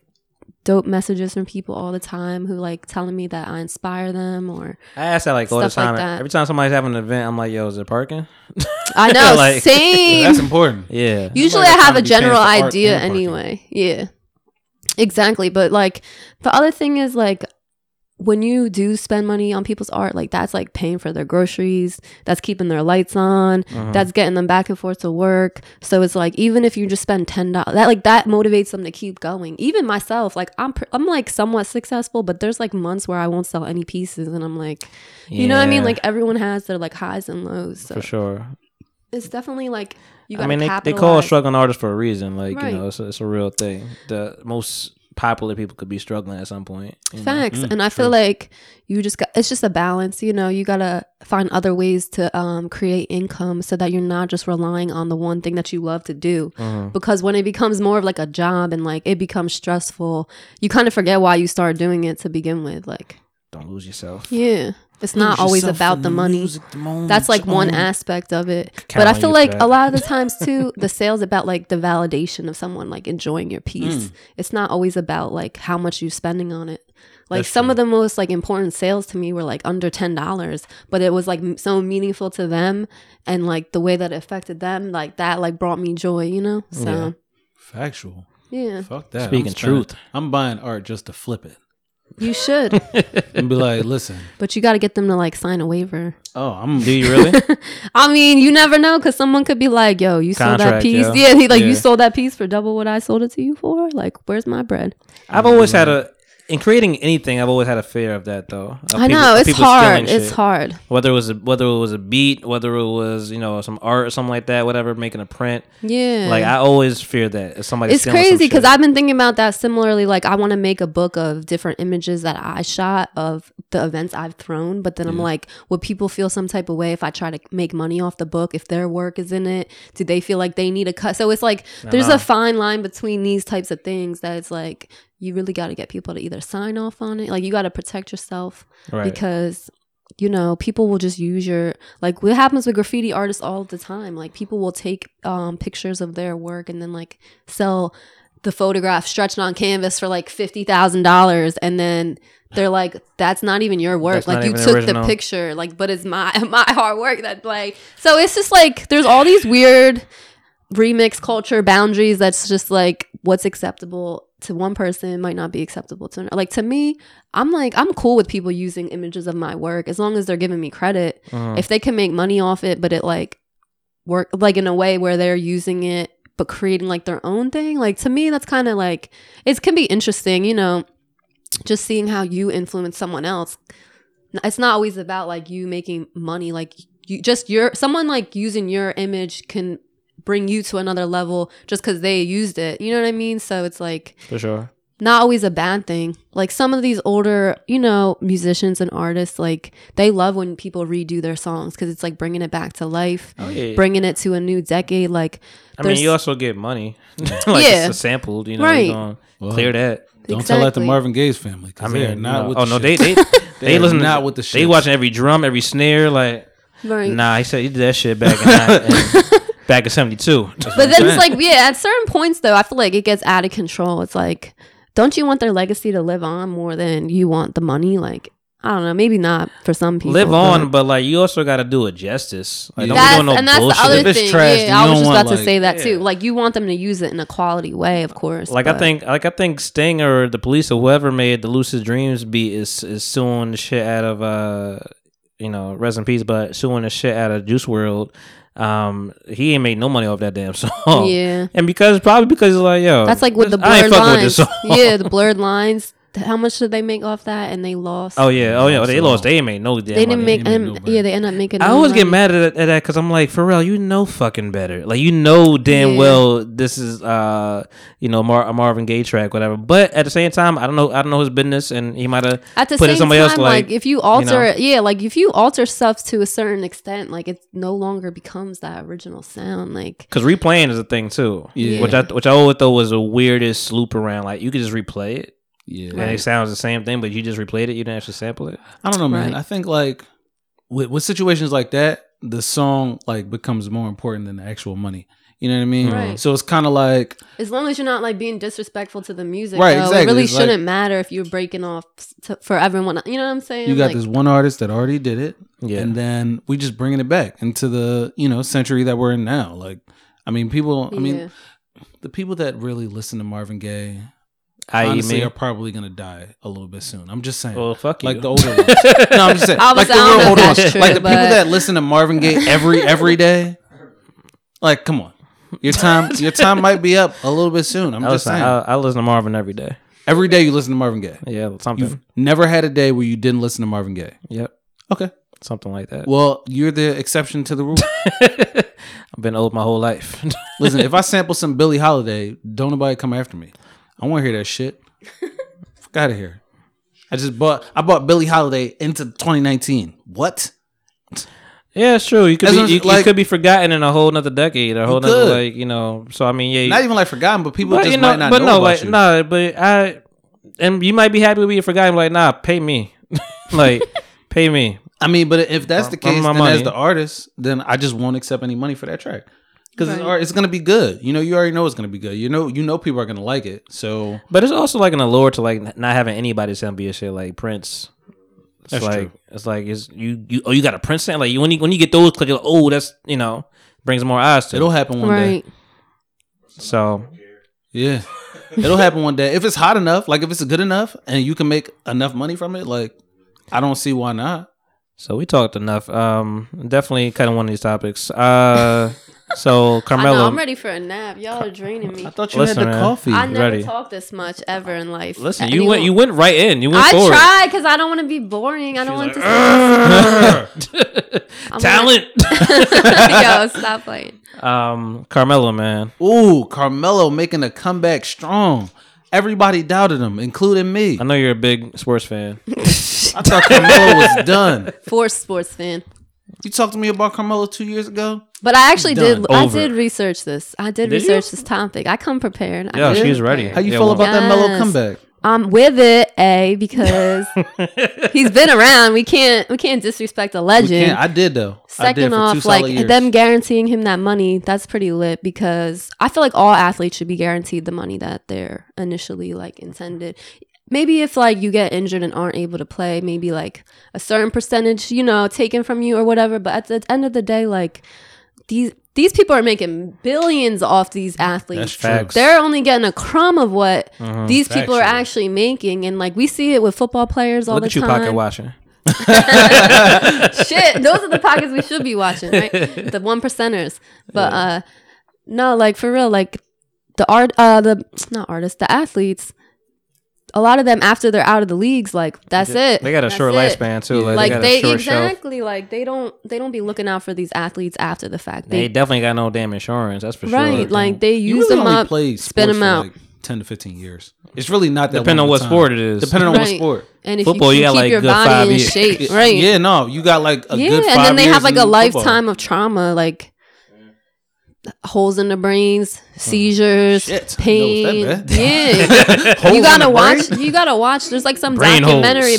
dope messages from people all the time who like telling me that I inspire them or I ask that like all the Stuff like time. that. Every time somebody's having an event, I'm like, "Yo, is it parking?" I know Like- same That's important. Yeah. Usually, I Somebody that's trying have a to be general paying for art idea and parking. anyway. Yeah, exactly. But like, the other thing is like, when you do spend money on people's art, like that's like paying for their groceries, that's keeping their lights on, Uh-huh. that's getting them back and forth to work. So it's like even if you just spend ten dollars, that like that motivates them to keep going. Even myself, like I'm pr- I'm like somewhat successful, but there's like months where I won't sell any pieces, and I'm like, you know what I mean? Yeah, Like everyone has their like highs and lows. So for sure. it's definitely like you got. I mean, they, they call a us struggling artists for a reason. Like Right. you know, it's a, it's a real thing. The most popular people could be struggling at some point. you know? Mm, Facts. and I feel like you just got, it's just a balance, you know, you got to find other ways to um, create income so that you're not just relying on the one thing that you love to do. Uh-huh. Because when it becomes more of like a job and like it becomes stressful, you kind of forget why you started doing it to begin with. Like, Don't lose yourself. yeah, it's not always about the money. Mm, That's like one aspect of it. But I feel on you for like that. a lot of the times too, the sales about like the validation of someone like enjoying your piece. It's not always about like how much you're spending on it. Like some of the most like important sales to me were like under ten dollars, but it was like m- so meaningful to them, and like the way that it affected them, like that like brought me joy, you know. So Factual. yeah, Fuck that. Speaking I'm spending- truth. I'm buying art just to flip it you should, and be like, listen, but you got to get them to like sign a waiver. oh, I'm Do you really? I mean, you never know because someone could be like, "Yo, you sold that Contract, piece, yo. yeah, he, like Yeah. you sold that piece for double what I sold it to you for. Like, where's my bread?" I've always had a in creating anything. I've always had a fear of that though. of I people- know of it's people hard. stealing It's shit. hard. Whether it was a, whether it was a beat, whether it was you know some art or something like that, whatever, making a print. Yeah, Like I always fear that if somebody. it's crazy because I've been thinking about that similarly. Like, I want to make a book of different images that I shot of the events I've thrown, but then I'm like, would people feel some type of way if I try to make money off the book? If their work is in it, do they feel like they need a cut? So it's like there's a fine line between these types of things that it's like you really got to get people to either sign off on it, like you got to protect yourself right. because you know people will just use your like what happens with graffiti artists all the time like people will take um pictures of their work and then like sell the photograph stretched on canvas for like $50,000 and then they're like that's not even your work That's like not you even took original. the picture like but it's my my hard work that like so it's just like there's all these weird remix culture boundaries that's just like what's acceptable to one person might not be acceptable to another. Like to me, I'm like I'm cool with people using images of my work as long as they're giving me credit. Mhm. If they can make money off it, but it like work like in a way where they're using it but creating like their own thing. Like to me that's kind of like it can be interesting, you know, just seeing how you influence someone else. It's not always about like you making money like you just your someone like using your image can bring you to another level just because they used it. You know what I mean? So it's like for sure. not always a bad thing. Like some of these older, you know, musicians and artists, like they love when people redo their songs because it's like bringing it back to life, Oh, yeah. bringing it to a new decade. Like, I mean, there's- you also get money. like Yeah. it's a sampled, you know, Right. you gonna Well, clear that. Don't tell that to Exactly. Marvin Gaye's family. I Cause mean, they are not no. with oh the no, shit. they they they, are listen not to, with the They shits. watching every drum, every snare. Like right. nah, he said he did that shit back in, nine- back in seventy two. But then it's like, yeah, at certain points though, I feel like it gets out of control. It's like, don't you want their legacy to live on more than you want the money? Like, I don't know, maybe not for some people. live but- on, but like you also got to do it justice. Like, don't That's, be doing no and that's bullshit. the other If it's thing. trash, then yeah, you I was don't just want, about to like- say that too. Yeah. Like you want them to use it in a quality way, of course. Like I but- think, like I think Sting or the police or whoever made the Lucid Dreams beat is is suing the shit out of uh, you know, rest in peace, but suing the shit out of Juice World. Um, he ain't made no money off that damn song. Yeah. and because probably because it's like yo, that's like with the I ain't blurred fucking with this lines. song. yeah, the blurred lines. How much did they make off that? And they lost. Oh yeah, oh yeah, they So- lost. They ain't made no damn. they didn't money. make. didn't and- make no yeah, they end up making. I no always get money. mad at, at that because I'm like, Pharrell, you know fucking better. Like you know damn Yeah. well this is uh you know Mar- a Marvin Gaye track, whatever. But at the same time, I don't know, I don't know his business, and he might have At the put it same somebody time, else, like, like, if you alter, yeah, like if you alter stuff to a certain extent, like it no longer becomes that original sound. Like because replaying is a thing too. Yeah. Which I which I always thought was the weirdest loop around. Like you could just replay it Yeah. and it sounds the same thing, but you just replayed it. You didn't actually sample it. I don't know, man. Right. I think like with, with situations like that, the song like becomes more important than the actual money. You know what I mean? Right. So it's kind of like as long as you're not like being disrespectful to the music, Right, though, exactly. it really It's like- shouldn't matter if you're breaking off s- to, for everyone. You know what I'm saying? you got Like, this one artist that already did it, Yeah. and then we just bringing it back into the you know century that we're in now. Like, I mean, people. I yeah. mean, the people that really listen to Marvin Gaye I E honestly mean, are probably gonna die a little bit soon. I'm just saying. well, fuck you. like the older ones. No, I'm just saying. I Like was- the I don't real know older if ones. that's true, Like the people but- that listen to Marvin Gaye every every day. Like, come on. Your time your time might be up a little bit soon. I'm I just listen, saying. I, I listen to Marvin every day. every day you listen to Marvin Gaye. Yeah, something. You've never had a day where you didn't listen to Marvin Gaye. yep, Okay. something like that. Well, you're the exception to the rule. I've been old my whole life. listen, if I sample some Billie Holiday, don't nobody come after me. I want to hear that shit. Fuck out of here. I just bought I bought Billie Holiday into 2019. What? yeah, it's true. You could That's be what I'm you, saying, like- you could be forgotten in a whole nother decade, a whole nother could. like you know. So I mean, yeah, you- Not even like forgotten, but people but, just you know, might not but know no, about like you. nah, but I and you might be happy with you forgotten. Like nah, pay me, like pay me. I mean, but if that's the From- case, from my then money. as the artist, then I just won't accept any money for that track. because it's, alre- it's gonna be good. You know, you already know it's gonna be good. You know, you know people are gonna like it. So But it's also like an allure to like n- not having anybody sound be a shit like Prince. It's That's like true. it's like it's you you oh you got a Prince sound like you when you when you get those clicks you're like oh that's you know brings more eyes to it'll it. happen one day. right. So Yeah, it'll happen one day if it's hot enough. Like if it's good enough, and you can make enough money from it. Like I don't see why not. so we talked enough. Um, definitely kind of one of these topics. Uh, I so know, Carmelo, I'm ready for a nap. Y'all are draining me. I thought you had Listen, the man. coffee. I never ready. talk this much ever in life. listen, And you went you went right in. You went Uh, I forward. try because I don't want to be boring. I don't want to. Talent. Yo, stop playing. Um, Carmelo, man. Ooh, Carmelo making a comeback strong. Everybody doubted him, including me. I know you're a big sports fan. I thought Carmelo was done. Force sports fan. You talked to me about Carmelo two years ago. But I actually did. Done. I Over. did research this. I did, Did you? research this topic. I come prepared. I Yeah, come she's ready. prepared. How you Yeah, feel well- about that Melo Yes. comeback? I'm with it, a because he's been around. We can't we can't disrespect a We legend. can't. I did though. I did Second for two off, solid like years. them guaranteeing him that money, that's pretty lit because I feel like all athletes should be guaranteed the money that they're initially like intended. Maybe if like you get injured and aren't able to play, maybe like a certain percentage, you know, taken from you or whatever. But at the end of the day, like these these people are making billions off these athletes. Facts. They're only getting a crumb of what Mm-hmm. these people are Factual. actually making, and like we see it with football players all Look the at you time pocket watching. shit those are the pockets we should be watching right the one percenters but uh no like for real like the art uh the not artists the athletes a lot of them after they're out of the leagues like that's it They got a That's short it. lifespan too. Like, like they, got they, a short shelf. exactly like they don't they don't be looking out for these athletes after the fact They they, definitely got no damn insurance. That's for sure. right like they You use really them only up played spin sports them for, out like, ten to fifteen years. It's really not that. Depending long of on a what time. sport it is. Depending on Right. what sport. and if Football, you, you can keep got, like, your good body five in years. shape right Yeah, no, you got like a yeah, good five and then they years have like in a football. lifetime of trauma, like holes in the brains, seizures, Hmm. Shit. pain. No, it's that yeah, you gotta watch. You gotta watch. There's like some Brain documentary holes.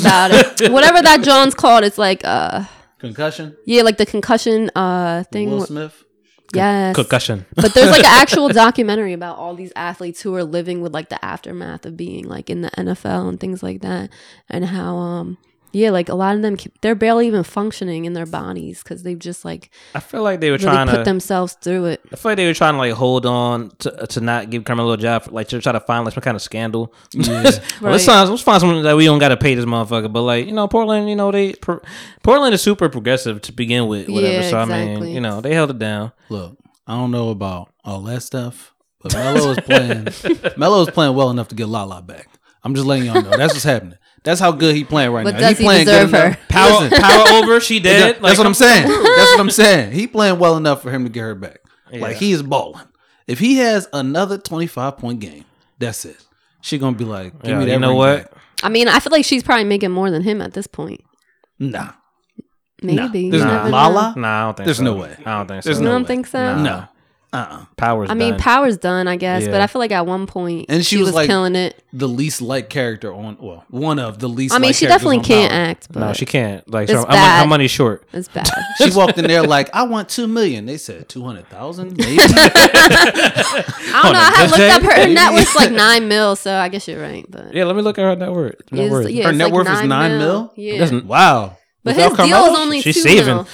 about it. Whatever that John's called, it's like uh, Concussion. yeah, like the concussion uh thing. Will wh- Smith. Yes, Concussion. but there's like an actual documentary about all these athletes who are living with like the aftermath of being like in the NFL and things like that, and how um yeah like a lot of them they're barely even functioning in their bodies because they've just like I feel like they were really trying put to. themselves through it. I feel like they were trying to like hold on to to not give Carmelo a job, like to try to find like some kind of scandal. well, let's, Right. find, let's find something that we don't got to pay this motherfucker. But like you know, Portland, you know they pro- Portland is super progressive to begin with, whatever. Yeah, so I mean, exactly. you know, they held it down. Look, I don't know about all that stuff, but Melo is playing. Melo is playing well enough to get Lala back. I'm just letting y'all know. That's what's happening. That's how good he playing right But now. does he playing deserve her? enough. Power, Listen, power over. She dead. that's what I'm saying. That's what I'm saying. He playing well enough for him to get her back. Like he is balling. If he has another 25 point game, that's it. She gonna be like, give Yeah, me that. you know ring what? back. I mean, I feel like she's probably making more than him at this point. Nah, Maybe there's You no never know. Lala. Nah, I don't think There's so. no way. I don't think There's so. You no don't way. think so? Nah. No, uh, uh Powers. I mean, done. power's done, I guess, but Yeah. I feel like at one point And she she was was, like- killing it. the least liked character on. Well, one of the least. I mean, liked she characters definitely on can't Power. act, but No, she can't. Like, It's so I'm, I'm bad. money short. it's bad. She walked in there like, I want two million. They said two hundred thousand, maybe. I don't know. I a had good looked day? up her net worth's like nine mil, so I guess you're right. But Yeah, let me look at her net worth. Net It's- worth. yeah, Her it's net like worth is nine mil? Yeah, That's- wow. but Without his deal Carmelo? is only She's two saving. mil.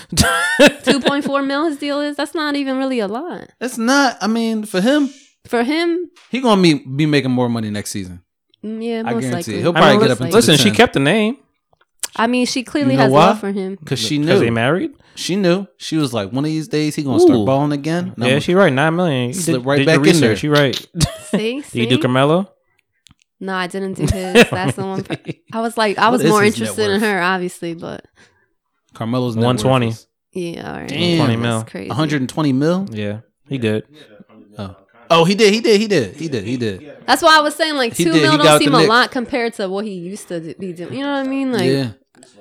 Two point four mil. His deal is that's not even really a lot It's not. I mean, for him, for him. he gonna be, be making more money next season. mm, Yeah, I most guarantee likely. it. He'll I mean, probably get listen- up into Listen, the she 10. kept the name I mean, she clearly You know has why? love for him. because she because they knew. married. She knew. She was like, one of these days he gonna start Ooh. balling again. And I'm yeah, like, she right. Nine million. You Slip did, right did your back in there. research. You right. See, Did you do See? Carmelo? No, I didn't do his. That's the one. I was like, I What was is more his net interested in worth? her, obviously, but Carmelo's net 120. worth is yeah, all right. Damn. 20 That's mil. crazy. 120 mil. Yeah, he did. Oh. oh, he did. He did. He did. He did. He did. That's why I was saying like He two did, he mil got don't the seem a Knicks. lot compared to what he used to d- be doing. You know what I mean? Like, yeah.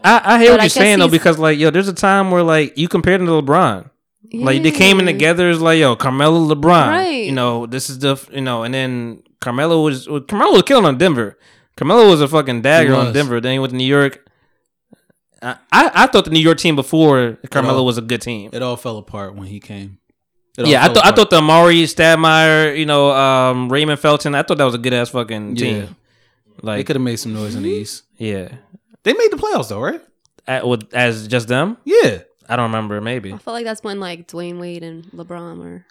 I, I hear But what I you're guess saying though he's- because like yo, there's a time where like you compared him to LeBron. Like they came in yeah. together as like yo, Carmelo, LeBron. Right. You know this is the f- you know, and then Carmelo was well, Carmelo was killing on Denver. Carmelo was a fucking dagger on was. Denver. Then he went to New York. I, I, I thought the New York team before Carmelo all- was a good team. It all fell apart when he came. It all yeah, I fell thought I apart. thought the Amari Stadmeyer, you know, um, Raymond Felton. I thought that was a good ass fucking Yeah. team. they Like, could have made some noise in Mm-hmm. the East. yeah, They made the playoffs though, right? At- with- as just them. Yeah. I don't remember. Maybe I feel like that's when like Dwayne Wade and LeBron were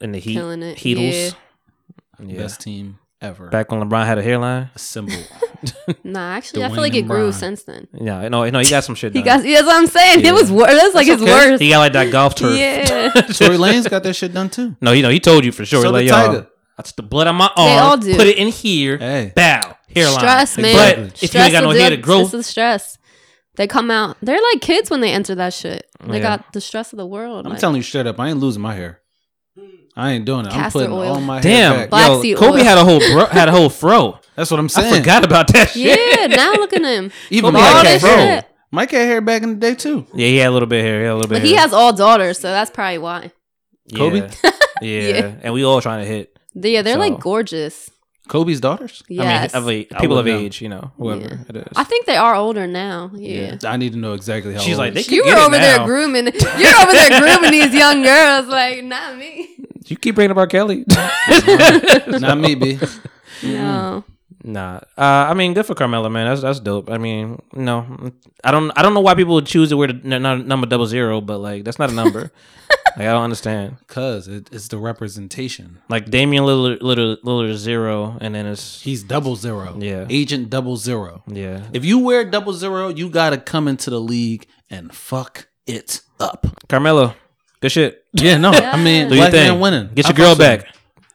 in the heat, killing it. Heatles. Yeah. Best team ever. Back when LeBron had a hairline. Assemble. Nah, actually, I Dwayne feel like it and grew Bron. since then. Yeah, no, no, he got some shit. He Done. got. That's what I'm saying. Yeah. It was worse. That's like his okay. worst. He got like that golf turf. Yeah. Tory Lane's got that shit done too. No, you know, he told you for sure. So like, did y'all, Tiger. that's the blood on my arm. all do. Put it in here. Hey. Bow. Hairline. Stress, man. But Exactly. if you ain't got no will do hair it. to grow, It's the stress. They come out. They're like kids when they enter that shit. They Yeah. got the stress of the world. I'm like, telling you straight up, I ain't losing my hair. I ain't doing it. I'm Castor putting oil. all my hair damn, Black back. yo, seed Kobe oil. had a whole bro, had a whole fro. That's what I'm saying. I forgot about that shit. Yeah, now look at him. Even Kobe Mike had had that bro. shit. Mike had hair back in the day too. Yeah, he had a little bit of hair. He had a little bit. But of he hair. has all daughters, so that's probably why. Kobe? Yeah. yeah. Yeah. and we all trying to hit. They- Yeah, they're like So- gorgeous. Kobe's daughters. Yes. I mean, of a- people of wouldn't know. age, you know, whoever Yeah. it is. I think they are older now. Yeah. I need to know exactly how. She's old. like, they You could were get it over there now. grooming. You're over there grooming these young girls. Like, not me. You keep bringing up R. Kelly. not me, B. Mm. No. Nah, uh, I mean, good for Carmella, man. That's that's dope. I mean, no, I don't, I don't know why people would choose to wear the n- n- number double zero, but like that's not a number. like I don't understand. Cause it, it's the representation. Like Damian Lillard, Lillard, Lillard is zero, and then it's He's double zero. Yeah. Agent double zero. yeah. If you wear double zero, you gotta come into the league and fuck it up. Carmelo, good shit. Yeah, no. I mean, Do your black man thing. winning. Get I your girl fucks with back. him.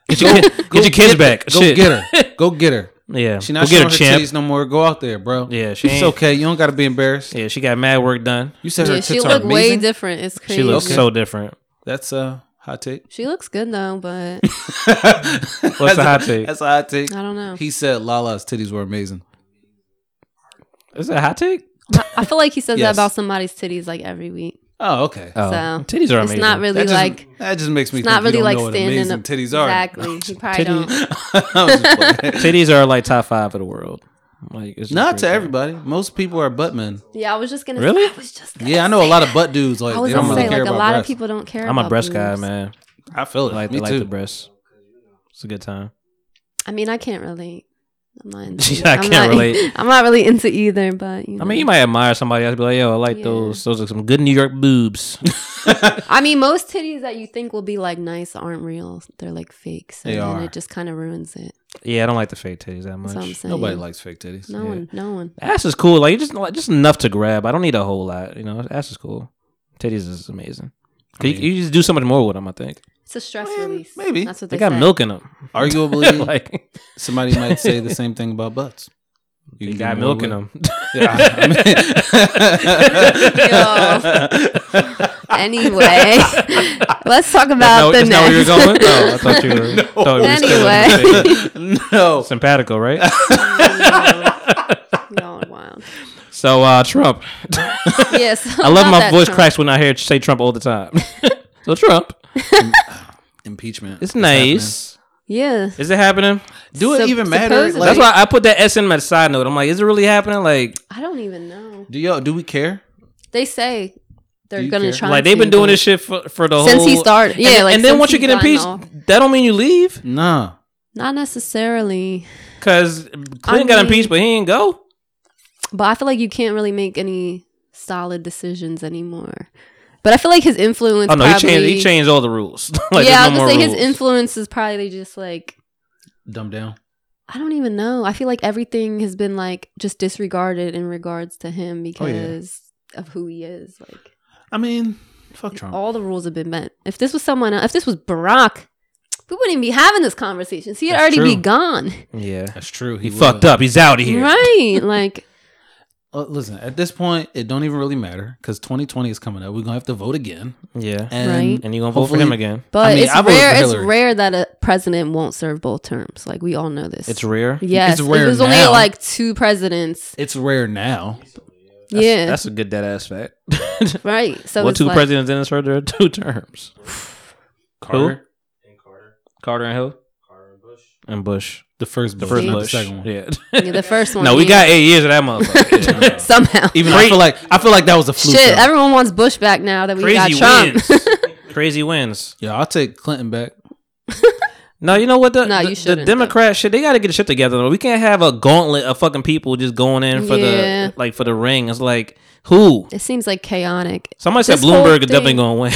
Get your, kid- get your kids back. Go shit. get her. Go get her. Yeah, She not go get showing her her champ. titties no more. Go out there, bro. Yeah, she it's ain't- okay. You don't gotta be embarrassed. Yeah, she got mad work done. You said her Yeah, tits she are looked way amazing. different. It's crazy. She looks so different. That's a hot take. She looks good though, but What's What's the hot take? That's a hot take. I don't know. He said Lala's titties were amazing. Is that a hot take? I, I feel like he says Yes. that about somebody's titties like every week. Oh, okay. Oh, So, titties are it's amazing. not really that just, like that just makes me it's think not really you don't like know what standing amazing up. titties are. Exactly. He probably Titty- don't. I'm just playing. titties are like top five of the world. Like it's just Not to ridiculous. everybody. Most people are butt men. Yeah, I was just gonna. Really? I was just. Gonna Yeah, I know a say lot of that. butt dudes like I was they don't gonna really say care like a about lot breasts. of people don't care. I'm a about breast guy, boobs. man. I feel I it. like, Me I like too. the breasts. It's a good time. I mean, I can't relate. I'm not. Into Yeah, I I'm can't not- relate. I'm not really into either, but you know. I mean, you might admire somebody else, be like, "Yo, I like Yeah. those. Those are some good New York boobs." I mean, most titties that you think will be like nice aren't real. They're like fake. So They then are. it just kind of ruins it. yeah, I don't like the fake titties that That's what I'm much. saying. Nobody likes fake titties. No Yeah. one. No one. Ass is cool. Like just like, just enough to grab. I don't need a whole lot. You know, ass is cool. Titties is amazing. 'Cause you- you, just do so much more with them. I think It's a stress Well, release. maybe. that's what they they, got say. milk in them. Arguably, like somebody might say the same thing about butts. You they can got get more milk in with- them. Yeah, I mean- Anyway, let's talk about the that's not where you're next. going. Oh, I thought you were. thought you were still in the Anyway. same- no. Simpatico, right? Y'all are wild. So uh Trump. Yes, I love my voice cracks when I hear it say Trump all the time. so Trump. Impeachment. It's nice. Yeah. Is it happening? Do it Sup- even matter? supposedly. Like, That's why I put that S in my side note. I'm like, is it really happening? Like I don't even know. do yo? Do we care? They say they're you gonna care? try. like they've to, been doing but this shit for, for the since whole he started. Yeah, and, like and then since once he you get gotten impeached, off. that don't mean you leave. Nah. not necessarily. Cause Clinton got mean- impeached, but he didn't go. But I feel like you can't really make any solid decisions anymore. But I feel like his influence. Oh no, he probably, changed he changed all the rules. like yeah, I yeah, was no more gonna say his rules. influence is probably just like Dumb down. I don't even know. I feel like everything has been like just disregarded in regards to him Oh, yeah. because of who he is. Like I mean, fuck Trump. all the rules have been bent. If this was someone else, if this was Barack, we wouldn't even be having this conversation. He'd That's already be true. gone, yeah. That's true. He fucked up. He's out of here. right? Like Uh, listen, at this point, it don't even really matter because 2020 is coming up. We're gonna have to vote again, Yeah. and Right. And you gonna vote for Hopefully- him again. But I mean, it's I voted for rare. It's Hillary. rare that a president won't serve both terms. Like we all know this. It's rare. Yes, It's rare there's only now. like two presidents. it's rare now. yeah, That's a good dead ass fact. right. So what it's two like, presidents in served their two terms? Carter. And Carter, Carter and who? Carter and Bush. And Bush. The first, The first not Bush. the second one. Yeah. Yeah, the first one. no, we yeah. got eight years of that motherfucker. Yeah. somehow. Even though I feel like I feel like that was a fluke. Shit, though. everyone wants Bush back now that we got Crazy Trump. wins. Crazy wins. Yeah, I'll take Clinton back. No, you know what? The, Nah, the- you the, shouldn't, Democrat shit, they got to get the shit together. though. We can't have a gauntlet of fucking people just going in for Yeah. the like for the ring. It's like who? It seems like chaotic. Somebody said This whole Bloomberg is definitely thing- gonna win.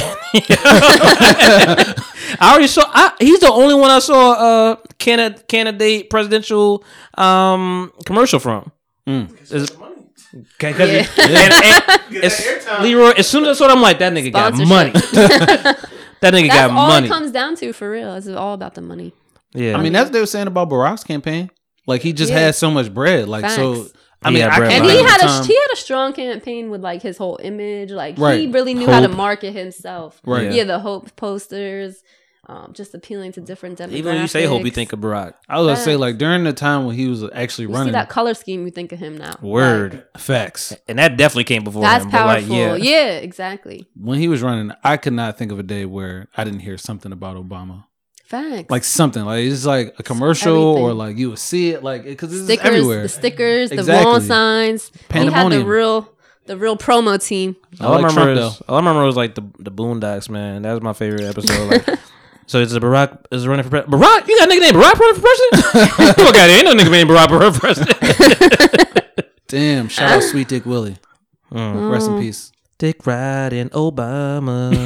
I already saw. I, he's the only one I saw uh candidate candidate presidential um commercial from. Is- Okay, 'cause Yeah. it- and- and it's- Leroy. As soon as I saw it, I'm like, that nigga got Sponsorship. money. that That's nigga got all money. it comes down to for real. It's all about the money. yeah, I mean, that's what they were saying about Barack's campaign. Like he just Yeah. had so much bread. Like so. Facts. I He mean, had I bread can't And he Right. remember had the a time- he had a strong campaign with like his whole image. Like he Right. really knew how to Hope. market himself. Right. Yeah, the hope posters, um, just appealing to different demographics. even when you say hope, you think of Barack. I was gonna say Facts. like during the time when he was actually you see running. that color scheme, you think of him now. Word, Facts. and that definitely came before. Like, that's him, but, like, powerful. yeah. yeah. exactly. When he was running, I could not think of a day where I didn't hear something about Obama. Facts. Like something. Like it's like a commercial or everything. like you would see it like because it's stickers, everywhere. the stickers, the Exactly. wrong signs. He had the Pandemonium. real the real promo team. I All I, like remember Trump, is, all I remember was like the the Boondocks, man. That was my favorite episode. Like, so it's a Barack is running for president. Barack, you got a nigga named Barack running for president? Fuck out ain't no nigga named Barack running for president. Damn, shout out Sweet Dick Willie. Mm. Rest in peace. Dick riding Obama.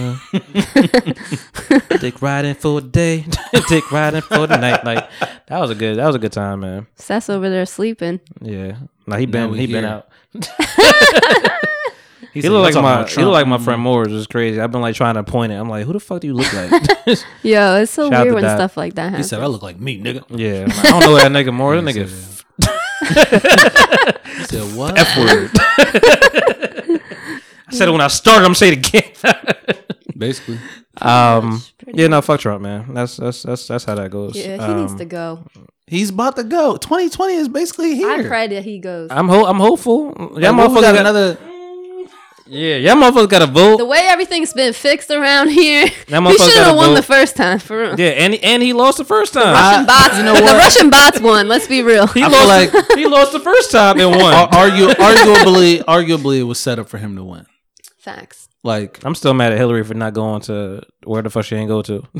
Dick riding for a day. Dick riding for the night. Like that was a good that was a good time, man. Seth's over there sleeping. Yeah. Like he Now been we he been here. out. He, He said, looked "Y'all talking like my about he look Trump." like my friend Morris. It was crazy. I've been like trying to point it. I'm like, who the fuck do you look like? Yo, it's so Shout out weird to when Dot. stuff like that He happens. said, I look like me, nigga. Yeah, I'm like, I don't know that nigga more. That nigga f- He said, What? F word. I said it when I started. I'm saying it again. Basically. um, Pretty yeah, no, fuck Trump, man. That's that's that's that's how that goes. Yeah, he needs Um, to go. He's about to go. 2020 is basically here. I pray that he goes. I'm ho- I'm hopeful. Y'all Like, what if we motherfuckers got got another Yeah, y'all motherfuckers got to vote. the way everything's been fixed around here, motherfucker he should gotta have won vote. the first time for real. yeah, and he, and he lost the first time. I- Russian bots, you know the what? Russian bots won. Let's be real. he I feel lost like- he lost the first time and won. Ar- argu- arguably arguably it was set up for him to win. Facts. Like I'm still mad at Hillary for not going to where the fuck she ain't go to.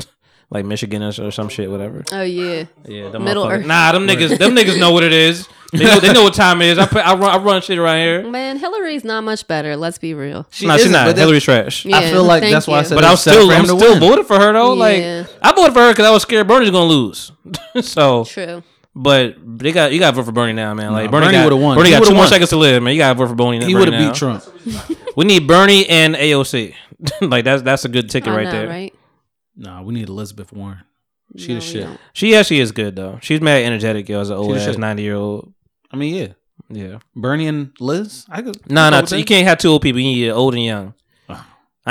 Like Michigan or, or some shit, whatever. Oh yeah. Yeah, them Middle motherfuckers- Earth. Nah, them niggas, them niggas know what it is. They know, they know what time it is. I, put, I run, I run shit around here. Man, Hillary's not much better. Let's be real. she nah, she's isn't, not. but that- Hillary's trash. Yeah, I feel like thank that's why I you. said But it I was was set up still, for him I'm to still win. voted for her though. Yeah. Like I voted for her because I was scared Bernie's gonna lose. so, True. but they got you got to vote for Bernie now, man. Nah, Like Bernie, Bernie got, would've won. Bernie He got two would've more won. seconds to live, man. You got to vote for Bernie. He Bernie would have now. beat Trump. We need Bernie and AOC. like that's that's a good ticket I right know, there. right? Nah, we need Elizabeth Warren. She the No, we shit. don't. She actually is good though. She's mad energetic, yo, as an old ass shit. ninety year old. I mean, yeah. Yeah. Bernie and Liz? I could No, I no, could t- go E you with that. can't have two old people. You need old and young. I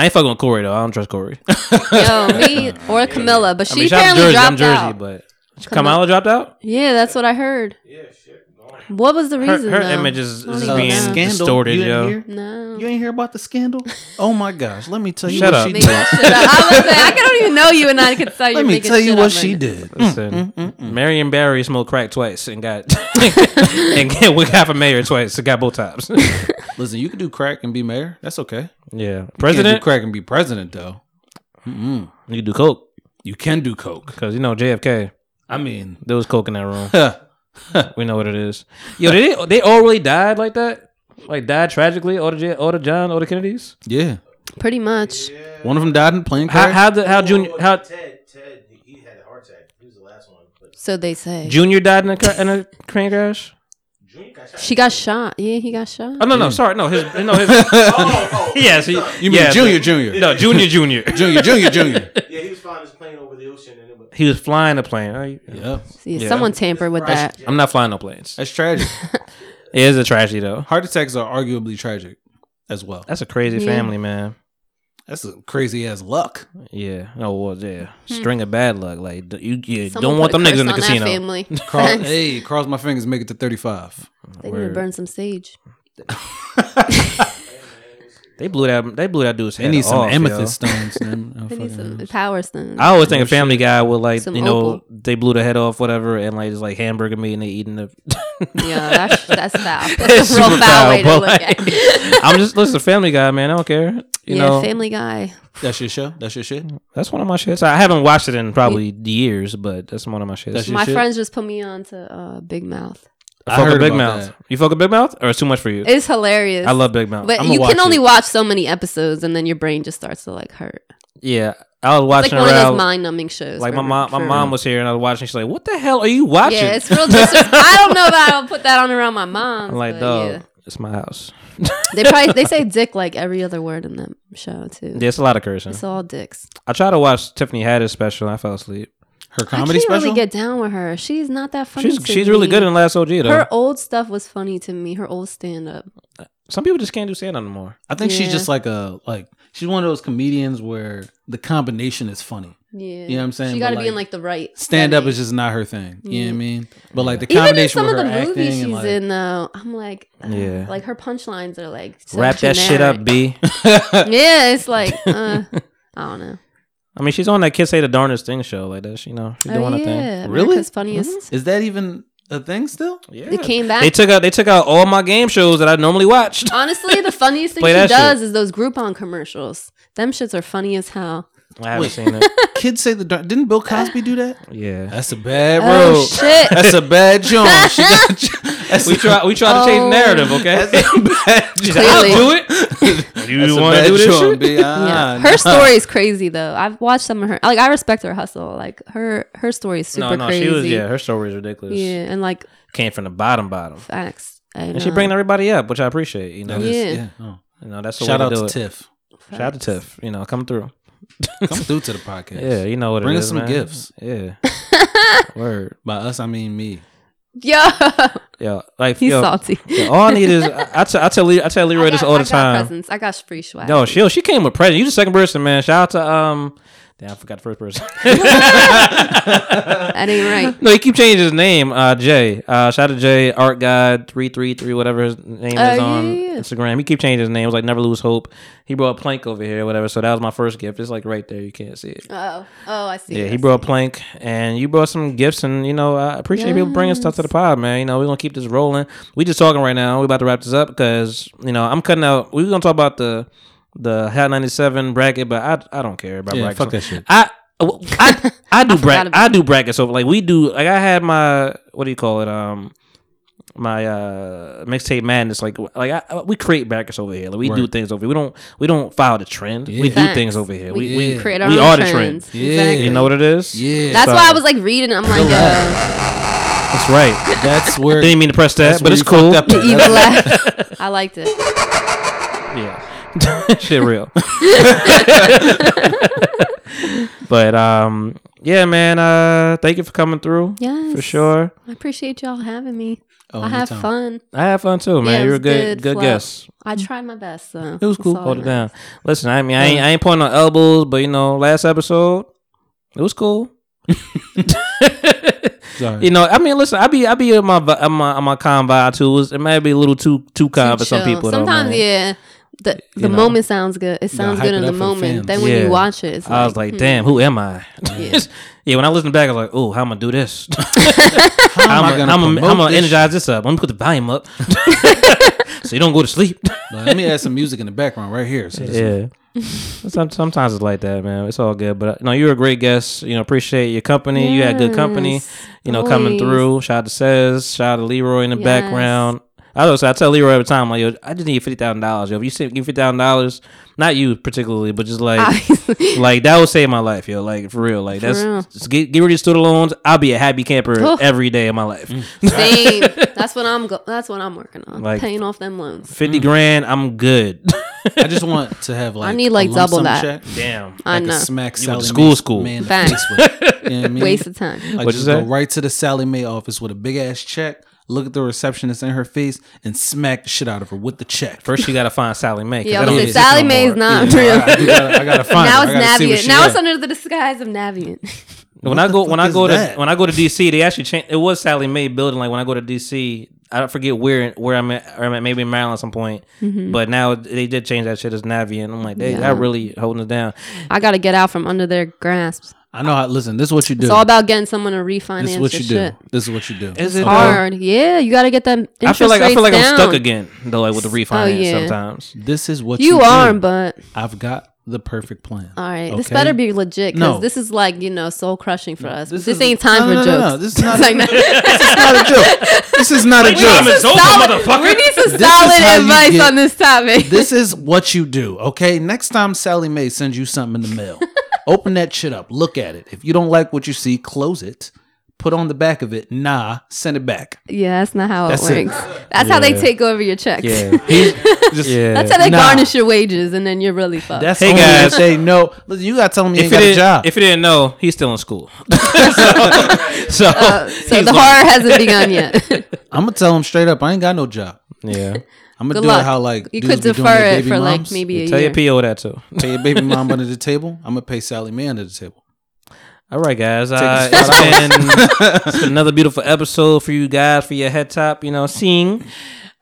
ain't fucking with Corey though. I don't trust Corey. Yo, me or Camilla, but she I mean, shout out apparently Jersey. dropped I'm Jersey, out. but Kamala dropped out. yeah, that's what I heard. Yeah, shit. What was the Her, reason? her though? image is, Not is even being know. Scandal? distorted, You didn't yo. hear? no. You ain't hear about the scandal? Oh my gosh. Let me tell you Shut what up. she Make did. that shit up. I was saying, I don't even know you, and I could tell you. Let me tell you what she did. Listen, Marion Barry smoked crack twice and got and get- we got for mayor twice. So got both times. Listen, you could do crack and be mayor. That's okay. yeah, You can't president. do crack and be president though. You can do coke You can do coke. because you know JFK. I mean, There was coke in that room. huh. we know what it is. Yo, did they they all really died like that? Like died tragically? All the J- all the John, all the Kennedys. yeah. Pretty much. One of them died in a plane How crash. how the, how junior how Ted, Ted, he- he had a heart attack. He was the last one. But So they say. Junior died in a car, in a crane crash? Junior got shot. she got shot. Yeah, he got shot. Oh no, no, sorry, no, his no his. yes, he, you mean Oh, yeah, Junior, Junior, No, Junior, Junior. Junior, Junior, Junior. Yeah, he was flying his plane over the ocean and it was. he was flying a plane. I, yep, Yeah, Yeah. Someone tampered with that. I'm not flying no planes. It that's tragic. is a tragedy though. Heart attacks are arguably tragic as well. That's a crazy Yeah. family, man. That's a crazy ass luck. Yeah. Oh well, yeah. String of bad luck. Like d- you, you Hmm. Someone don't want put them a niggas in the curse on that casino. family. Cross, Thanks. hey, cross my fingers, make it to thirty-five. They need to burn some sage. They blew that. They blew that dude's They head need some off, yo. amethyst stones. Man. I don't They need fucking some know. power stones. I always think a Family Guy would like Some you know opal. they blew the head off whatever and like it's like hamburger meat and they eating the Yeah, that's that's foul. That's a real foul, way to but, look at. like, it. I'm just listen Family Guy man I don't care you yeah, know Family Guy. That's your show. That's your shit. that's one of my shits I haven't watched it in probably years but that's one of my That's shits your My shit? friends just put me on to uh, Big Mouth. I I fuck with heard Big about Mouth that. you fuck with Big Mouth or it's too much for you It's hilarious. I love Big Mouth But I'ma you watch can only it. watch so many episodes, and then your brain just starts to like hurt. yeah I was It's like watching one of those around mind-numbing shows. like my for- mom my for- mom was here and I was watching she's like what the hell are you watching Yeah, it's real. Dis- I don't know if I'll put that on around my mom. I'm like dog it's my house They probably they say dick like every other word in that show too. yeah it's a lot of cursing It's all dicks. I tried to watch Tiffany Haddish special and I fell asleep. Her comedy I can't special. really get down with her. She's not that funny. She's to she's really me. good in Last OG though. Her old stuff was funny to me. Her old stand up. Some people just can't do stand up anymore. I think she's Yeah. just like a like she's one of those comedians where the combination is funny. Yeah. You know what I'm saying? She But, got to like, be in like the right Stand up setting. is just not her thing. You know what I Yeah. mean? But like the Mm. Even in combination some of the with her acting movies she's and like in though, I'm like, uh, Yeah. like her punchlines are like so Wrap that shit up, generic. B. yeah, it's like, uh, I don't know. I mean, she's on that Kids Say the Darnest Thing show. Like that, you know, she's doing oh, a thing. yeah, Really? America's funniest. is that even a thing still? Yeah. They came back. They took out they took out all my game shows that I normally watched. Honestly, the funniest thing Play she that shit. does is those Groupon commercials. Them shits are funny as hell. I haven't Wait. seen it. Kids say the dark. Didn't Bill Cosby do that? Yeah, That's a bad road. Oh shit! That's a bad joint. She got, that's we try we try to change Oh. narrative. Okay, a bad She's joint. like, I'll Clearly. do it. That's you a want to bad do this joint, shit? B. Ah, Yeah. Her nah. story is crazy though. I've watched some of her. Like I respect her hustle. Like her her story is super No, no, crazy. she was. Yeah, her story is ridiculous. Yeah, and like Came from the bottom, bottom, facts. I and she know. bringing everybody up, which I appreciate. You know, That is- Yeah. Oh. you know that's the Shout way out to to do it. Tiff. Shout out to Tiff. You know, come through. Come through to the podcast. Yeah, you know what Bring it us is, some man. gifts. Yeah. Word. By us, I mean me. Yo, Yeah. Like he's yo, salty. yeah, all I need is I, I, tell, I tell Le- I tell Leroy I this got- all I got the time. Presents. I got free swag. No, she she came with presents. You the second person, man. Shout out to um. Damn, I forgot the first person. that ain't right. no, he keep changing his name. Uh, Jay. Uh, shout out to Jay Art God three three three whatever his name Oh, yeah, is on yeah, yeah. Instagram. He keep changing his name. It was like Never Lose Hope. He brought a plank over here, whatever. So that was my first gift. It's like right there. You can't see it. Oh, oh, I see. I Yeah, he see. brought plank, and you brought some gifts, and you know I appreciate people bringing stuff to the pod, man. You know we're gonna keep this rolling. We just talking right now. We about to wrap this up because you know I'm cutting out. We're gonna talk about the the Hot 97 bracket, but I I don't care about Yeah, brackets. fuck that shit. I I I do forgot bracket. about I do brackets over like we do. Like I had my what do you call it um. My uh mixtape madness, like like I, I- we create brackets over here. Like we do Right. things over here. We don't we don't follow the trend. We do Yeah. things Facts. over here. We, We, we yeah. create our we own are the trends. trends. Yeah. Exactly. you know what it is. Yeah. That's So- why I was like reading. I'm like, yo, That's right. That's where. Didn't mean to press that, That's but where it's you cool. fucked the up. evil laugh. I liked it. Yeah. Shit real. but um yeah, man, uh thank you for coming through. Yes. For sure. I appreciate y'all having me. Oh, I have anytime. fun. I had fun too, man. Yeah, it you were was good good good flow. guest. I tried my best. So It was cool. that's all Hold that it down. matters. Listen, I mean I ain't I ain't pointing on elbows, but you know, last episode, it was cool. Sorry. You know, I mean, listen, I be I be on my vi- on my on my calm vibe too. It, was- it might be a little too too calm for some Chill. people. though, Sometimes, man. yeah. The, the know. moment sounds good. It sounds hype good it in the up for the moment. fans. then when Yeah. you watch it, it's I was like, hmm. damn, who am I? Yeah. Yeah. when I listened back, I was like, oh, how am I do this? How am I gonna I'm gonna promote I'm gonna this energize this up. I'm gonna put the volume up so you don't go to sleep. But let me add some music in the background right here. So this- yeah. Some- Sometimes it's like that, man. It's all good, but uh, no, you were a great guest. You know, appreciate your company. You had good company. Yes, You know, coming always. through. Shout out to Says. Shout out to Leroy in the Yes. background. I also I tell Leroy every time like, yo, I just need fifty thousand dollars. Yo, if you send me fifty thousand dollars, not you particularly, but just like Obviously. like that would save my life, yo. Like for real, like For that's real. just get get rid of these student loans. I'll be a happy camper Oh. every day of my life. Same. That's what I'm. Go- that's what I'm working on. Like- paying off them loans. Fifty grand, I'm good. I just want to have like. need, a like, lump double sum that. check, Damn, I Like know. a smack You went Sally to school, Mae- school. Man in the Facts. face with. You know what I mean? Waste of time. Like What'd just you go say? right to the Sally Mae office with a big ass check. Look at the receptionist in her face and smack the shit out of her with the check. First, you gotta find Sally Mae. 'cause Yeah, that I don't was like, exist Sally no Mae's more. not I, real. gotta, I gotta find now her. it's I gotta see what Navient. she Now at. it's under the disguise of Navient. When I the go fuck when I is go to that? when I go to DC, they actually changed. It was Sally Mae building. Like when I go to DC, I don't forget where where I'm at, or I'm at maybe in Maryland at some point. Mhm. But now they did change that shit as Navi, and I'm like, they, Yeah. that really holding it down. I got to get out from under their grasp. I know how. Listen, this is what you do. It's all about getting someone to refinance This is what your you do. shit. This is what you do. Is It's it hard. Yeah, you got to get them. Interest I feel like I rates feel like I'm down. Oh, stuck again though, like with the refinance yeah. sometimes. This is what You you, are, do. but I've got the perfect plan. all right, this Okay? better be legit because No. this is like you know soul crushing for us. This, is- ain't time no, no, for no, jokes. no, this is not- Like, This is not a joke. This is not a Time joke. is over, solid, we motherfucker. need some This is how solid you advice get- on this topic. This is what you do. Okay. Next time Sally Mae sends you something in the mail, open that shit up. Look at it. If you don't like what you see, close it. Put on the back of it. Nah, send it back. yeah, that's not how it That's it. works. That's how they Yeah. take over your checks. Just- Yeah. that's how they Nah. garnish your wages, and then you're really fucked. That's Hey, hey guys, guys. say no. Listen, you gotta tell them you If ain't you got a didn't, job. if you didn't know, he's still in school. so, so, so the horror hasn't begun yet. I'm gonna tell them straight up, I ain't got no job. yeah. I'm gonna Good do luck. it how like you dudes could be doing defer their it baby for like moms. maybe a Tell year. your PO that too. pay your baby mom under the table. I'm gonna pay Sally Mae under the table. All right, guys. Uh, us it's been it's been another beautiful episode for you guys for your head top. You know, seeing,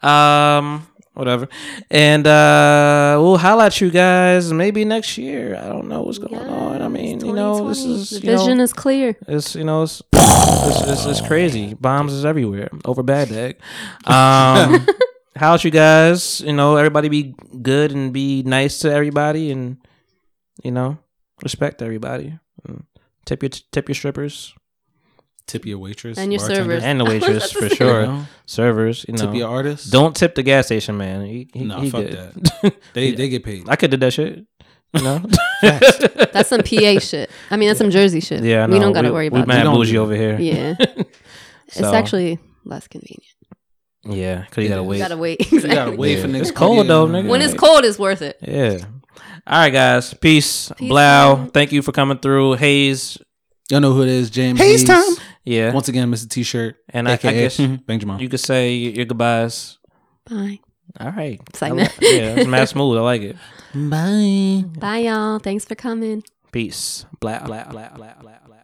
um, whatever, and uh, we'll highlight you guys maybe next year. I don't know what's going on. I mean, you know, this is the you know, vision is clear. It's you know it's it's, it's, it's crazy. Bombs is everywhere over Baghdad. Um, how's you guys? You know, everybody be good and be nice to everybody, and you know, respect everybody. And tip your tip your strippers Tip your waitress And your bartender, servers. and the waitress for you sure. know? Servers, you know, Tip your artist. don't tip the gas station man. He, he, Nah, he fuck good. that. They they get paid. I could do that shit. You know, That's some PA shit. I mean, that's some Jersey shit. yeah. I we know. don't got to worry we about mad that. don't do bougie that. over here. Yeah, it's So, actually less convenient. yeah, because you It gotta is. wait. You gotta wait. You gotta Exactly. wait Yeah. for next It's cold though, nigga. When it's cold, it's worth it. Yeah. All right, guys. Peace. Peace, Blau. man. Thank you for coming through. Hayes. Y'all know who it is, James. Hey, it's Hayes. time. Yeah. Once again, Mr. T-shirt and I, I AKA guess you Benjamin. could say y- your goodbyes. Bye. All right. Segment. I li- yeah, it's mad smooth. I like it. Bye. Bye, y'all. Thanks for coming. Peace. Blau. Blau. Blau. Blau. Blau. Blau.